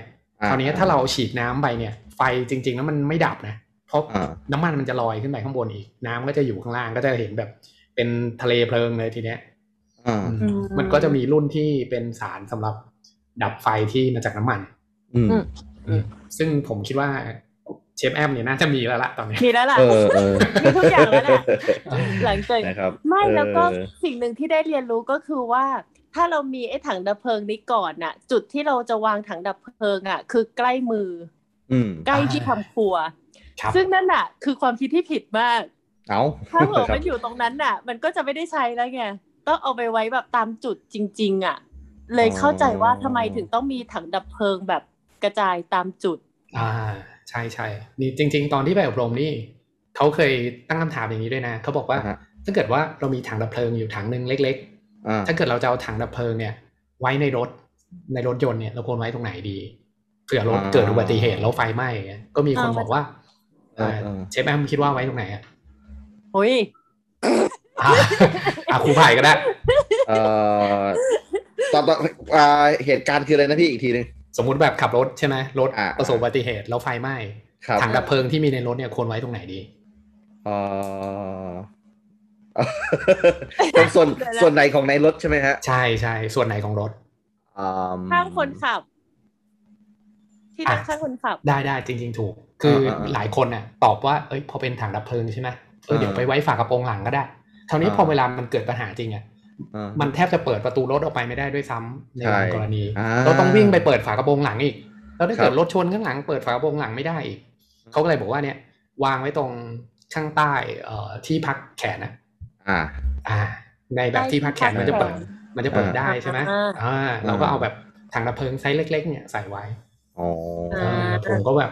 [SPEAKER 3] คราวนี้ถ้าเราฉีดน้ำไปเนี่ย ไฟจริง ๆ แล้วมันไม่ดับนะ เพราะ
[SPEAKER 2] อ่า
[SPEAKER 3] น้ำมันมันจะลอยขึ้นไปข้างบนอีก น้ำก็จะอยู่ข้างล่างก็จะเห็นแบบ เป็นทะเลเพลิงเลยทีเนี้ย
[SPEAKER 2] อ่า
[SPEAKER 3] อืม
[SPEAKER 4] อืม
[SPEAKER 3] มันก็จะมีรุ่นที่เป็นสารสำหรับดับไฟที่มาจากน้ำมัน
[SPEAKER 2] อืม
[SPEAKER 4] อืม
[SPEAKER 3] ซึ่งผมคิดว่าเชฟแอมเนี่ยน่าจะมีแล้วละตอนเนี้ย
[SPEAKER 4] มีแล้วล่ะ
[SPEAKER 2] เออเออ
[SPEAKER 4] มีทุกอย่างแล้วแห ละ หลังจาก
[SPEAKER 2] นะครับ
[SPEAKER 4] ไม่
[SPEAKER 2] เออ
[SPEAKER 4] แล้วก็สิ่งหนึ่งที่ได้เรียนรู้ก็คือว่า ถ้าเรามีไอ้ถังดับเพลิงนี้ก่อนน่ะ จุดที่เราจะวางถังดับเพลิงอ่ะ คือใกล้มือ
[SPEAKER 2] อืม
[SPEAKER 4] ใกล้ที่ทำครัว
[SPEAKER 3] ครับ
[SPEAKER 4] ซึ่งนั่นน่ะ คือความคิดที่ผิดมาก
[SPEAKER 2] เอา
[SPEAKER 4] ถ้าเกิด
[SPEAKER 2] ครั
[SPEAKER 4] มั
[SPEAKER 2] บ
[SPEAKER 4] นอยู่ตรงนั้นน่ะ มันก็จะไม่ได้ใช้แล้วไงต้องเอาไปไว้แบบตามจุดจริง ๆ อ่ะ เลยเข้าใจว่าทำไมถึงต้องมีถังดับเพลิงแบบกระจายตามจุด
[SPEAKER 3] อ่าใช่ใช่นี่จริง ๆ ตอนที่ไปอบรมนี่เขาเคยตั้งคำถามอย่างนี้ด้วยนะเขาบอกว่า
[SPEAKER 2] ฮะ
[SPEAKER 3] ถ้าเกิดว่าเรามีถังดับเพลิงอยู่ถังหนึ่งเล็ก ๆ
[SPEAKER 2] อ่า
[SPEAKER 3] ถ้าเกิดเราจะเอาถังดับเพลิงเนี่ย ไว้ในรถในรถยนต์เนี่ยเราควรไว้ตรงไหนดีเผื่อรถเกิดอุบัติเหตุแล้วไฟไหม้อย่างเงี้ยก็มีคนบอกว่า
[SPEAKER 2] เออเออ
[SPEAKER 3] เชฟแอมคิดว่าไว้ตรงไหนอะ
[SPEAKER 4] โอ้ย
[SPEAKER 3] อ่ะอ่ะครูไผ่ก็ได้
[SPEAKER 2] เอ่อตอนตอนอ่าเหตุการณ์คืออะไรนะพี่อีกทีหนึ่ง
[SPEAKER 3] สมมุติแบบขับรถใช่ไหมรถ
[SPEAKER 2] อ่า
[SPEAKER 3] ประสบอุบัติเหตุแล้วไฟไหม้
[SPEAKER 2] ครับ
[SPEAKER 3] ถังดับเพลิงที่มีในรถเนี่ยควรไว้ตรงไหนดี
[SPEAKER 2] เอ่ อเป็นส่วน
[SPEAKER 4] เดี๋ยวนะ
[SPEAKER 2] ส่วนไหนของในรถใช่ไหมฮะ
[SPEAKER 3] ใช่ใช่ส่วนไหนของรถ
[SPEAKER 2] อืม
[SPEAKER 4] ข้างคนขับ ที่นั่ง
[SPEAKER 3] อ่ะ
[SPEAKER 4] ข้างคนขับ
[SPEAKER 3] ได้ได้จริง ๆ ถูก คืออา
[SPEAKER 2] อ่า
[SPEAKER 3] หลายคนน่ะตอบว่าเอ้ยพอเป็นถังดับเพลิงใช่ไหมเออเดี๋ยว
[SPEAKER 2] อ่า
[SPEAKER 3] ไปไว้ฝากระโปรงหลังก็ได้คราวนี้
[SPEAKER 2] อ่า
[SPEAKER 3] พอเวลามันเกิดปัญหาจริงอะ
[SPEAKER 2] อ่า
[SPEAKER 3] มันแทบจะเปิดประตูรถออกไปไม่ได้ด้วยซ้ำใน
[SPEAKER 2] ใช่
[SPEAKER 3] บางกรณี
[SPEAKER 2] อ่า
[SPEAKER 3] เราต้องวิ่งไปเปิดฝากระโปรงหลังอีก แล้วถ้าเกิด
[SPEAKER 2] ครับ
[SPEAKER 3] รถชนข้างหลังเปิดฝากระโปรงหลังไม่ได้อีกเขาก็เลยบอกว่าเนี่ยวางไว้ตรงข้างใต้เอ่อที่พักแขนนะ
[SPEAKER 2] อ่า
[SPEAKER 3] อ่า ในแบบที่พักแขนมันจะเปิด มันจะเปิดได้ใช่ไหม
[SPEAKER 4] อ่า
[SPEAKER 3] อ่าเราก็เอาแบบถังดับเพลิงไซส์เล็ก ๆ เนี่ยใส่ไว้
[SPEAKER 2] อ๋อ
[SPEAKER 4] อ่า
[SPEAKER 3] อ่าผมก็แบบ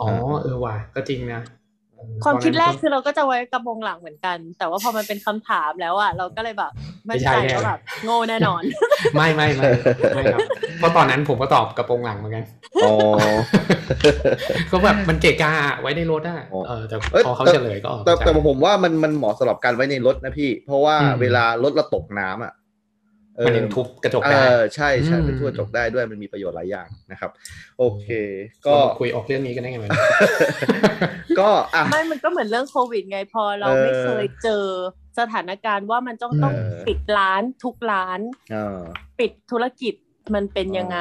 [SPEAKER 3] อ๋อเออว่ะก็จริงนะเออ
[SPEAKER 4] ความคิดแรก
[SPEAKER 3] ต
[SPEAKER 4] คื
[SPEAKER 3] อนนั้น
[SPEAKER 4] อเราก็จะไว้กระโปรงหลังเหมือนกัน แต่ว่าพอมันเป็นคำถามแล้วอะเราก็เลยแบบ
[SPEAKER 3] ไม่
[SPEAKER 4] มั่น
[SPEAKER 3] ใช่
[SPEAKER 4] ใจ
[SPEAKER 3] แน่
[SPEAKER 4] ว่าแบบโง่แน่นอน
[SPEAKER 3] ไม่ไม่ไม่ไม่ครับเพราะตอนนั้นผมก็ตอบกระโปรงหลังเหมือนกัน
[SPEAKER 2] อ๋อ
[SPEAKER 3] ก็แบบมันเกะกะไว้ในรถอะ
[SPEAKER 2] อ๋อ
[SPEAKER 3] เออแต่
[SPEAKER 2] เอ้ย
[SPEAKER 3] พอเขาเฉลยก็ออก
[SPEAKER 2] แต่
[SPEAKER 3] จาก
[SPEAKER 2] แต่ผมว่ามันมันเหมาะสำหรับการไว้ในรถนะพี่ เพราะว่า
[SPEAKER 3] อืม
[SPEAKER 2] เวลา รถเราตกน้ำอ่ะ เ เออ
[SPEAKER 3] มันยังทุบกระจก
[SPEAKER 2] เอ
[SPEAKER 3] ได้
[SPEAKER 2] อใช่ใช่
[SPEAKER 3] อืม
[SPEAKER 2] เป็นทั่วจกได้ด้วยมันมีประโยชน์หลายอย่างนะครับ โอเค ก็
[SPEAKER 3] เราคุยออกเรื่องนี้กันได้ไงวะ
[SPEAKER 2] ก็อ่ะ
[SPEAKER 4] ไม่มันก็เหมือนเรื่องโควิดไงพอเรา
[SPEAKER 2] เออ
[SPEAKER 4] ไม่เคยเจอสถานการณ์ว่ามันต้องต้อง
[SPEAKER 2] เออ
[SPEAKER 4] ปิดร้านทุกร้าน
[SPEAKER 2] เออ
[SPEAKER 4] ปิดธุรกิจมันเป็นยังไง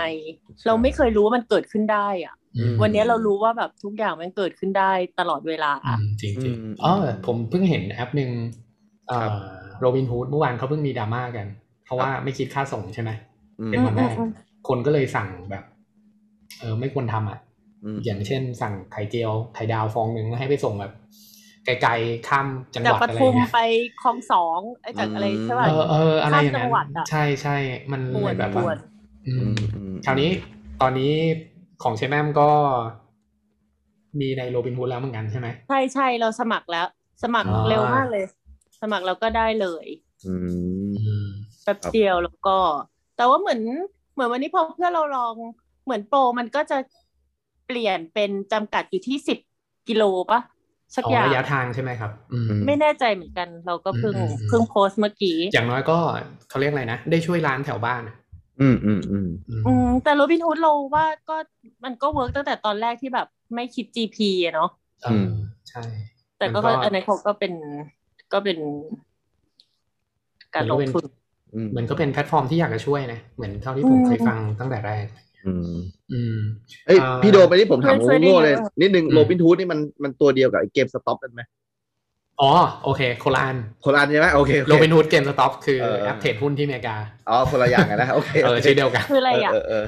[SPEAKER 2] ใช่
[SPEAKER 4] เราไม่เคยรู้ว่ามันเกิดขึ้นได้อะ
[SPEAKER 3] อืม
[SPEAKER 4] วันนี้เรารู้ว่าแบบทุกอย่างมันเกิดขึ้นได้ตลอดเวลา
[SPEAKER 3] อืมจริงจริง
[SPEAKER 2] อืม
[SPEAKER 3] อ๋อผมเพิ่งเห็นแอปหนึ่ง
[SPEAKER 2] ครับ
[SPEAKER 3] โรบินฮูดเมื่อวานเขาเพิ่งมีดราม่ากัน เพราะว่าไม่คิดค่าส่งใช่ไหม
[SPEAKER 2] อืม
[SPEAKER 3] เป็นวันแรกคนก็เลยสั่งแบบ เออไม่ควรทำอ่ะ
[SPEAKER 2] อืม
[SPEAKER 3] อย่างเช่น สั่งไข่เจียวไข่ดาวฟองหนึ่งแล้วให้ไปส่งแบบ ไกลๆข้ามจังห
[SPEAKER 4] จาก
[SPEAKER 3] วัด
[SPEAKER 4] ป
[SPEAKER 3] อะไรอ
[SPEAKER 4] ทุม
[SPEAKER 3] ย่างเงี้ย
[SPEAKER 4] ไปคลองสองไอ้จากอะไรใช่
[SPEAKER 2] ป
[SPEAKER 4] ป่ะ
[SPEAKER 3] เออเอออะไรอย่าง
[SPEAKER 4] ข้ามจั
[SPEAKER 3] นั้
[SPEAKER 4] ง
[SPEAKER 3] น
[SPEAKER 4] หวัดอะ
[SPEAKER 3] ใช่ใช่มัน
[SPEAKER 4] ปวด
[SPEAKER 3] แบบ
[SPEAKER 4] ป
[SPEAKER 3] ว่าว
[SPEAKER 4] ด
[SPEAKER 3] อื
[SPEAKER 2] อื
[SPEAKER 3] ม
[SPEAKER 2] มอืม
[SPEAKER 3] คราวนี้ตอนนี้ของเชฟแมมก็ มีในโรบินฮูดแล้วเหมือนกันใช่ไหม
[SPEAKER 4] ใช่ใช่เราสมัครแล้ว สมัคร
[SPEAKER 3] อ่า
[SPEAKER 4] เร็วมากเลย สมัครแล้วก็ได้เลย
[SPEAKER 2] อืม
[SPEAKER 3] อืม
[SPEAKER 4] แป๊บ
[SPEAKER 2] ครับ
[SPEAKER 4] เดียวแล้วก็ แต่ว่าเหมือนเหมือนวันนี้พอเพื่อนเราลองเหมือนโปรมันก็จะเปลี่ยนเป็นจำกัดอยู่ที่สิบกิโลปะสัก
[SPEAKER 3] อ๋อ
[SPEAKER 4] อย่าง
[SPEAKER 3] ระยะทางใช่ไหมครับ อืม
[SPEAKER 4] ไม่แน่ใจเหมือนกัน เราก็เพิ่ง
[SPEAKER 3] อืมอืมอืม
[SPEAKER 4] เพิ่งโพสต์เมื่อกี้
[SPEAKER 3] อย่างน้อยก็เขาเรียกอะไรนะ ได้ช่วยร้านแถวบ้านอะ
[SPEAKER 2] อืมอืมอืม
[SPEAKER 3] อืม
[SPEAKER 4] อืมแต่โรบินฮูดเราว่าก็มันก็เวิร์กตั้งแต่ตอนแรกที่แบบไม่คิด GP อะเนาะ
[SPEAKER 3] เออใช่
[SPEAKER 4] แต่ก็
[SPEAKER 3] มันก็
[SPEAKER 4] อันนั้นเขาก็เป็นก็เป็น การลงทุน
[SPEAKER 2] อืม
[SPEAKER 3] เหมือนก็เป็นแพลตฟอร์มที่อยากจะช่วยนะ เหมือนเท่าที่ผม
[SPEAKER 4] อืม
[SPEAKER 3] เคยฟังตั้งแต่แรก
[SPEAKER 2] อืม
[SPEAKER 3] อืม
[SPEAKER 2] เอ้ย
[SPEAKER 3] อ่า
[SPEAKER 2] พี่โดมไปนี่ผมถาม
[SPEAKER 4] ช่วยๆ
[SPEAKER 2] โง่ๆ
[SPEAKER 4] ได้
[SPEAKER 2] เลย
[SPEAKER 4] ไหม
[SPEAKER 2] นิดนึง
[SPEAKER 3] อืม
[SPEAKER 2] โรบินทูดนี่มันมันตัวเดียวกับไอ้เกมสต็อปกันไหม
[SPEAKER 3] อ๋อ โอเคคนละอัน
[SPEAKER 2] คนละอันใช่ไหมโอเคโอ
[SPEAKER 3] โร
[SPEAKER 2] เค
[SPEAKER 3] บินฮูดเกมสต็อปคือ
[SPEAKER 2] เออ
[SPEAKER 3] แอปเทรดหุ้นที่อเมริกา
[SPEAKER 2] อ๋อคนละอย่างกันนะโอเค
[SPEAKER 3] เออชื่อเดียวกัน
[SPEAKER 4] คืออะไรอ่ะ
[SPEAKER 2] เออเออ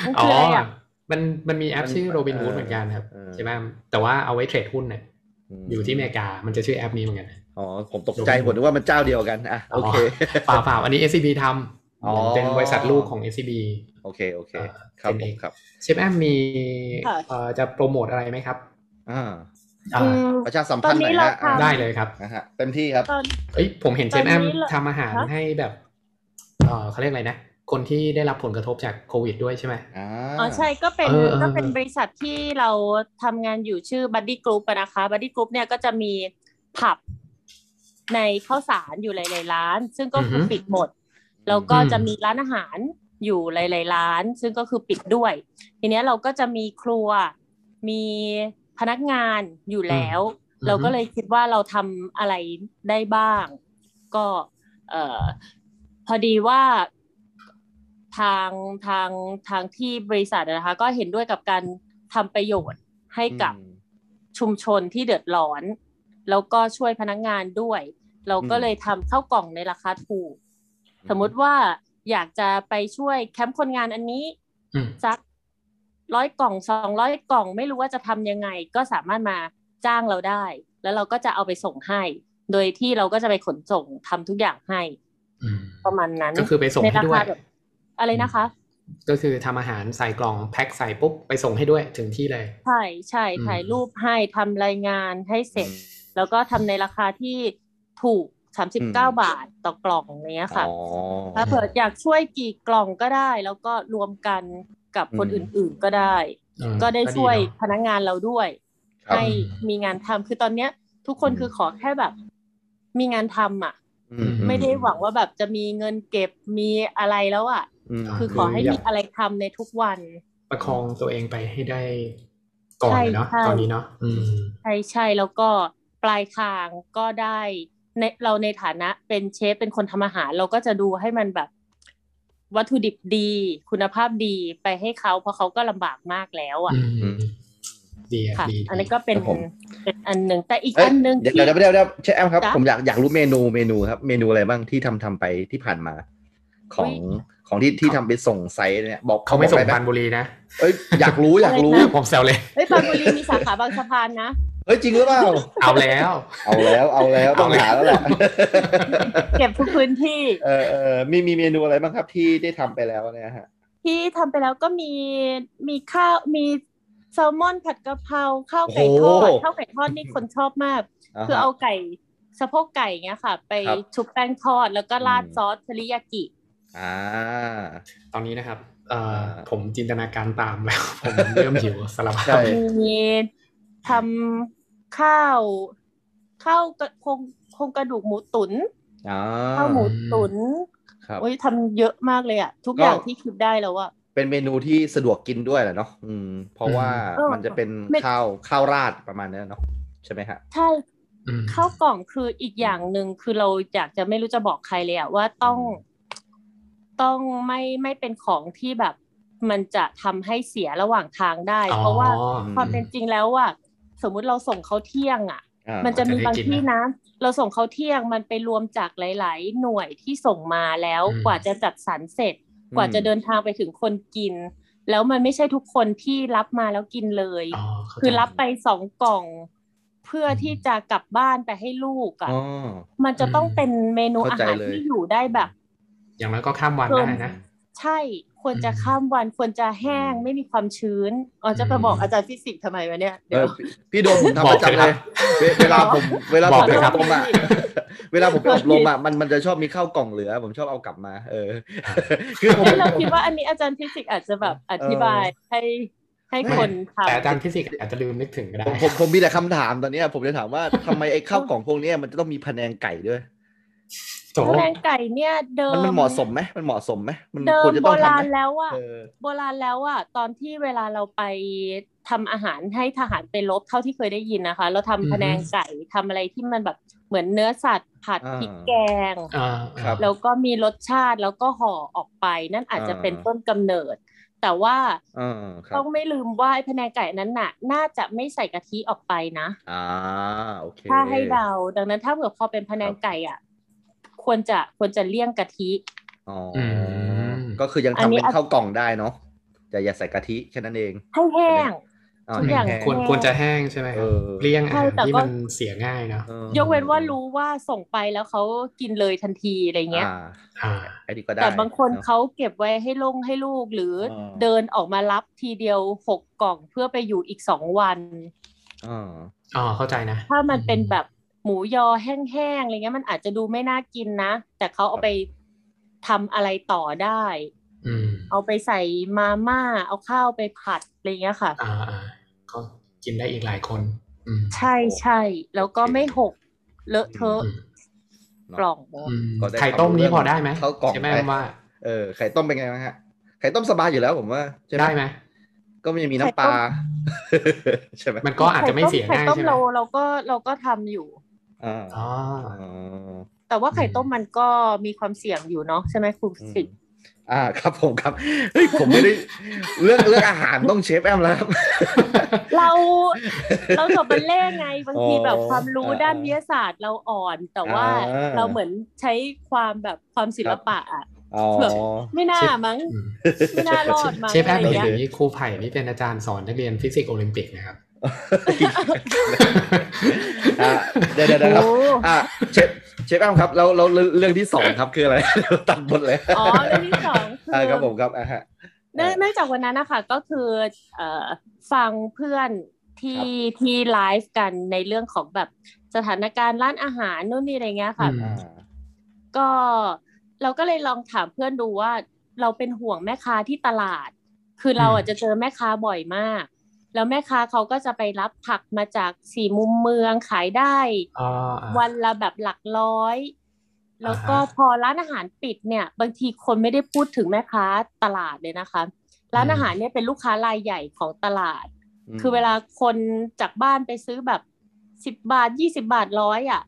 [SPEAKER 2] เออ
[SPEAKER 4] มัน
[SPEAKER 3] อ๋
[SPEAKER 4] คือ ออะไรอ่ะ
[SPEAKER 3] มันมันมีแอป
[SPEAKER 2] มัน
[SPEAKER 3] ชื่อโรบินฮู
[SPEAKER 2] เอ
[SPEAKER 3] ด
[SPEAKER 2] อ
[SPEAKER 3] เหมือนกันครับ
[SPEAKER 2] เออ
[SPEAKER 3] ใช่ไหมแต่ว่าเอาไว้เทรดหุ้นเนี่ย
[SPEAKER 2] ม
[SPEAKER 3] อยู่ที่อเมริกา มันจะชื่อแอปนี้เหมือน กันนะ
[SPEAKER 2] อ๋อผมตกใจผมนึกว่ามันเจ้าเดียวกันอ่ะโอเค
[SPEAKER 3] เปล่าเปล่าอันนี้ SCB ท
[SPEAKER 2] อ๋อ
[SPEAKER 3] ำเป็นบริษัทลูกของ SCB
[SPEAKER 2] โอเคโอเค
[SPEAKER 3] เอ่อ
[SPEAKER 2] ครับ
[SPEAKER 3] เป็น
[SPEAKER 2] ผ
[SPEAKER 3] เอ
[SPEAKER 2] ม
[SPEAKER 3] ก
[SPEAKER 2] ครับ
[SPEAKER 3] เชฟแอมมีเอ่อจะโปรโมทอะไรไหมครับ
[SPEAKER 2] อ่า
[SPEAKER 3] อ่า
[SPEAKER 4] อืม
[SPEAKER 2] ประชาสัมพันธ์หน่อ
[SPEAKER 4] ตอน
[SPEAKER 2] ยฮะ
[SPEAKER 4] นี้เราทำ
[SPEAKER 3] ได้เลยครับ
[SPEAKER 2] นะฮะเต็มที่ครับ
[SPEAKER 4] ตอน
[SPEAKER 3] เอ้ยผมเห็นเชฟแอม
[SPEAKER 4] ตอนนี้เรา
[SPEAKER 3] ทำอาหาร
[SPEAKER 4] ฮะ
[SPEAKER 3] ให้แบบเอ่อเขาเรียกอะไรนะ คนที่ได้รับผลกระทบจากโควิดด้วยใช่ไหม
[SPEAKER 2] อ่า
[SPEAKER 4] อ๋อใช่ก็เป็น
[SPEAKER 3] เออเออ
[SPEAKER 4] ก็เป็น
[SPEAKER 3] เออ
[SPEAKER 4] บริษัทที่เราทำงานอยู่ชื่อ Buddy Group อะนะคะ Buddy Group เนี่ยก็จะมีผับในข้าวสารอยู่หลายๆร้าน ซึ่งก็คือปิดหมด แล้วก็จะมีร้านอาหารอยู่หลายๆร้าน ซึ่งก็คือปิดด้วย ทีเนี้ยเราก็จะมีครัวมีพนักงานอยู่แล้ว
[SPEAKER 3] อืม
[SPEAKER 4] เราก็เลยคิดว่าเราทำอะไรได้บ้าง ก็เอ่อพอดีว่าทางทางทางที่บริษัทอะนะคะ ก็เห็นด้วยกับการทำประโยชน์ให้กับ
[SPEAKER 2] อืม
[SPEAKER 4] ชุมชนที่เดือดร้อน แล้วก็ช่วยพนักงานด้วย เราก็
[SPEAKER 2] อืม
[SPEAKER 4] เลยทำข้าวกล่องในราคาถูก สมมุติว่าอยากจะไปช่วยแคมป์คนงานอันนี้
[SPEAKER 3] อืม
[SPEAKER 4] สักร้อยกล่องสองร้อยกล่อง ไม่รู้ว่าจะทำยังไง ก็สามารถมาจ้างเราได้ แล้วเราก็จะเอาไปส่งให้ โดยที่เราก็จะไปขนส่งทำทุกอย่างให้
[SPEAKER 3] อืม
[SPEAKER 4] ประมาณนั้น
[SPEAKER 3] ก็คือไปส่ง
[SPEAKER 4] ใน
[SPEAKER 3] ให้
[SPEAKER 4] รา
[SPEAKER 3] ด้วย
[SPEAKER 4] คาแบบอะไรนะคะ
[SPEAKER 3] ก็คือทำอาหารใส่กล่องแพ็คใส่ปุ๊บไปส่งให้ด้วยถึงที่เลย
[SPEAKER 4] ใช่ใช่
[SPEAKER 3] อืม
[SPEAKER 4] ถ่ายรูปให้ทำรายงานให้เสร็จ แล้วก็ทำในราคาที่ถูกสามสิบเก้าบาทต่อกล่องเนี้ยค่ะ
[SPEAKER 2] อ๋อ
[SPEAKER 4] ถ้าเผื่ออยากช่วยกี่กล่องก็ได้ แล้วก็รวมกันกับคน
[SPEAKER 2] อืม
[SPEAKER 4] อื่น ๆก็ได้
[SPEAKER 3] อืม
[SPEAKER 4] ก็ได้ช่วย
[SPEAKER 3] เนอะ
[SPEAKER 4] พนักงานเราด้วย
[SPEAKER 2] ครับ
[SPEAKER 4] ให้มีงานทำคือตอนเนี้ย ทุกคน
[SPEAKER 2] อืม
[SPEAKER 4] คือขอแค่แบบ มีงานทำอ่ะ
[SPEAKER 2] อือื
[SPEAKER 4] ไม่ได้หวังว่าแบบจะมีเงินเก็บมีอะไรแล้วอ่ะ
[SPEAKER 2] ม
[SPEAKER 4] คือขอให้
[SPEAKER 3] อยาก
[SPEAKER 4] มีอะไรทำในทุกวัน
[SPEAKER 3] ประคองตัวเองไปให้ได้ก่อน
[SPEAKER 4] ใช่
[SPEAKER 3] เนาะ
[SPEAKER 4] ใช่
[SPEAKER 3] ตอนนี้เนาะอืม
[SPEAKER 4] ใช่ใช่แล้วก็ปลายทางก็ได้ในเราในฐานะเป็นเชฟเป็นคนทำอาหาร เราก็จะดูให้มันแบบ วัตถุดิบดี คุณภาพดีไปให้เขาเพราะเขาก็ลำบากมากแล้วอ่ะ
[SPEAKER 3] อืม
[SPEAKER 2] อืม
[SPEAKER 3] ดีอะ
[SPEAKER 4] ค่ะ
[SPEAKER 3] ดี
[SPEAKER 4] อันนี้ก็เป็น
[SPEAKER 2] ครับผม
[SPEAKER 4] เป็นอันหนึ่งแต่อีก
[SPEAKER 2] เอ้ย
[SPEAKER 4] อันหนึ่ง
[SPEAKER 2] เดี๋ยว
[SPEAKER 4] ที่
[SPEAKER 2] เดี๋ยวเดี๋ยวเดี๋ยวเชฟแอมครับ
[SPEAKER 4] จ๊ะ
[SPEAKER 2] ผมอยากอยากรู้เมนูเมนูครับ เมนูอะไรบ้างที่ทำทำไปที่ผ่านมา ของ
[SPEAKER 4] อุ๊ย
[SPEAKER 2] ของที่ที่ทำไปส่งไซต์เนี่ยบอก
[SPEAKER 3] เขาไม่ส่ง
[SPEAKER 2] บอกป
[SPEAKER 3] ปานบุรีนะ
[SPEAKER 2] เอ้ยอยากรู้อยากรู้
[SPEAKER 3] ผมแซวเลย
[SPEAKER 4] เอ้ยปรานบุรีมีสาขาบางสะพานนะ
[SPEAKER 2] เฮ้ยจริงหรือเปล่า
[SPEAKER 3] เอาแล้ว
[SPEAKER 2] เอาแล้วเอาแล้วต้องหาแล้วแหละ
[SPEAKER 4] เก็บทุกพื้นที่
[SPEAKER 2] เออเออมีมีเมนูอะไรบ้างครับที่ได้ทำไปแล้วเนี่ยฮะ
[SPEAKER 4] ที่ทำไปแล้วก็มีมีข้าวมีแซลมอนผัดกะเพราข้าวไก่ทอด
[SPEAKER 2] โอ้โห
[SPEAKER 4] ข้าวไก่ทอดนี่คนชอบมาก
[SPEAKER 2] ฮะ
[SPEAKER 4] คือเอาไก่สะโพกไก่เงี้ยค่ะ ไป
[SPEAKER 2] ครับ
[SPEAKER 4] ชุบแป้งทอดแล้วก็ราด
[SPEAKER 2] อืม
[SPEAKER 4] ซอสเทริยากิ
[SPEAKER 2] อ่า
[SPEAKER 3] ตอนนี้นะครับเอ่อ
[SPEAKER 2] อ่า
[SPEAKER 3] ผมจินตนาการตามแล้ว ผมเริ่มหิวสารพั
[SPEAKER 2] ใช่
[SPEAKER 3] ด
[SPEAKER 4] มีทำข้าวข้าวกระโครงโครงกระดูกหมูตุ๋น
[SPEAKER 2] อ่า
[SPEAKER 4] ข้าวหมูตุ๋น
[SPEAKER 2] ครับ
[SPEAKER 4] โอ้ยทำเยอะมากเลยอ่ะ ทุกอย่าง
[SPEAKER 2] ก็
[SPEAKER 4] ที่คิดได้แล้วอ่ะ
[SPEAKER 2] เป็นเมนูที่สะดวกกินด้วยแหละเนาะอืม เพราะว่า
[SPEAKER 4] เออ
[SPEAKER 2] มันจะเป็น
[SPEAKER 4] ไม่
[SPEAKER 2] ข้าวข้าวราดประมาณนั้นเนาะใช่ไหมฮะ
[SPEAKER 4] ใช่
[SPEAKER 3] อืม
[SPEAKER 4] ข้าวกล่องคืออีกอย่างหนึ่งคือเราอยากจะไม่รู้จะบอกใครเลยอ่ะว่าต้อง
[SPEAKER 2] อืม
[SPEAKER 4] ต้องไม่ไม่เป็นของที่แบบ มันจะทำให้เสียระหว่างทางได้
[SPEAKER 3] อ๋อ
[SPEAKER 4] เพราะว่า
[SPEAKER 2] อืม
[SPEAKER 4] ความเป็นจริงแล้วอ่ะสมมุติเราส่งเขาเที่ยงอ่ะ
[SPEAKER 2] อ่า
[SPEAKER 4] มันจะมีบาง
[SPEAKER 3] มันจะได้กิ
[SPEAKER 4] ที่
[SPEAKER 3] นนะ
[SPEAKER 4] นะ เราส่งเขาเที่ยงมันไปรวมจากหลาย ๆ หน่วยที่ส่งมาแล้ว
[SPEAKER 3] อืม
[SPEAKER 4] กว่าจะจัดสรรเสร็จ กว่าจะเดินทางไปถึงคนกิน แล้วมันไม่ใช่ทุกคนที่รับมาแล้วกินเลย
[SPEAKER 3] อ๋อเข้าใจ
[SPEAKER 4] คือรับไปสองกล่อง เพื่ออ
[SPEAKER 3] ม
[SPEAKER 4] ที่จะกลับบ้านไปให้ลูกอ่ะ
[SPEAKER 2] อ๋อ
[SPEAKER 4] มันจะต้องเป็นเมนูอา
[SPEAKER 2] เข้าใจ
[SPEAKER 4] หาร
[SPEAKER 2] เลย
[SPEAKER 4] ที่อยู่ได้แบบ
[SPEAKER 3] อย่างน้อยก็ข้ามวัน
[SPEAKER 4] เพิ่ม
[SPEAKER 3] ได้นะ
[SPEAKER 4] ใช่ควรจะ
[SPEAKER 3] อืม
[SPEAKER 4] ข้ามวันควรจะแห้ง ไม่มีความชื้นอ๋อจะไปบอกอาจารย์ฟิสิกส์ทำไมวะเนี่ย
[SPEAKER 2] เอ
[SPEAKER 4] เดี๋ย
[SPEAKER 2] อ
[SPEAKER 4] ว
[SPEAKER 2] พี่พี่โดมผมทำ
[SPEAKER 3] บ
[SPEAKER 2] ป
[SPEAKER 3] อก
[SPEAKER 2] ระจำเลยเวเวลาผมเวลา
[SPEAKER 3] บ
[SPEAKER 2] ผ
[SPEAKER 3] อ
[SPEAKER 2] ม
[SPEAKER 3] กเลย
[SPEAKER 2] อบ
[SPEAKER 3] ครับ
[SPEAKER 2] รมอ่ะ เวลาผม
[SPEAKER 4] โท
[SPEAKER 2] อ
[SPEAKER 4] ษ
[SPEAKER 2] บ
[SPEAKER 4] ที
[SPEAKER 2] รมอ่ะมันมันจะชอบมีข้าวกล่องเหลือ ผมชอบเอากลับมา เออ คือผม
[SPEAKER 4] เอ้ยเราคิดว่าอันนี้อาจารย์ฟิสิกส์อาจจะแบบอธิบายให้ให้
[SPEAKER 2] ไม่
[SPEAKER 4] คนทำ
[SPEAKER 3] แต่อาจารย์ฟิสิกส์อาจจะลืมนึกถึงก็ได้
[SPEAKER 2] ผมผมผมมีแต่คำถามตอนเนี้ย ผมจะถามว่าทำไมไอ้ข้าวกล่องพวกเนี้ยมันจะต้องมีพะแนงไก่ด้วย
[SPEAKER 3] โถ
[SPEAKER 4] แมลงไก่เนี่ยเดิม
[SPEAKER 2] มันมันเหมาะสมไหมมันเหมาะสมไหมมัน
[SPEAKER 4] เดิ
[SPEAKER 2] ค
[SPEAKER 4] ม
[SPEAKER 2] วรจะ
[SPEAKER 4] โบ
[SPEAKER 2] ต้อง
[SPEAKER 4] ราณ
[SPEAKER 2] ทำไหม
[SPEAKER 4] แล้วอ่ะ
[SPEAKER 2] เออ
[SPEAKER 4] โบราณแล้วอ่ะตอนที่เวลาเราไปทำอาหารให้ทหารไปรบเท่าที่เคยได้ยินนะคะ เราทำ
[SPEAKER 3] อือฮึ
[SPEAKER 4] พะแนงไก่ทำอะไรที่มันแบบเหมือนเนื้อสัตว์ผัด
[SPEAKER 2] อ่า
[SPEAKER 4] พริกแกง
[SPEAKER 3] อ่า
[SPEAKER 2] ครับ
[SPEAKER 4] แล้วก็มีรสชาติแล้วก็ห่อออกไป นั่นอาจจะเป็นต้นกำเนิด แต่ว่า
[SPEAKER 2] อ่าครับ
[SPEAKER 4] ต้องไม่ลืมว่าไอ้พะแนงไก่นั้นน่ะ น่าจะไม่ใส่กะทิออกไปนะ
[SPEAKER 2] อ่าโอเค
[SPEAKER 4] ถ้าให้เดาดังนั้นถ้าเผื่อพอเป็นพะแนง
[SPEAKER 2] ครับ
[SPEAKER 4] ไก่อ่ะ ควรจะควรจะเลี่ยงกะทิ
[SPEAKER 2] อ๋ออ
[SPEAKER 3] ม
[SPEAKER 2] ก็คือยัง
[SPEAKER 4] อัน
[SPEAKER 2] ทำ
[SPEAKER 4] นี้
[SPEAKER 2] เป็น
[SPEAKER 4] อาจ
[SPEAKER 2] ข้าวกล่องได้เนาะแต่อย่าใส่กะทิแค่นั้นเอง
[SPEAKER 4] ให้แห้ง
[SPEAKER 2] อ่า
[SPEAKER 4] ทุกอย่าง
[SPEAKER 2] แห้ๆ
[SPEAKER 3] ควรควรจะแห้งใช่ไหมค
[SPEAKER 2] เอ
[SPEAKER 3] รับ
[SPEAKER 2] อ
[SPEAKER 3] เลี่ยงอาหาร
[SPEAKER 4] ใช่แต่ก็
[SPEAKER 3] ที่มันเสียง่ายเนาะ
[SPEAKER 2] ออย
[SPEAKER 4] กเว้นว่ารู้ว่าส่งไปแล้วเขากินเลยทันทีอะไรเงี้ย
[SPEAKER 2] อ่า
[SPEAKER 3] อ่า
[SPEAKER 2] ไอ้นี่ก็ได้
[SPEAKER 4] แต่บางคน
[SPEAKER 2] เอะ
[SPEAKER 4] เขาเก็บไว้ให้ลงให้ลูกหรืออา เดินออกมารับทีเดียวหกกล่องเพื่อไปอยู่อีกสองวัน
[SPEAKER 2] อ่า
[SPEAKER 3] อ๋อเข้าใจนะ
[SPEAKER 4] ถ้ามันเป็นแบบหมูยอแห้งๆอะไรเงี้ยมันอาจจะดูไม่น่ากินนะ แต่เขาเอาไปทำอะไรต่อได้
[SPEAKER 3] อืม
[SPEAKER 4] เอาไปใส่มาม่า เอาข้าวไปผัดอะไรเงี้ยค่ะ
[SPEAKER 3] อ่าอ่าก็กินได้อีกหลายคน อืม
[SPEAKER 4] ใช่ใช่แล้วก็
[SPEAKER 2] โอเค
[SPEAKER 4] ไม่หกเลอะเทอะ
[SPEAKER 3] อืม
[SPEAKER 2] ม
[SPEAKER 4] กล่อง
[SPEAKER 3] อืม
[SPEAKER 2] ก็ได้
[SPEAKER 3] ไข่ต้มนี้พอได้ไหม
[SPEAKER 2] ข้าวกล่อง
[SPEAKER 3] ใช่ไหม
[SPEAKER 2] ไป
[SPEAKER 3] ว่า
[SPEAKER 2] เออไข่ต้มเป็นไงบ้างฮะไข่ต้มสบายอยู่แล้วผมว่าใช่
[SPEAKER 3] ได้ไหม
[SPEAKER 2] ก็ไม่มีน้ำปลา ใช่ไหม
[SPEAKER 3] มันก็อาจจะไม่เสีย
[SPEAKER 4] ไข่
[SPEAKER 3] ง่าย
[SPEAKER 4] ต้ม
[SPEAKER 3] ใช่ไหม
[SPEAKER 4] เราเราก็เราก็ทำอยู่
[SPEAKER 2] อ่า
[SPEAKER 3] อ๋อ
[SPEAKER 2] า
[SPEAKER 4] แต่ว่าไข่
[SPEAKER 3] อืม
[SPEAKER 4] ต้มมันก็มีความเสี่ยงอยู่เนาะใช่ไหมครู
[SPEAKER 2] อืม
[SPEAKER 4] สิทธิ์
[SPEAKER 2] อ่าครับผมครับเฮ้ยผมไม่ได้เรื่องเรื่องอาหารต้องเชฟแอมแล้วครับ
[SPEAKER 4] เราเราจบบัลเล่ไงบางที
[SPEAKER 2] อ๋อ
[SPEAKER 4] แบบความรู้
[SPEAKER 2] อ่า
[SPEAKER 4] ด้านวิทยาศาสตร์เราอ่อน แต่ว่า
[SPEAKER 2] อ่า
[SPEAKER 4] เราเหมือนใช้ความแบบความศิลปะอะ
[SPEAKER 2] อ๋อ
[SPEAKER 4] ไม่น่า
[SPEAKER 3] เชฟ
[SPEAKER 4] มั้ง
[SPEAKER 3] อืม
[SPEAKER 4] ไม่น่ารอดมั้ง
[SPEAKER 3] เชฟแอ
[SPEAKER 4] อะ
[SPEAKER 3] ม
[SPEAKER 4] ไร
[SPEAKER 3] นี่
[SPEAKER 4] เงี้ย
[SPEAKER 3] เดี๋ยวนี้ครูไผ่นี่เป็นอาจารย์สอนนักเรียนฟิสิกส์โอลิมปิกนะครับ
[SPEAKER 2] อ่ะเดี๋ยวเดี๋ยวเดี๋ยวครับ
[SPEAKER 4] โอ้
[SPEAKER 2] อ่ะเชฟเชฟแอมครับแล้วแล้วเรื่องที่สองครับคืออะไร ตัดหมดเลย
[SPEAKER 4] อ๋อเรื่องที่สองคือ
[SPEAKER 2] อ่า
[SPEAKER 4] อ
[SPEAKER 2] ครับผมครับอ่าฮะ
[SPEAKER 4] เนื่องเนื่องจากวันนั้นนะคะก็คือเอ่อฟังเพื่อนที่ที่ไลฟ์กันในเรื่องของแบบสถานการณ์ร้านอาหารนู่นนี่อะไรเงี้ยค่ะ
[SPEAKER 3] อืม
[SPEAKER 2] อ่า
[SPEAKER 4] ก็เราก็เลยลองถามเพื่อนดูว่าเราเป็นห่วงแม่ค้าที่ตลาด คือเราอาจจะเจอแม่ค้าบ่อยมาก แล้วแม่ค้าเขาก็จะไปรับผักมาจากสี่มุมเมืองขายได้
[SPEAKER 3] อ๋ออ่า
[SPEAKER 4] วันละแบบหลักร้อย แล้วก็
[SPEAKER 3] อ่าฮะ
[SPEAKER 4] พอร้านอาหารปิดเนี่ย บางทีคนไม่ได้พูดถึงแม่ค้าตลาดเลยนะคะ ร้าน
[SPEAKER 3] อืม
[SPEAKER 4] อาหารเนี่ยเป็นลูกค้ารายใหญ่ของตลาด
[SPEAKER 2] ม
[SPEAKER 4] คือเวลาคนจากบ้านไปซื้อแบบสิบบาทยี่สิบาทร้อยอ่ะ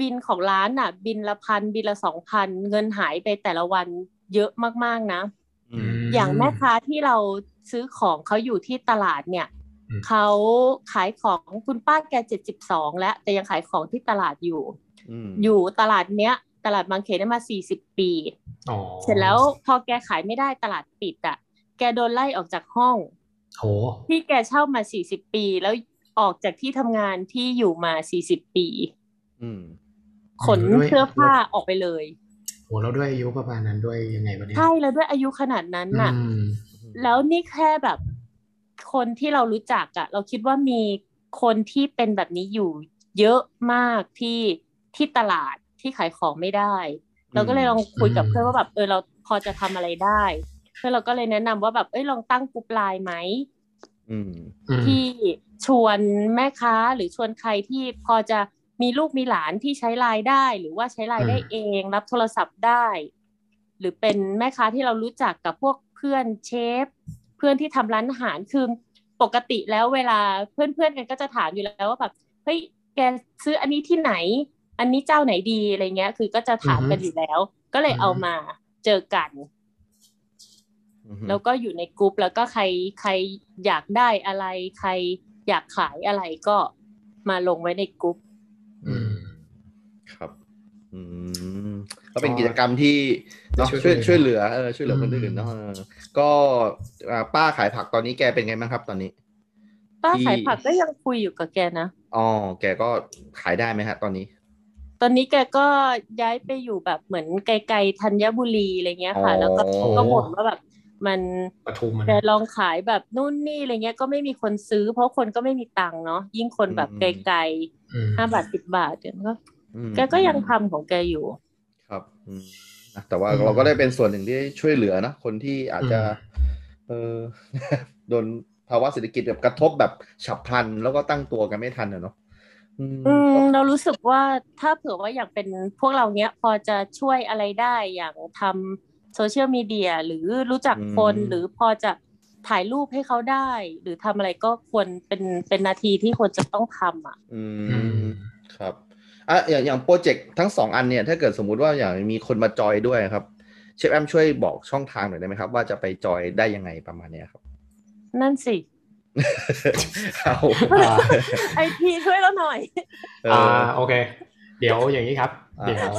[SPEAKER 4] บินของร้านอ่ะ บินละพันบินละสองพันเงินหายไปแต่ละวันเยอะมากๆนะ
[SPEAKER 2] อืม
[SPEAKER 4] อย่างแม่ค้าที่เราซื้อของเขาอยู่ที่ตลาดเนี่ย
[SPEAKER 3] อืม
[SPEAKER 4] เขาขายของคุณป้าแกเจ็ดสิบสองแล้ว แต่ยังขายของที่ตลาดอยู่ อยู่ตลาดเนี้ย ตลาดบางเขนได้มาสี่สิบปี
[SPEAKER 3] อ๋อ
[SPEAKER 4] เสร็จแล้วพอแกขายไม่ได้ตลาดปิดอ่ะ แกโดนไล่ออกจากห้อง
[SPEAKER 3] โห
[SPEAKER 4] ที่แกเช่ามาสี่สิบปี แล้วออกจากที่ทำงานที่อยู่มาสี่สิบปี
[SPEAKER 2] อืม
[SPEAKER 4] ขน
[SPEAKER 3] ด้วย
[SPEAKER 4] เสื้อผ้าออกไปเลย
[SPEAKER 3] โหแล้วด้วยอายุประมาณนั้นด้วยยังไงวะเนี่ย
[SPEAKER 4] ใช่แล้วด้วยอายุขนาดนั้นน่ะ
[SPEAKER 3] อืม
[SPEAKER 4] แล้วนี่แค่แบบคนที่เรารู้จักอะเราคิดว่ามีคนที่เป็นแบบนี้อยู่เยอะมากที่ที่ตลาดที่ขายของไม่ได้ เราก็เลยลองคุยกับ
[SPEAKER 3] อืม
[SPEAKER 4] เพื่อนว่าแบบเออเราพอจะทำอะไรได้เพื่อนเราก็เลยแนะนำว่าแบบเอ้ยลองตั้งกลุ่มไลน์ไหม
[SPEAKER 2] อืม
[SPEAKER 3] อืม
[SPEAKER 4] ที่ชวนแม่ค้าหรือชวนใครที่พอจะมีลูกมีหลานที่ใช้ไลน์ได้ หรือว่าใช้ไลน์ได้
[SPEAKER 3] อืม
[SPEAKER 4] เอง รับโทรศัพท์ได้ หรือเป็นแม่ค้าที่เรารู้จักกับพวกเพื่อนเชฟ เพื่อนที่ทำร้านอาหารคือปกติแล้วเวลาเพื่อนๆกันก็จะถามอยู่แล้วว่าแบบเฮ้ยแกซื้ออันนี้ที่ไหน อันนี้เจ้าไหนดีอะไรเงี้ย คือก็จะถามกัน
[SPEAKER 3] อือฮึ
[SPEAKER 4] อยู่แล้ว ก็เลยเอามาเจอกัน
[SPEAKER 2] อือฮึ
[SPEAKER 4] แล้วก็อยู่ในกลุ่มแล้วก็ใครใครอยากได้อะไร ใครอยากขายอะไรก็มาลงไว้ในกลุ่ม
[SPEAKER 3] อืม
[SPEAKER 2] ครับ อืมก็เป็นกิจกรรมที่เนอะ
[SPEAKER 3] ช่วย
[SPEAKER 2] ช่วย
[SPEAKER 3] ช่
[SPEAKER 2] ช่ว
[SPEAKER 3] วย ย
[SPEAKER 2] เห
[SPEAKER 3] เหลื
[SPEAKER 2] ลือ
[SPEAKER 3] อ
[SPEAKER 2] เออช่วยเหลือคน
[SPEAKER 3] อืม
[SPEAKER 2] อื่นเนาะเออก็อ่าป้าขายผักตอนนี้แกเป็นไงบ้างครับตอนนี้
[SPEAKER 4] ป้า
[SPEAKER 2] ที่
[SPEAKER 4] ขายผักก็ยังคุยอยู่กับแกนะ
[SPEAKER 2] อ๋อแกก็ขายได้ไหมฮะตอนนี้
[SPEAKER 4] ตอนนี้แกก็ย้ายไปอยู่แบบเหมือนไกลๆธัญบุรีอะไรเงี้ยค่ะ
[SPEAKER 2] อ๋อ
[SPEAKER 4] แล้วก็ก็บ่นว่าแบบมัน
[SPEAKER 3] ปทุมมัน
[SPEAKER 4] แกลองขายแบบนู่นนี่อะไรเงี้ยก็ไม่มีคนซื้อ เพราะคนก็ไม่มีตังค์เนาะยิ่งคนแบบไกลๆห้าบาทสิบบาทเนี่ยก็
[SPEAKER 2] อืม
[SPEAKER 4] แกก็ยังทำของแกอยู่
[SPEAKER 2] ครับอืมนะแต่ว่า
[SPEAKER 3] อืม
[SPEAKER 2] เราก็ได้เป็นส่วนหนึ่งที่ช่วยเหลือนะคนที่อาจจะ
[SPEAKER 3] อืม
[SPEAKER 2] เออ โดนภาวะเศรษฐกิจแบบกระทบแบบฉับพลัน แล้วก็ตั้งตัวกันไม่ทันอะเนาะอืม
[SPEAKER 4] อืมเรารู้สึกว่าถ้าเผื่อว่าอย่างเป็นพวกเราเนี้ยพอจะช่วยอะไรได้อย่างทำโซเชียลมีเดียหรือรู้จักคนหรือพอจะถ่ายรูปให้เขาได้ หรือทำอะไรก็ควรเป็นเป็นนาทีที่ควรจะต้องทำอ่ะ
[SPEAKER 2] อื
[SPEAKER 3] อื
[SPEAKER 2] ม
[SPEAKER 3] ม
[SPEAKER 2] ครับอ่ะอย่างอย่างโปรเจกต์ทั้งสองอันเนี่ย ถ้าเกิดสมมุติว่าอย่างมีคนมาจอยด้วยครับ เชฟแอมช่วยบอกช่องทางหน่อยได้ไหมครับ ว่าจะไปจอยได้ยังไงประมาณเนี้ยครับ
[SPEAKER 4] นั่นสิ
[SPEAKER 2] เอา
[SPEAKER 3] อ่า
[SPEAKER 4] ไอทีช่วยเราหน่อย
[SPEAKER 2] เอ
[SPEAKER 3] อ่า
[SPEAKER 2] อ
[SPEAKER 3] โอเค เดี๋ยวอย่างนี้ครับ
[SPEAKER 2] อ่า
[SPEAKER 3] เดี๋ยว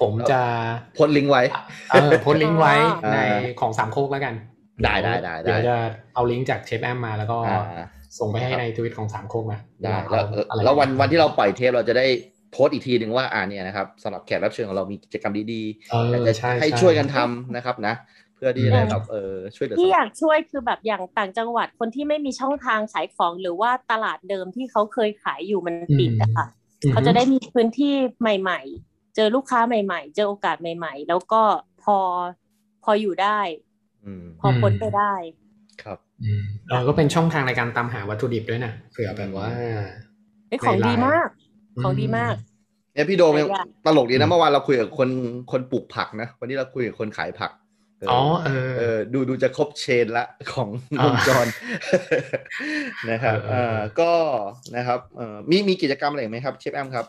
[SPEAKER 3] ผมจะ
[SPEAKER 2] โพสต์ลิงก์ไว้
[SPEAKER 3] เออโพสต์ลิงก์ไว้
[SPEAKER 2] อ่า
[SPEAKER 3] ในของสามโคกแล้วกัน
[SPEAKER 2] ได้ได้ได้ได้
[SPEAKER 3] เดี๋ยวจะเอาลิงก์จากเชฟแอมมาแล้วก็
[SPEAKER 2] อ่า
[SPEAKER 3] ส่งไปให้ในทวิตของสามโคกนะ
[SPEAKER 2] ได้แล้ว
[SPEAKER 3] เดี๋ยเอาอะไร
[SPEAKER 2] แล้ววันวันที่เราปล่อยเทปเราจะได้โพสต์อีกทีหนึ่งว่าอ่าเนี่ยนะครับสำหรับแขกรับเชิญของเรามีกิจกรรมดี
[SPEAKER 3] เอ
[SPEAKER 2] ๆ
[SPEAKER 3] อ
[SPEAKER 2] อยากจะ
[SPEAKER 3] ใช่
[SPEAKER 2] ให้
[SPEAKER 3] ใ
[SPEAKER 2] ช่วยกันทำนะครับนะ เพื่อที่จะได้แบบเออช่วยเหลือ
[SPEAKER 4] ที่
[SPEAKER 2] สั
[SPEAKER 4] อ
[SPEAKER 2] งคม
[SPEAKER 4] ยากช่วยคือแบบอย่างต่างจังหวัดคนที่ไม่มีช่องทางขายของ หรือว่าตลาดเดิมที่เขาเคยขายอยู่มันปิดอะค่ะ
[SPEAKER 3] อืม
[SPEAKER 4] เขาจะได้มีพื้นที่ใหม่ๆ เจอลูกค้าใหม่ๆ เจอโอกาสใหม่ๆ แล้วก็พอพออยู่ได้
[SPEAKER 2] อืม
[SPEAKER 4] พออ
[SPEAKER 3] ม
[SPEAKER 4] พ้นไปได้
[SPEAKER 2] ครับ
[SPEAKER 3] อืมเออก็เป็นช่องทางในการตามหาวัตถุดิบด้วยนะเผื่อแบบว่า
[SPEAKER 4] เอ้ยของ
[SPEAKER 3] ในไลน์
[SPEAKER 4] ดีมาก ของดีมาก
[SPEAKER 2] เนี่ยพี่โดมเนี่ย
[SPEAKER 4] หลายอย่าง
[SPEAKER 2] ตลกดีนะเมื่อวานเราคุยกับคนคนปลูกผักนะวันนี้เราคุยกับคนขายผักเ
[SPEAKER 3] อ๋อเออ
[SPEAKER 2] เออดูดูจะครบเชนละของ
[SPEAKER 3] อ่าว
[SPEAKER 2] งจ ร นะครับ
[SPEAKER 3] เออเออ
[SPEAKER 2] เอ่อก็นะครับเอ่อมีมีกิจกรรมอะไรอีกไหมครับเชฟแอมครับ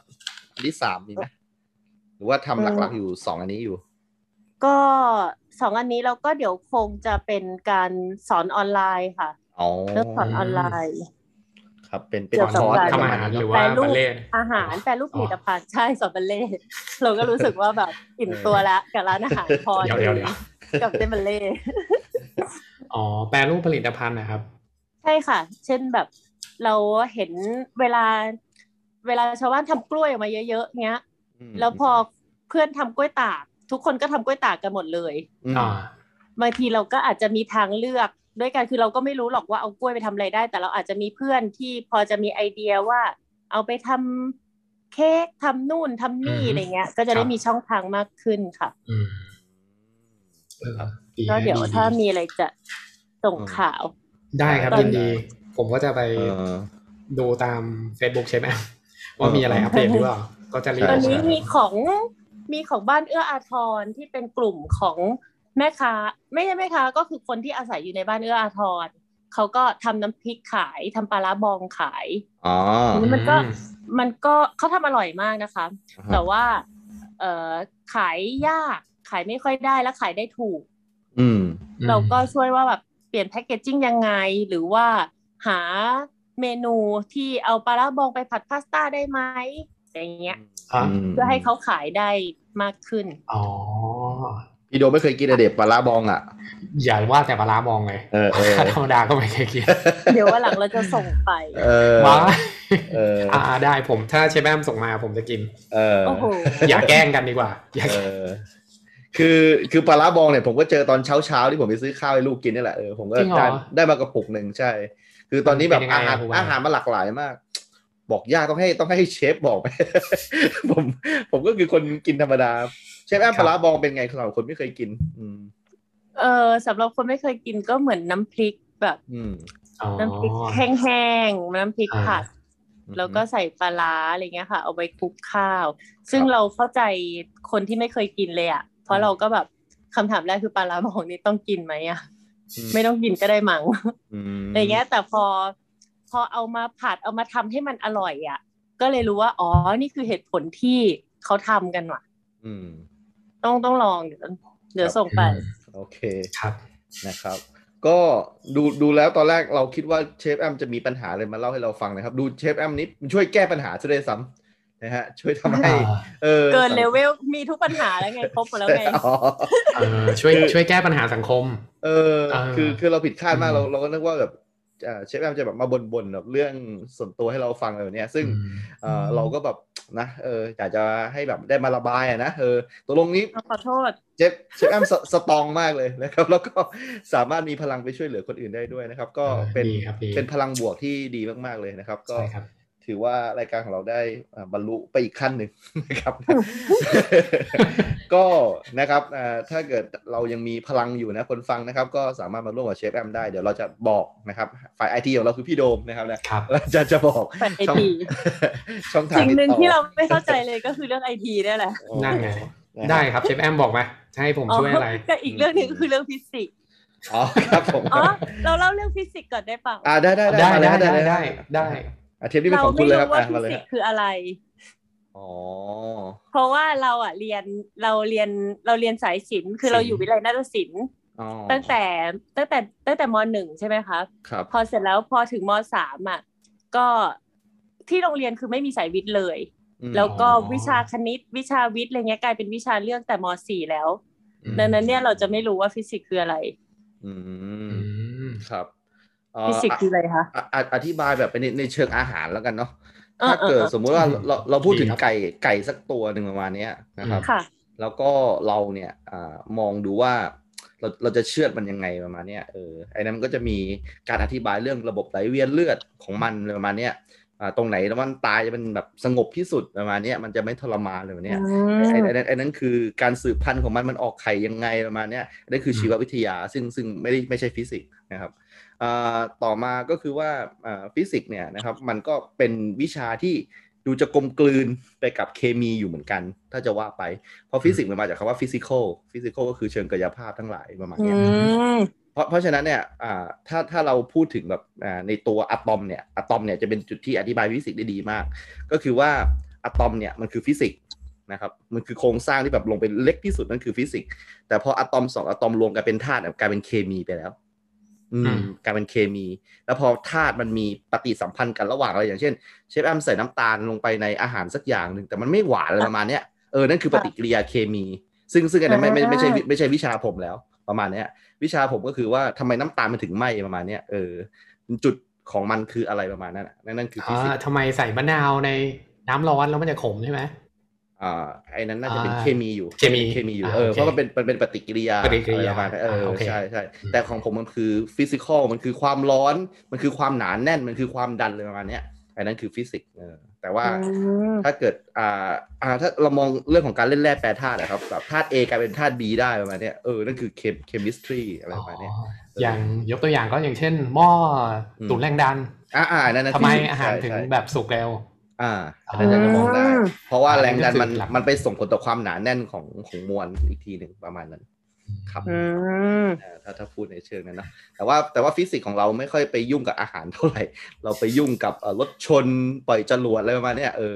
[SPEAKER 2] อันที่สามมีไหมหรือว่าทำหลักๆอยู่สองอันนี้อยู่
[SPEAKER 4] ก็สองอันนี้เราก็เดี๋ยวคงจะเป็นการสอนออนไลน์ค่ะ
[SPEAKER 2] อ๋อ
[SPEAKER 4] เรื่องสอนออนไลน์
[SPEAKER 2] ครับเป็นเป็น
[SPEAKER 4] เกี่ยว
[SPEAKER 2] ค
[SPEAKER 4] กับ
[SPEAKER 2] อร์ส
[SPEAKER 4] การ
[SPEAKER 2] ป
[SPEAKER 3] ทำ
[SPEAKER 2] ระ
[SPEAKER 3] อา
[SPEAKER 2] มาณ
[SPEAKER 3] หาร
[SPEAKER 2] นั้น
[SPEAKER 3] หรือ
[SPEAKER 2] เนาะ
[SPEAKER 3] ว่าบัลเล่
[SPEAKER 4] อาหารแปรรูปผลิตภัณฑ์ใช่สอนบัลเล่ต์เราก็รู้สึกว่าแบบอิ่มตัวละกับร้านอาหารพอ
[SPEAKER 3] เดี๋ยวเดี๋ยวเดี๋ยว
[SPEAKER 4] กับเต้นบัลเล่ต์
[SPEAKER 3] อ๋อแปรรูปผลิตภัณฑ์นะครับ
[SPEAKER 4] ใช่ค่ะ เช่นแบบเราเห็นเวลา เวลาชาวบ้านทำกล้วยออกมาเยอะๆเนี้ย แล้วพอเพื่อนทำกล้วยตาก ทุกคนก็ทำกล้วยตากกันหมดเลย
[SPEAKER 3] อ่า
[SPEAKER 4] บางทีเราก็อาจจะมีทางเลือกด้วยกันคือเราก็ไม่รู้หรอกว่าเอากล้วยไปทำอะไรได้ แต่เราอาจจะมีเพื่อนที่พอจะมีไอเดียว่า เอาไปทำเค้กทำนู่นทำนี่
[SPEAKER 3] อืม
[SPEAKER 4] อะไรเงี้ย ก็จะได้
[SPEAKER 3] ครับ
[SPEAKER 4] มีช่องทางมากขึ้นค่ะ
[SPEAKER 3] อืมเออดี
[SPEAKER 4] ก็
[SPEAKER 3] นะ
[SPEAKER 4] เดี๋ยวถ้ามีอะไรจะส่ง
[SPEAKER 2] อืม
[SPEAKER 4] ข่าว
[SPEAKER 3] ได้ครับ
[SPEAKER 4] ตอน
[SPEAKER 3] ยินดี ผมก็จะไป
[SPEAKER 2] เออ
[SPEAKER 3] ดูตาม Facebook ใช่ไหม ว่ามีอะไรอัปเดตหรือเปล่า ก็จะรีบ
[SPEAKER 4] ตอนนี้
[SPEAKER 3] มา
[SPEAKER 4] มีของมีของบ้านเอื้ออาทรที่เป็นกลุ่มของแม่ค้าไม่ใช่แม่ค้าก็คือคนที่อาศัยอยู่ในบ้านเอื้ออาทรเขาก็ทำน้ำพริกขายทำปลาร้าบองขาย
[SPEAKER 2] อ๋อ
[SPEAKER 4] ทีนี้มันก็มันก็เขาทำอร่อยมากนะคะ แต่ว่าเออขายยากขายไม่ค่อยได้และขายได้ถูก
[SPEAKER 2] อืม
[SPEAKER 3] อืม
[SPEAKER 4] เราก็ช่วยว่าแบบเปลี่ยนแพคเกจจิ้งยังไง หรือว่าหาเมนูที่เอาปลาร้าบองไปผัดพาสต้าได้ไหมอย่างเงี้ย
[SPEAKER 3] อ่ะ
[SPEAKER 4] เพื่อให้เขาขายได้มากขึ้น
[SPEAKER 3] อ๋อ
[SPEAKER 2] พี่โดมไม่เคยกินอะเด็บปลาร้าบองอ่ะ
[SPEAKER 3] อย่าว่าแต่ปลาร้าบองเลย
[SPEAKER 2] เออเออ
[SPEAKER 3] ธรรมดาก็ไม่เคยกิน
[SPEAKER 4] เดี๋ยววันหลังเราจะส่งไป
[SPEAKER 2] เออ
[SPEAKER 3] ว้า
[SPEAKER 2] เออ
[SPEAKER 3] อ่าได้ผมถ้าเชฟแอมส่งมาผมจะ กิน
[SPEAKER 2] เออ
[SPEAKER 4] โอ้โห
[SPEAKER 3] อย่าแกล้งกันดีกว่า อย่า
[SPEAKER 2] เออคือคือปลาร้าบองเนี่ยผมก็เจอตอนเช้าเช้าๆที่ผมไปซื้อข้าวให้ลูกกินนี่แหละเออผมก็
[SPEAKER 3] จริงเหรอ
[SPEAKER 2] ได้ได้มากระปุกหนึ่งใช่ คือตอนนี้แบบ
[SPEAKER 3] เป็นยังไง
[SPEAKER 2] อาหาร
[SPEAKER 3] อะคุณวา
[SPEAKER 2] อาหารมันหลากหลายมาก บอกยากต้องให้ต้องให้เชฟบอกไหม ผมผมก็คือคนกินธรรมดา เชฟแอมปลาร้าบองเป็นไงสำหรับคนไม่เคยกิน อืม
[SPEAKER 4] เออสำหรับคนไม่เคยกินก็เหมือนน้ำพริกแบบ
[SPEAKER 2] อืม
[SPEAKER 3] อ๋อ
[SPEAKER 4] น้ำพริกแห้งๆน้ำพริก
[SPEAKER 3] อ่า
[SPEAKER 4] ผัด
[SPEAKER 2] อืม
[SPEAKER 4] แล้วก็ใส่ปลาร้าอะไรเงี้ยค่ะ เอาไปคลุกข้าว ซึ่ง
[SPEAKER 2] ครับ
[SPEAKER 4] เราเข้าใจคนที่ไม่เคยกินเลยอะ่ะ เพ
[SPEAKER 2] อื
[SPEAKER 4] ราะ
[SPEAKER 2] ม
[SPEAKER 4] เราก็แบบ คำถามแรกคือปลาลามองนี่ต้องกินไหมอะไม่ต้องกินก็ได้มั้ง อะไรเงี้ยแต่พอพอเอามาผัดเอามาทำให้มันอร่อยอ่ะ ก็เลยรู้ว่า อ๋อ นี่คือเหตุผลที่เขาทำกันว่ะ
[SPEAKER 2] อืม
[SPEAKER 4] ต้องต้องลองเดี๋ยวเดี๋ยวส่งไป
[SPEAKER 2] โอเค
[SPEAKER 3] ครับ
[SPEAKER 2] นะครับ ก็ดูดูแล้วตอนแรกเราคิดว่าเชฟแอมจะมีปัญหาอะไรมาเล่าให้เราฟังนะครับ ดูเชฟแอมนี้ช่วยแก้ปัญหาซะด้วยซ้ำนะฮะ ช่วยทำให้ เออ
[SPEAKER 4] เกินเลเวลมีทุกปัญหา แล้วไงครบหมดแล้วไง
[SPEAKER 2] อ๋อ
[SPEAKER 3] เออช่วย
[SPEAKER 2] คือ
[SPEAKER 3] ช่วยแก้ปัญหาสังคม
[SPEAKER 2] เออ
[SPEAKER 3] อ่า
[SPEAKER 2] คือคือเราผิดคาดมาก
[SPEAKER 3] อืม
[SPEAKER 2] เราเราก็นึกว่าแบบอ่าเชฟแอมจะแบบมาบ่นๆแบบเรื่องส่วนตัวให้เราฟังอะไรแบบเนี้ยซึ่ง
[SPEAKER 3] อืม
[SPEAKER 2] เออเราก็แบบนะเอออยากจะให้แบบได้มาระบายอะนะเออตกลงนี้
[SPEAKER 4] ขอโทษ
[SPEAKER 2] เจฟเชฟแอมสสตรองมากเลยนะครับ แล้วก็สามารถมีพลังไปช่วยเหลือคนอื่นได้ด้วยนะครับ ก็
[SPEAKER 3] เออ
[SPEAKER 2] เป็น
[SPEAKER 3] ดีครับดี
[SPEAKER 2] เป็นพลังบวกที่ดีมากๆเลยนะครับ ก็
[SPEAKER 3] ใช่ครับ
[SPEAKER 2] ถือว่ารายการของเราได้อ่าบรรลุไปอีกขั้นหนึ่ง นะครับ ก็นะครับอ่าถ้าเกิดเรายังมีพลังอยู่นะคนฟังนะครับ ก็สามารถมาร่วมกับเชฟแอมได้เดี๋ยวเราจะบอกนะครับฝ่ายไอทีของเราคือพี่โดมนะครับนะครับ เราจะจะบอก
[SPEAKER 4] ฝ่าย IT
[SPEAKER 2] ช่อง ช่องทาง
[SPEAKER 4] สิ่ง
[SPEAKER 2] ติด
[SPEAKER 4] หนึ่ง
[SPEAKER 2] ต่อ
[SPEAKER 4] ที่เราไม่เข้าใจเลยก็คือเรื่องไอทีนี่ยแหละ
[SPEAKER 2] อ๋อ
[SPEAKER 3] นั่นไง
[SPEAKER 2] นะฮะ
[SPEAKER 3] ได้ครับเชฟแอมบอกมาจะให้ผมช่วยอะไร
[SPEAKER 4] ก็อีกเรื่องหนึ่งก็คือเรื่องฟิสิกส์
[SPEAKER 2] อ๋อครับผม
[SPEAKER 4] อ๋อเราเล่าเรื่องฟิสิกส์ก่อนได้เปล่า
[SPEAKER 2] อ่าได้ได้
[SPEAKER 3] ได้
[SPEAKER 2] มาเลยฮะ
[SPEAKER 3] ได้ได้
[SPEAKER 2] เลยฮะ
[SPEAKER 3] ได้ได้
[SPEAKER 2] อ่ะเทปนี้เป็น
[SPEAKER 4] เรา
[SPEAKER 2] ของคุ
[SPEAKER 4] ไม่
[SPEAKER 2] ณเลยครับ
[SPEAKER 4] รู้ว่า
[SPEAKER 2] อ่ะ
[SPEAKER 4] ฟิ
[SPEAKER 2] มาเลย
[SPEAKER 4] สิก
[SPEAKER 2] ฮะ
[SPEAKER 4] ส์คืออะไร
[SPEAKER 2] อ๋อ
[SPEAKER 4] เพราะว่าเราอ่ะเรียนเราเรียนเราเรียนสายศิลป์คือเราอยู่วิทยาลัยนาฏศิลป์
[SPEAKER 2] อ๋อ
[SPEAKER 4] ตั้งแต่ตั้งแต่ตั้งแต่มหนึ่งใช่ไหมคะ
[SPEAKER 2] ครับ
[SPEAKER 4] พอเสร็จแล้วพอถึงมสามอ่ะก็ที่โรงเรียนคือไม่มีสายวิทย์เลย
[SPEAKER 2] อืม
[SPEAKER 4] แล้วก็
[SPEAKER 3] อ๋อ
[SPEAKER 4] วิชาคณิตวิชาวิทย์อะไรเงี้ยกลายเป็นวิชาเลือกแต่มสี่แล้ว
[SPEAKER 2] อืม
[SPEAKER 4] ดังนั้นเนี่ยเราจะไม่รู้ว่าฟิสิกส์คืออะไร
[SPEAKER 2] อืม
[SPEAKER 3] อืม
[SPEAKER 2] ครับอ๋อ
[SPEAKER 4] ฟิสิกส์คืออะไรคะ
[SPEAKER 2] อ่ะอ่ะอธิบายแบบไปในในเชิงอาหารแล้วกันเนาะ
[SPEAKER 4] เออ
[SPEAKER 2] ถ้าเกิด
[SPEAKER 4] เออเออ
[SPEAKER 2] สมมุติว่า
[SPEAKER 3] อืม
[SPEAKER 2] เราเราพูดถึง
[SPEAKER 3] ดีครับ
[SPEAKER 2] ไก่ไก่สักตัวหนึ่งประมาณเนี้ยนะครับ
[SPEAKER 4] ค่ะ
[SPEAKER 2] แล้วก็เราเนี่ยอามองดูว่าเราเราจะเชือดมันยังไงประมาณเนี้ยเออไอ้นั้นมันก็จะมีการอธิบายเรื่องระบบไหลเวียนเลือดของมันอะไรประมาณเนี้ยอ่าตรงไหนแล้วมันตายจะเป็นแบบสงบที่สุดประมาณเนี้ยมันจะไม่ทรมานเลยแบบเนี้ยไอ้ไอ้นั้นไอ้นั้นคือการสืบพันธุ์ของมันมันออกไข่ยังไงประมาณเนี้ยอันนั่นคือชีววิทยาซึ่งซึ่งไม่ได้ไม่ใช่ฟิสิกส์นะครับอ่าต่อมาก็คือว่าอ่าฟิสิกส์เนี่ยนะครับมันก็เป็นวิชาที่ดูจะกลมกลืนไปกับเคมีอยู่เหมือนกัน ถ้าจะว่าไป เพราะฟิสิกส์มันมาจากคำว่าฟิสิก a l ฟิสิก a l ก็คือเชิงกายภาพทั้งหลายประมาณ
[SPEAKER 4] อื
[SPEAKER 2] เนี้ย
[SPEAKER 4] ม
[SPEAKER 2] เพราะเพราะฉะนั้นเนี่ยอ่าถ้าถ้าเราพูดถึงแบบอ่าในตัวอะตอมเนี่ยอะตอมเนี่ยจะเป็นจุดที่อธิบายฟิสิกส์ได้ดีมาก ก็คือว่าอะตอมเนี่ยมันคือฟิสิกส์นะครับมันคือโครงสร้างที่แบบลงเป็นเล็กที่สุดนั่นคือฟิสิกส์แต่พออะตอมสองอะตอมรวมกันเป็นธาตุเนี่ยกลายเป็นเคมีไปแล้ว อื
[SPEAKER 3] อื
[SPEAKER 2] ม
[SPEAKER 3] ม
[SPEAKER 2] กลายเป็นเคมี แล้วพอธาตุมันมีปฏิสัมพันธ์กันระหว่างอะไรอย่างเช่น เชฟแอมใส่น้ำตาลลงไปในอาหารสักอย่างหนึ่งแต่มันไม่หวานอะไรประมาณเนี้ยเออนั่นคือปฏิกิริยาเคมี ซึ่งซึ่งอันนั้นไม่ไม่ไม่ใช่
[SPEAKER 4] อ่า
[SPEAKER 2] ไม่ใช่วิชาผมแล้วประมาณเนี้ย วิชาผมก็คือว่าทำไมน้ำตาลมันถึงไหมประมาณเนี้ยเออจุดของมันคืออะไรประมาณนั้นน่ะนั่นนั่นคือฟิ
[SPEAKER 3] อ่า
[SPEAKER 2] สิกส์
[SPEAKER 3] ทำไมใส่มะนาวในน้ำร้อนแล้วมันจะขมใช่ไหม
[SPEAKER 2] อ่าไอ้นั้นน่าจะเป็น
[SPEAKER 3] อ่า
[SPEAKER 2] เคมีอยู่
[SPEAKER 3] เคมี
[SPEAKER 2] เคมีอยู่
[SPEAKER 3] อ่า
[SPEAKER 2] เออ
[SPEAKER 3] โอเค
[SPEAKER 2] เพราะมันเป็นมันเป็นปฏิกิริยา
[SPEAKER 3] ปฏิกิริ
[SPEAKER 2] อะป
[SPEAKER 3] ยา
[SPEAKER 2] ระมาณนั้นเอออา
[SPEAKER 3] โอเค
[SPEAKER 2] ใช่ใช่
[SPEAKER 3] อืม
[SPEAKER 2] แต่ของผมมันคือฟิสิกอลมันคือความร้อนมันคือความหนาแน่นมันคือความดันเลยประมาณเนี้ยไอ้นั้นคือฟิสิกส์เออแต่ว่า
[SPEAKER 4] อืม
[SPEAKER 2] ถ้าเกิดอ่าอ่าถ้าเรามองเรื่องของการเล่นแร่แปรธาตุนะครับแบบธาตุ A กลายเป็นธาตุ B ได้ประมาณเนี้ยเออนั่นคือเคมเคมิสตรีอะไรประมาณเนี้ย
[SPEAKER 3] อ๋ออย่างยกตัวอย่างก็อย่างเช่น หม้ออ
[SPEAKER 2] ม
[SPEAKER 3] ตุ๋นแรงดัน
[SPEAKER 2] อ่าอ่านั่นนะ
[SPEAKER 3] ทำไม
[SPEAKER 2] ฟิสิกส์
[SPEAKER 3] อาหาร
[SPEAKER 2] ใช่
[SPEAKER 3] ถึง
[SPEAKER 2] ใช่
[SPEAKER 3] แบบสุกเร็ว
[SPEAKER 2] อ่าอันนั้นจะมองได้
[SPEAKER 4] อืม
[SPEAKER 2] เพราะว่า
[SPEAKER 3] อ่า
[SPEAKER 2] แรงดันมัน
[SPEAKER 3] นั่นคือหลัก
[SPEAKER 2] มันไปส่งผลต่อความหนาแน่นของของมวลอีกทีหนึ่งประมาณนั้น ครับ
[SPEAKER 4] อืม
[SPEAKER 2] อ่าถ้าถ้าพูดในเชิงนั้นนะแต่ว่าแต่ว่าฟิสิกส์ของเราไม่ค่อยไปยุ่งกับอาหารเท่าไหร่ เราไปยุ่งกับเอ่อรถชนปล่อยจรวดอะไรประมาณเนี้ยเออ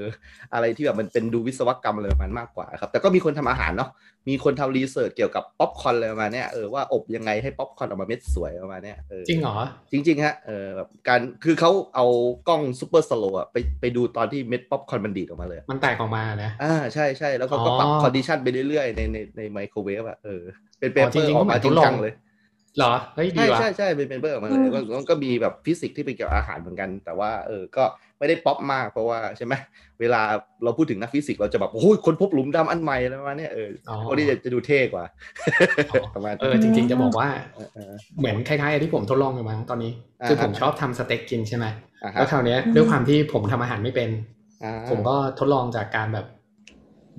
[SPEAKER 2] อะไรที่แบบมันเป็นดูวิศวกรรมอะไรประมาณมากกว่าครับ แต่ก็มีคนทำอาหารเนาะมีคนทำรีเสิร์ชเกี่ยวกับป๊อปคอร์นอะไรประมาณเนี้ยเออว่าอบยังไงให้ป๊อปคอร์นออกมาเม็ดสวยประมาณเนี้ยเออ
[SPEAKER 3] จริงเหรอ
[SPEAKER 2] จริงๆฮะเออแบบการคือเขาเอากล้องซูเปอร์สโลว์อะไปไปดูตอนที่เม็ดป๊อปคอร์นมันดีดออกมาเลยอะ
[SPEAKER 3] มันแตกออกมานะ
[SPEAKER 2] อ่าใช่ใช่แล้วเขาก็ปรับ
[SPEAKER 3] อ๋อ
[SPEAKER 2] คอนดิชันไปเรื่อยๆในในในไมโครเวฟอะเออเป็นเป
[SPEAKER 3] อ๋อ
[SPEAKER 2] เปอร์อ
[SPEAKER 3] ๆ
[SPEAKER 2] อกมาจริงจังเลย
[SPEAKER 3] เหรอเฮ้ยดี
[SPEAKER 2] ใช่
[SPEAKER 3] ว่ะ
[SPEAKER 2] ใช่ใช่เป็นเป็นเบอร์ออกมาเล
[SPEAKER 4] อื
[SPEAKER 2] ย
[SPEAKER 4] ม
[SPEAKER 2] ก็ก็ก็มีแบบฟิสิกส์ที่เป็นเกี่ยวกับอาหารเหมือนกัน แต่ว่าเออก็ไม่ได้ป๊อปมากเพราะว่าใช่ไหมเวลาเราพูดถึงนักฟิสิกส์เราจะแบบโอ้ยคนพบหลุมดำอันใหม่แล้วมาณเนี่ยเออ
[SPEAKER 3] อ๋อ
[SPEAKER 2] คนนี้จะจะดูเท่กว่า ประมาณ
[SPEAKER 3] เออจริง ๆ จะบอกว่า
[SPEAKER 2] เออ
[SPEAKER 3] เหมือนคล้ายๆกับที่ผมทดลองอยู่มั้งตอนนี้
[SPEAKER 2] อ่า
[SPEAKER 3] คือผม
[SPEAKER 2] อ่า
[SPEAKER 3] ชอบทำสเต็กกินใช่ไหม
[SPEAKER 2] อ่าฮะ
[SPEAKER 3] แล้วคราวเนี้ยด้วยความที่ผมทำอาหารไม่เป็น
[SPEAKER 2] อ่า
[SPEAKER 3] ผมก็ทดลองจากการแบบ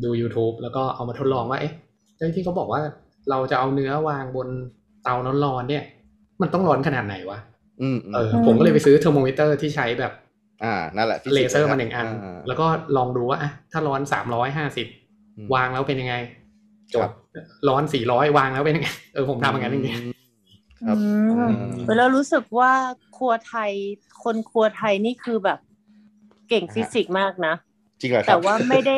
[SPEAKER 3] ดู YouTube แล้วก็เอามาทดลองว่า เอ๊ะเรื่องที่เขาบอกว่าเราจะเอาเนื้อวางบนเตาร้อนๆเนี่ย มันต้องร้อนขนาดไหนวะ
[SPEAKER 2] อืม
[SPEAKER 3] เอ
[SPEAKER 2] อ
[SPEAKER 3] อ
[SPEAKER 2] ม
[SPEAKER 3] ผมก็เลยไปซื้อเทอร์โมมิเตอร์ที่ใช้แบบ
[SPEAKER 2] อ่านั่นแหละ physics
[SPEAKER 3] เลเซอร์มา
[SPEAKER 2] ะ
[SPEAKER 3] หนึ่งอัน
[SPEAKER 2] า
[SPEAKER 3] แล้วก็ลองดูว่าอ่ะถ้าร้อนสามร้อยห้าสิบ
[SPEAKER 2] อืม
[SPEAKER 3] วางแล้วเป็นยังไง จดร้อนสี่ร้อยวางแล้วเป็นยังไงเออผมทำอย่างนั้นจริง
[SPEAKER 2] ครับ
[SPEAKER 4] อืม
[SPEAKER 3] อืม
[SPEAKER 4] แล้วรู้สึกว่าครัวไทย คนครัวไทยนี่คือแบบ เก่งฟิสิกส์มากนะ
[SPEAKER 2] จริงเหรอครับ
[SPEAKER 4] แต่ว่าไม่ได้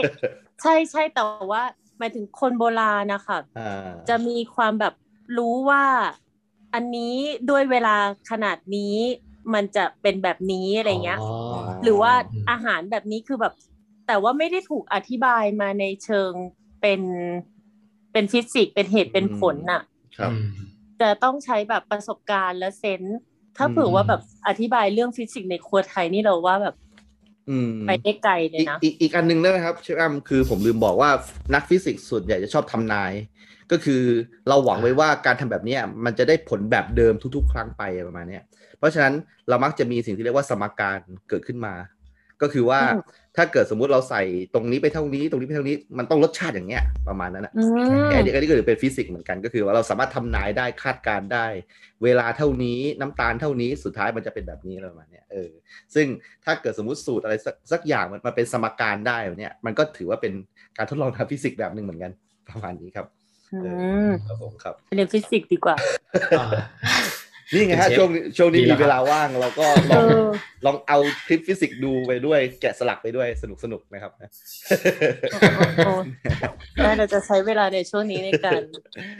[SPEAKER 4] ใช่ใช่แต่ว่าหมายถึงคนโบราณนะคะ
[SPEAKER 2] อ่า
[SPEAKER 4] จะมีความแบบรู้ว่าอันนี้ด้วยเวลาขนาดนี้มันจะเป็นแบบนี้
[SPEAKER 3] ๆ
[SPEAKER 4] อะไรเงี้ย
[SPEAKER 2] า
[SPEAKER 4] หรือว่า
[SPEAKER 2] อืม
[SPEAKER 4] อาหารแบบนี้คือแบบ แต่ว่าไม่ได้ถูกอธิบายมาในเชิงเป็นเป็นฟิสิกส์เป็นเหตุเป็นผลน่ะ
[SPEAKER 2] ครับ
[SPEAKER 3] อืม
[SPEAKER 4] จะต้องใช้แบบประสบการณ์และเซนส์ถ้าเผื่อว่าแบบอธิบายเรื่องฟิสิกส์ในครัวไทยนี่เราว่าแบบ
[SPEAKER 2] อืม
[SPEAKER 4] ไปได้ไกลเลย
[SPEAKER 2] อีก
[SPEAKER 4] นะ
[SPEAKER 2] อีกอีกอันหนึงนะครับเชฟแอมคือผมลืมบอกว่านักฟิสิกส์ส่วนใหญ่จะชอบทำนาย ก็คือเราหวังไว้ว่าการทำแบบเนี้ยมันจะได้ผลแบบเดิมทุก ๆ ครั้งไปประมาณเนี้ยเพราะฉะนั้นเรามักจะมีสิ่งที่เรียกว่าสมการเกิดขึ้นมา ก็คือว่า
[SPEAKER 4] อืม
[SPEAKER 2] ถ้าเกิดสมมุติเราใส่ตรงนี้ไปเท่านี้ ตรงนี้ไปเท่านี้มันต้องรสชาติอย่างเงี้ยประมาณนั้นอ่ะ
[SPEAKER 4] อืม
[SPEAKER 2] ไอ้นี่ก็คือเป็นฟิสิกส์เหมือนกันก็คือว่าเราสามารถทำนายได้คาดการณ์ได้ เวลาเท่านี้น้ำตาลเท่านี้สุดท้ายมันจะเป็นแบบนี้อะไรประมาณเนี้ยเออ ซึ่งถ้าเกิดสมมติสูตรอะไรสักสักอย่างมันมาเป็นสมการได้แบบเนี้ยมันก็ถือว่าเป็นการทดลองทางฟิสิกส์แบบหนึ่งเหมือนกัน ประมาณนี้ครับ
[SPEAKER 4] อื
[SPEAKER 2] เอ
[SPEAKER 4] ม
[SPEAKER 2] อครับผมครับ
[SPEAKER 4] เรียนฟิสิกส์ดีกว่า
[SPEAKER 3] อ่า
[SPEAKER 2] นี่ไงฮะ
[SPEAKER 3] เชฟ
[SPEAKER 2] ช่วงนี้ช่วงนี้
[SPEAKER 3] ดีแล้
[SPEAKER 2] มี
[SPEAKER 3] ว
[SPEAKER 2] เวลาว่างเราก็ล
[SPEAKER 4] เอ
[SPEAKER 2] อง
[SPEAKER 4] อ
[SPEAKER 2] ลองเอาคลิปฟิสิกส์ดูไปด้วย แกะสลักไปด้วยสนุกสนุกๆนะครับ
[SPEAKER 4] โอ้โหได้เราจะใช้เวลาในช่วงนี้ใน การ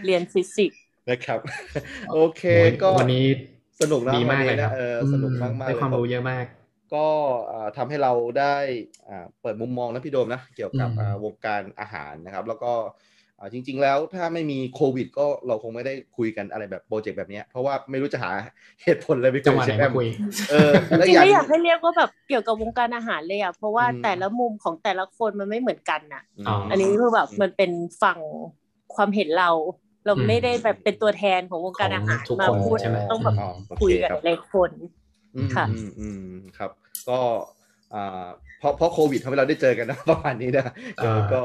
[SPEAKER 4] เรียนฟิสิกส์
[SPEAKER 2] นะครับ โอเค
[SPEAKER 3] โอ้ย
[SPEAKER 2] ก็
[SPEAKER 3] วันนี้
[SPEAKER 2] สนุกนะ
[SPEAKER 3] ดีมาก
[SPEAKER 2] วัน
[SPEAKER 3] เลย
[SPEAKER 2] นี้
[SPEAKER 3] ครับ
[SPEAKER 2] นะเออสนุกมากๆ
[SPEAKER 3] ได้
[SPEAKER 2] เลย
[SPEAKER 3] ความรู้เยอะมาก
[SPEAKER 2] ก็เอ่อทำให้เราได้อ่าเปิดมุมมองนะพี่โดมนะเกี่ยวกับ
[SPEAKER 3] อืม
[SPEAKER 2] อ่าวงการอาหารนะครับ แล้วก็อ่าจริง ๆ แล้วถ้าไม่มีโควิด ก็เราคงไม่ได้คุยกันอะไรแบบโปรเจกต์แบบเนี้ยเพราะว่าไม่รู้จะหาเหตุผลอะไรไปคุ
[SPEAKER 3] จัง
[SPEAKER 2] ย
[SPEAKER 3] หวะไหน
[SPEAKER 2] ใช่ไหม
[SPEAKER 3] มาคุย
[SPEAKER 2] เออแล้
[SPEAKER 4] จ
[SPEAKER 2] ว
[SPEAKER 4] ริงๆ
[SPEAKER 2] อย่าง
[SPEAKER 4] ไม่อยากให้เรียกว่าแบบเกี่ยวกับวงการอาหารเลยอ่ะ เพราะว่า
[SPEAKER 2] อืม
[SPEAKER 4] แต่ละมุมของแต่ละคนมันไม่เหมือนกันน่ะ
[SPEAKER 3] อ๋ออั
[SPEAKER 4] อันนี้คือแบบมันเป็นฝั่งความเห็นเรา เราไม่ได้แบบเป็นตัวแทนของวงการอาหาร
[SPEAKER 3] ขอ
[SPEAKER 4] มา
[SPEAKER 3] งทุกคน
[SPEAKER 4] พูด
[SPEAKER 3] ใช่ไหม
[SPEAKER 4] ต้องแบบ
[SPEAKER 2] อ๋อโอเ
[SPEAKER 4] คุยกับ
[SPEAKER 2] รับ
[SPEAKER 4] หลายคน
[SPEAKER 2] อืม
[SPEAKER 4] ค่ะ
[SPEAKER 2] อืมอืมครับ ก็อ่าเพราะเพราะโควิดทำให้เราได้เจอกันนะ ประมาณนี้นะเออ
[SPEAKER 3] อ่า
[SPEAKER 2] ก็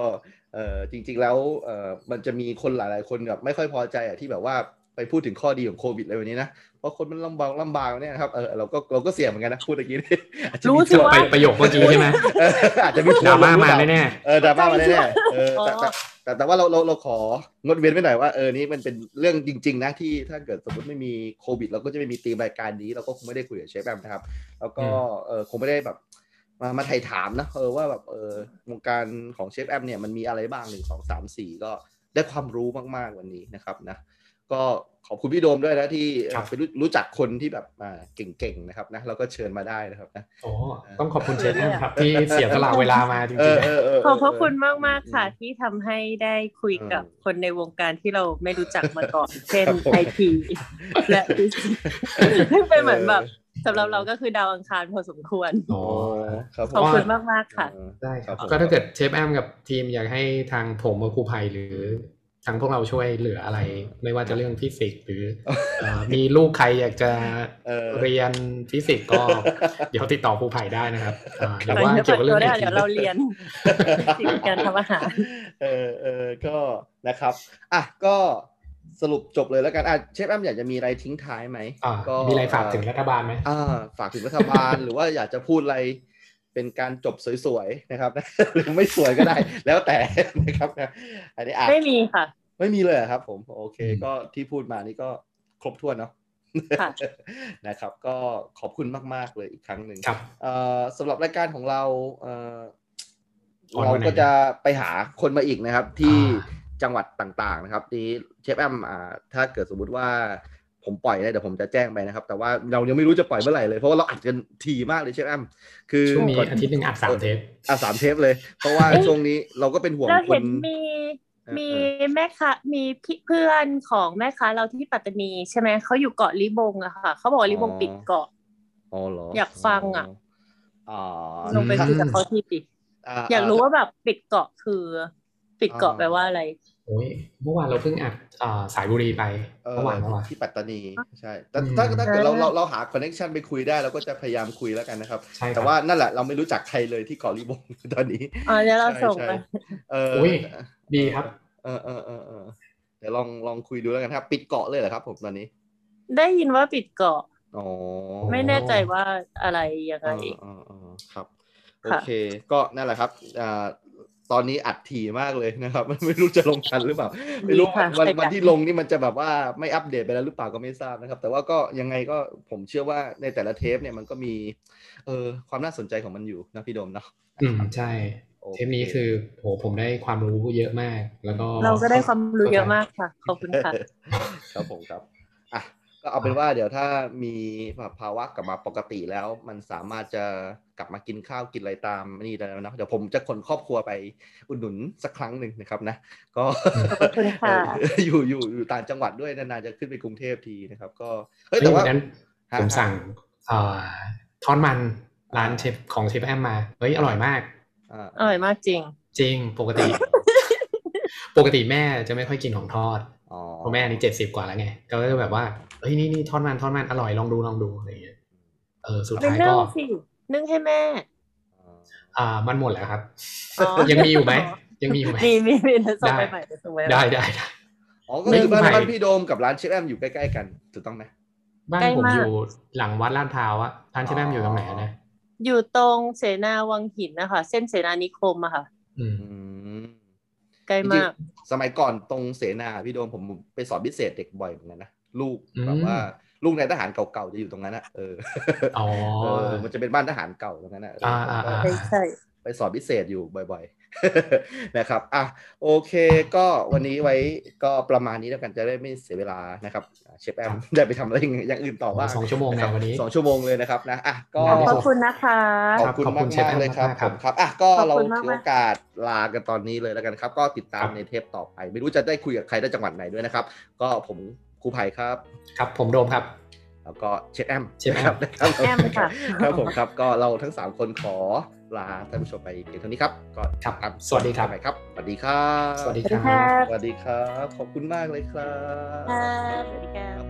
[SPEAKER 2] เออจริง ๆแล้วเออมันจะมีคนหลาย ๆ คนแบบไม่ค่อยพอใจอ่ะที่แบบว่าไปพูดถึงข้อดีของโควิดอะไรแบบนี้นะเพราะคนมันลำบากลำบากเนี่ยนะครับเออเราก็เราก็เสี่ยงเหมือนกันนะพูดตะกี้นี่อาจจะ
[SPEAKER 4] รู้
[SPEAKER 2] มี
[SPEAKER 4] สิ
[SPEAKER 2] ทัวร์
[SPEAKER 3] ไป
[SPEAKER 4] ว่า
[SPEAKER 3] ประโยคเมื่อกี้ใช่ไหม
[SPEAKER 2] เอออาจจะมีทัว
[SPEAKER 3] ดรา
[SPEAKER 2] ร์ล
[SPEAKER 3] ม่าง มา
[SPEAKER 2] หรือเปล่
[SPEAKER 3] แน่
[SPEAKER 2] เออดราม่ามาแน่ๆเออ
[SPEAKER 4] อ๋อ
[SPEAKER 2] แต่แต่แต่แต่ว่าเราเราเราของดเว้นไว้หน่อยว่าเออนี่มันเป็นเรื่องจริง ๆ นะที่ถ้าเกิดสมมติไม่มีโควิด เราก็จะไม่มีตีมรายการนี้เราก็คงไม่ได้คุยกับเชฟแอมนะครับ แล้วก็เออคงไม่ได้แบบ มามาไถ่ถามนะเออว่าแบบเออวงการของเชฟแอมเนี่ยมันมีอะไรบ้างหนึ่งสองสามสี่ก็ได้ความรู้มากๆวันนี้นะครับนะ ก็ขอบคุณพี่โดมด้วยนะที่ไปรู้รู้จักคนที่แบบอ่าเก่งๆนะครับนะแล้วก็เชิญมาได้นะครับนะ
[SPEAKER 3] ๆโอ้ต้องขอบคุณเชฟแอมครับที่เสียสละเวลามาจริง
[SPEAKER 2] เออ
[SPEAKER 3] ๆ
[SPEAKER 2] เออเ
[SPEAKER 4] ขอบพระคุณ
[SPEAKER 2] เ
[SPEAKER 4] มากๆค่ะ ที่ทำให้ได้คุยกับคนในวงการที่เราไม่รู้จักมาก่อน เช่น
[SPEAKER 2] ครับผม
[SPEAKER 4] ไอทีและฟิสิกส์ ซึ่งเป็นเหมือนแบบสำหรับเราก็คือดาวอังคารพอสมควร
[SPEAKER 2] อ๋อครับผ
[SPEAKER 4] ขอบ
[SPEAKER 2] ม
[SPEAKER 4] คุณมากมากๆค่ะ
[SPEAKER 3] ได้ค
[SPEAKER 2] ค
[SPEAKER 3] รับ
[SPEAKER 2] รับผม
[SPEAKER 3] ก็ถ้าเกิดเชฟแอมกับทีมอยากให้ทางผมกับครูภัยหรือทางพวกเราช่วยเหลืออะไร ไม่ว่าจะเรื่องฟิสิกส์หรือเอ่อมีลูกใครอยากจะ
[SPEAKER 2] เออ
[SPEAKER 3] เรียนฟิสิกส์ก็ เดี๋ยวติดต่อครูภัยได้นะครับอ่าหรือ
[SPEAKER 4] เรา
[SPEAKER 3] ว่า
[SPEAKER 4] จะ
[SPEAKER 3] เกี่ยวกับเรื่อง
[SPEAKER 4] ได้
[SPEAKER 3] ไอที
[SPEAKER 4] เดี๋ยวเราเรียน สิ่งการทำอาหาร
[SPEAKER 2] เออเออก็นะครับอ่ะก็สรุปจบเลยแล้วกันอ่ะเชฟแอมอยากจะมีอะไรทิ้งท้ายไหม
[SPEAKER 3] อ่า
[SPEAKER 2] ก็
[SPEAKER 3] มีอะไรฝากถึงรัฐบาลไหม
[SPEAKER 2] อ่าฝากถึงรัฐบาล หรือว่าอยากจะพูดอะไรเป็นการจบสวยๆนะครับ หรือไม่สวยก็ได้ แล้วแต่นะครับนะอันนี้อ่ะ
[SPEAKER 4] ไม่มีค่ะ
[SPEAKER 2] ไม่มีเลยเหรอครับ ผมโอเค ก็ที่พูดมานี่ก็ครบถ้วนเนาะ
[SPEAKER 4] ค่ะ
[SPEAKER 2] นะครับ ก็ขอบคุณมากๆเลยอีกครั้งหนึ่ง
[SPEAKER 3] ครับ
[SPEAKER 2] เอ่อสำหรับรายการของเราเอ่อ
[SPEAKER 3] ออนวั
[SPEAKER 2] เรา
[SPEAKER 3] นไหน
[SPEAKER 2] ก็จะไปหาคนมาอีกนะครับ ที่
[SPEAKER 3] อ่
[SPEAKER 2] จังหวัดต่างๆนะครับนี้เชฟแอมอ่าถ้าเกิดสมมุติว่าผมปล่อยนะเดี๋ยวผมจะแจ้งไปนะครับ แต่ว่าเรายังไม่รู้จะปล่อยเมื่อไหร่เลยเพราะว่าเราอัดกันทีมากเลยเชฟแอมคือ
[SPEAKER 3] ช่วงนี้
[SPEAKER 2] ก่น
[SPEAKER 3] อาทิตย์หนึ่งอัดสามเทป
[SPEAKER 2] อ่ะสามเทปเลย เพราะว่า
[SPEAKER 4] เอ้ย
[SPEAKER 2] ช่วงนี้เราก็เป็นห่วง
[SPEAKER 4] แล้ว
[SPEAKER 2] ค
[SPEAKER 4] เห็
[SPEAKER 2] น
[SPEAKER 4] นมี
[SPEAKER 2] เออ
[SPEAKER 4] มีแม่ค้ามีพี่เพื่อนของแม่ค้าเราที่ปัตตานีใช่ไหมเขาอยู่เกาะลิบงอะค่ะเขาบอกว่าลิบงปิดเกาะ
[SPEAKER 2] อ๋อเหรออย
[SPEAKER 4] อากฟังอ่ะ
[SPEAKER 2] อ๋อ
[SPEAKER 4] ลงไป
[SPEAKER 3] คุ
[SPEAKER 4] คุยกับเขาที่ดิ
[SPEAKER 2] อ่
[SPEAKER 4] อยากรู้ว่าแบบปิดเกาะคือ ปิดเกาะ
[SPEAKER 2] อ่า
[SPEAKER 4] แปลว่าอะไร
[SPEAKER 3] โอ้ยเมื่อวานเราเพิ่งอัดอ่าสายบุรีไป
[SPEAKER 2] เออ
[SPEAKER 3] เมื่อวานเมื่อวาน
[SPEAKER 2] ที่ปัตตานีใช่แต่ถ้า
[SPEAKER 3] อืม
[SPEAKER 2] ถ้าเกิดเราเราเราหาคอนเนคชันไปคุยได้เราก็จะพยายามคุยแล้วกันนะครับ
[SPEAKER 3] ใช่ค
[SPEAKER 2] แต่
[SPEAKER 3] รับ
[SPEAKER 2] ว่านั่นแหละเราไม่รู้จักใครเลยที่เกาะลิบง ตอนนี้
[SPEAKER 4] อ๋อเดี๋ยวเรา
[SPEAKER 2] ใช่
[SPEAKER 4] ส่งไป
[SPEAKER 2] ใช่เออ
[SPEAKER 3] โอ้ย ดีครับ
[SPEAKER 2] เออเออเออเออเดี๋ยวลองลองคุยดูแล้วกันครับ ปิดเกาะเลยเหรอครับ ผมตอนนี้
[SPEAKER 4] ได้ยินว่าปิดเกาะ
[SPEAKER 2] อ๋อ
[SPEAKER 4] ไม่แน่ใจว่าอะไรยัง
[SPEAKER 2] เอ
[SPEAKER 4] ไง
[SPEAKER 2] อเออเออครับ โอ
[SPEAKER 4] ค่ะ
[SPEAKER 2] เค ก็นั่นแหละครับอ่า ตอนนี้อัดถี่มากเลยนะครับ ไม่รู้จะลงทันหรือเปล่า ไม่รู้
[SPEAKER 4] ดีค่ะ
[SPEAKER 2] วัน
[SPEAKER 4] ใช่ค่ะ
[SPEAKER 2] วันที่ลงนี่มันจะแบบว่าไม่อัปเดตไปแล้วหรือเปล่าก็ไม่ทราบนะครับ แต่ว่าก็ยังไงก็ผมเชื่อว่าในแต่ละเทปเนี่ยมันก็มีเออความน่าสนใจของมันอยู่นะพี่โดมเนาะ
[SPEAKER 3] อืมใช่
[SPEAKER 2] โ
[SPEAKER 3] เทปนี้คือโหผมได้ความรู้เยอะมาก แล้วก็
[SPEAKER 4] เราก็ได้ความรู้เยอะมากค่ะ ขอบคุณค่ะ
[SPEAKER 2] ครับผมครับอ่ะก็เอาเป็นว่าเดี๋ยวถ้ามีภาวะกลับมาปกติแล้ว มันสามารถจะกลับมากินข้าวกินอะไรตามนี่ได้แล้วนะเดี๋ยวผมจะขนครอบครัวไปอุดหนุนสักครั้งหนึ่งนะครับนะ ก็
[SPEAKER 4] ขอบคุณค่ะ
[SPEAKER 2] เอออยู่อยู่อยู่ต่างจังหวัดด้วยนานๆจะขึ้นไปกรุงเทพทีนะครับ ก็เฮ้ย
[SPEAKER 3] เอ้
[SPEAKER 2] แต่
[SPEAKER 3] ยวั
[SPEAKER 2] ว่าน
[SPEAKER 3] นั้น
[SPEAKER 2] ฮะ
[SPEAKER 3] ผมสั่งเอ่อทอดมันร้านเชฟของเชฟแอมมาเฮ้ยอร่อยมาก
[SPEAKER 2] อ่า
[SPEAKER 4] อร่อยมากจริง
[SPEAKER 3] จริงปกติ ปกติแม่จะไม่ค่อยกินของทอด
[SPEAKER 2] อ๋อ
[SPEAKER 3] เพราะแม่นี่เจ็ดสิบกว่าแล้วไงก็จะแบบว่าเฮ้ยนี่นี่ทอดมันทอดมันอร่อยลองดูลองดูอะไรอย่างเงี้ยเออสุด
[SPEAKER 4] นึ่ง
[SPEAKER 3] ท้า
[SPEAKER 4] นึ่
[SPEAKER 3] ยก็
[SPEAKER 4] งสิ นึ่งให้แม่
[SPEAKER 3] อ่ามันหมดแล้วครับ
[SPEAKER 4] อ๋อ
[SPEAKER 3] ยังมีอยู่ไหมยังมีอยู่ไหม
[SPEAKER 4] มีมีมีเดี๋ยวส่งไป
[SPEAKER 3] ได้
[SPEAKER 4] ใหม่เดี๋ยวส่งไปใหม่
[SPEAKER 3] ได้ได้ได้
[SPEAKER 2] อ๋อก็คือ
[SPEAKER 4] ไม่
[SPEAKER 2] บ้าน
[SPEAKER 4] ไม่
[SPEAKER 2] บ้านพี่โดมกับร้านเชฟแอมอยู่ใกล้ๆกันถูกต้องไหม
[SPEAKER 3] บ้าน
[SPEAKER 4] ใกล้
[SPEAKER 3] ผม
[SPEAKER 4] มาก
[SPEAKER 3] อยู่หลังวัดลาดพร้าวอะร้านเชฟแอมอยู่ตรงไหนอะนะ
[SPEAKER 4] อยู่ตรงเสนาวังหินนะคะ เส้นเสนานิคมอะค่ะ
[SPEAKER 3] อืม
[SPEAKER 2] อืม
[SPEAKER 4] ใกล้มาก
[SPEAKER 2] จริงๆสมัยก่อนตรงเสนาพี่โดมผมไปสอนพิเศษเด็กบ่อยเหมือนกันนะลูก
[SPEAKER 3] อืม
[SPEAKER 2] แบบว่าลูกนายทหารเก่าๆจะอยู่ตรงนั้นอ่ะเออ
[SPEAKER 3] อ๋อ
[SPEAKER 2] เออมันจะเป็นบ้านทหารเก่าตรงนั้นอ่ะเออผมก็
[SPEAKER 3] อ่า
[SPEAKER 4] ใช่ใช่
[SPEAKER 2] ไปสอบพิเศษอยู่บ่อยๆ นะครับอ่ะโอเคก็วันนี้ไว้ก็ประมาณนี้แล้วกันจะได้ไม่เสียเวลานะครับอ่ะเชฟแอม ได้ไปทำอะไรอย่างอื่นต่อบ้าง
[SPEAKER 3] สองชั่วโมง
[SPEAKER 2] นะ
[SPEAKER 3] แน
[SPEAKER 2] ครับ
[SPEAKER 3] วันนี้
[SPEAKER 2] สองชั่วโมงเลยนะครับนะอ่ะก็
[SPEAKER 3] ครับ
[SPEAKER 4] ขอบคุณนะคะ
[SPEAKER 2] ขอบคุณ
[SPEAKER 3] ครับขอบ
[SPEAKER 2] มา
[SPEAKER 3] คุ
[SPEAKER 2] ก
[SPEAKER 3] ณเชฟ
[SPEAKER 2] มาก
[SPEAKER 3] แอม
[SPEAKER 2] เลยครับ
[SPEAKER 3] มากๆ
[SPEAKER 2] ผ
[SPEAKER 3] ครับ
[SPEAKER 2] มครับอ่ะก็
[SPEAKER 4] ขอบ
[SPEAKER 2] เรา
[SPEAKER 4] คุณมากๆ
[SPEAKER 2] ถือโอกาสลากันตอนนี้เลยแล้วกันครับ ก็ติดตาม
[SPEAKER 3] ครับ
[SPEAKER 2] ในเทปต่อไป ไม่รู้จะได้คุยกับใครได้จังหวัดไหนด้วยนะครับ ก็ผมครูไผ่ครับ
[SPEAKER 3] ครับ ผมโดมครับ
[SPEAKER 2] แล้วก็เชฟแอม
[SPEAKER 3] เชฟแอม
[SPEAKER 2] นะครั
[SPEAKER 4] แอมค่ะ
[SPEAKER 2] ครับผมครับก็เราทั้งสามคนขอลาท่านผู้ชมไปเพียงเท่านี้ครับก็
[SPEAKER 3] ครับ
[SPEAKER 2] ครับ
[SPEAKER 3] สวัสดีครับ
[SPEAKER 2] ไปครับ สวัสดีครับ
[SPEAKER 3] สวัสดี
[SPEAKER 4] สวัสดี
[SPEAKER 3] ครับ
[SPEAKER 4] ค่ะ
[SPEAKER 2] สวัสดีครับ ขอบคุณมากเลยครับ
[SPEAKER 4] ค่ะสวัสดีค่ะ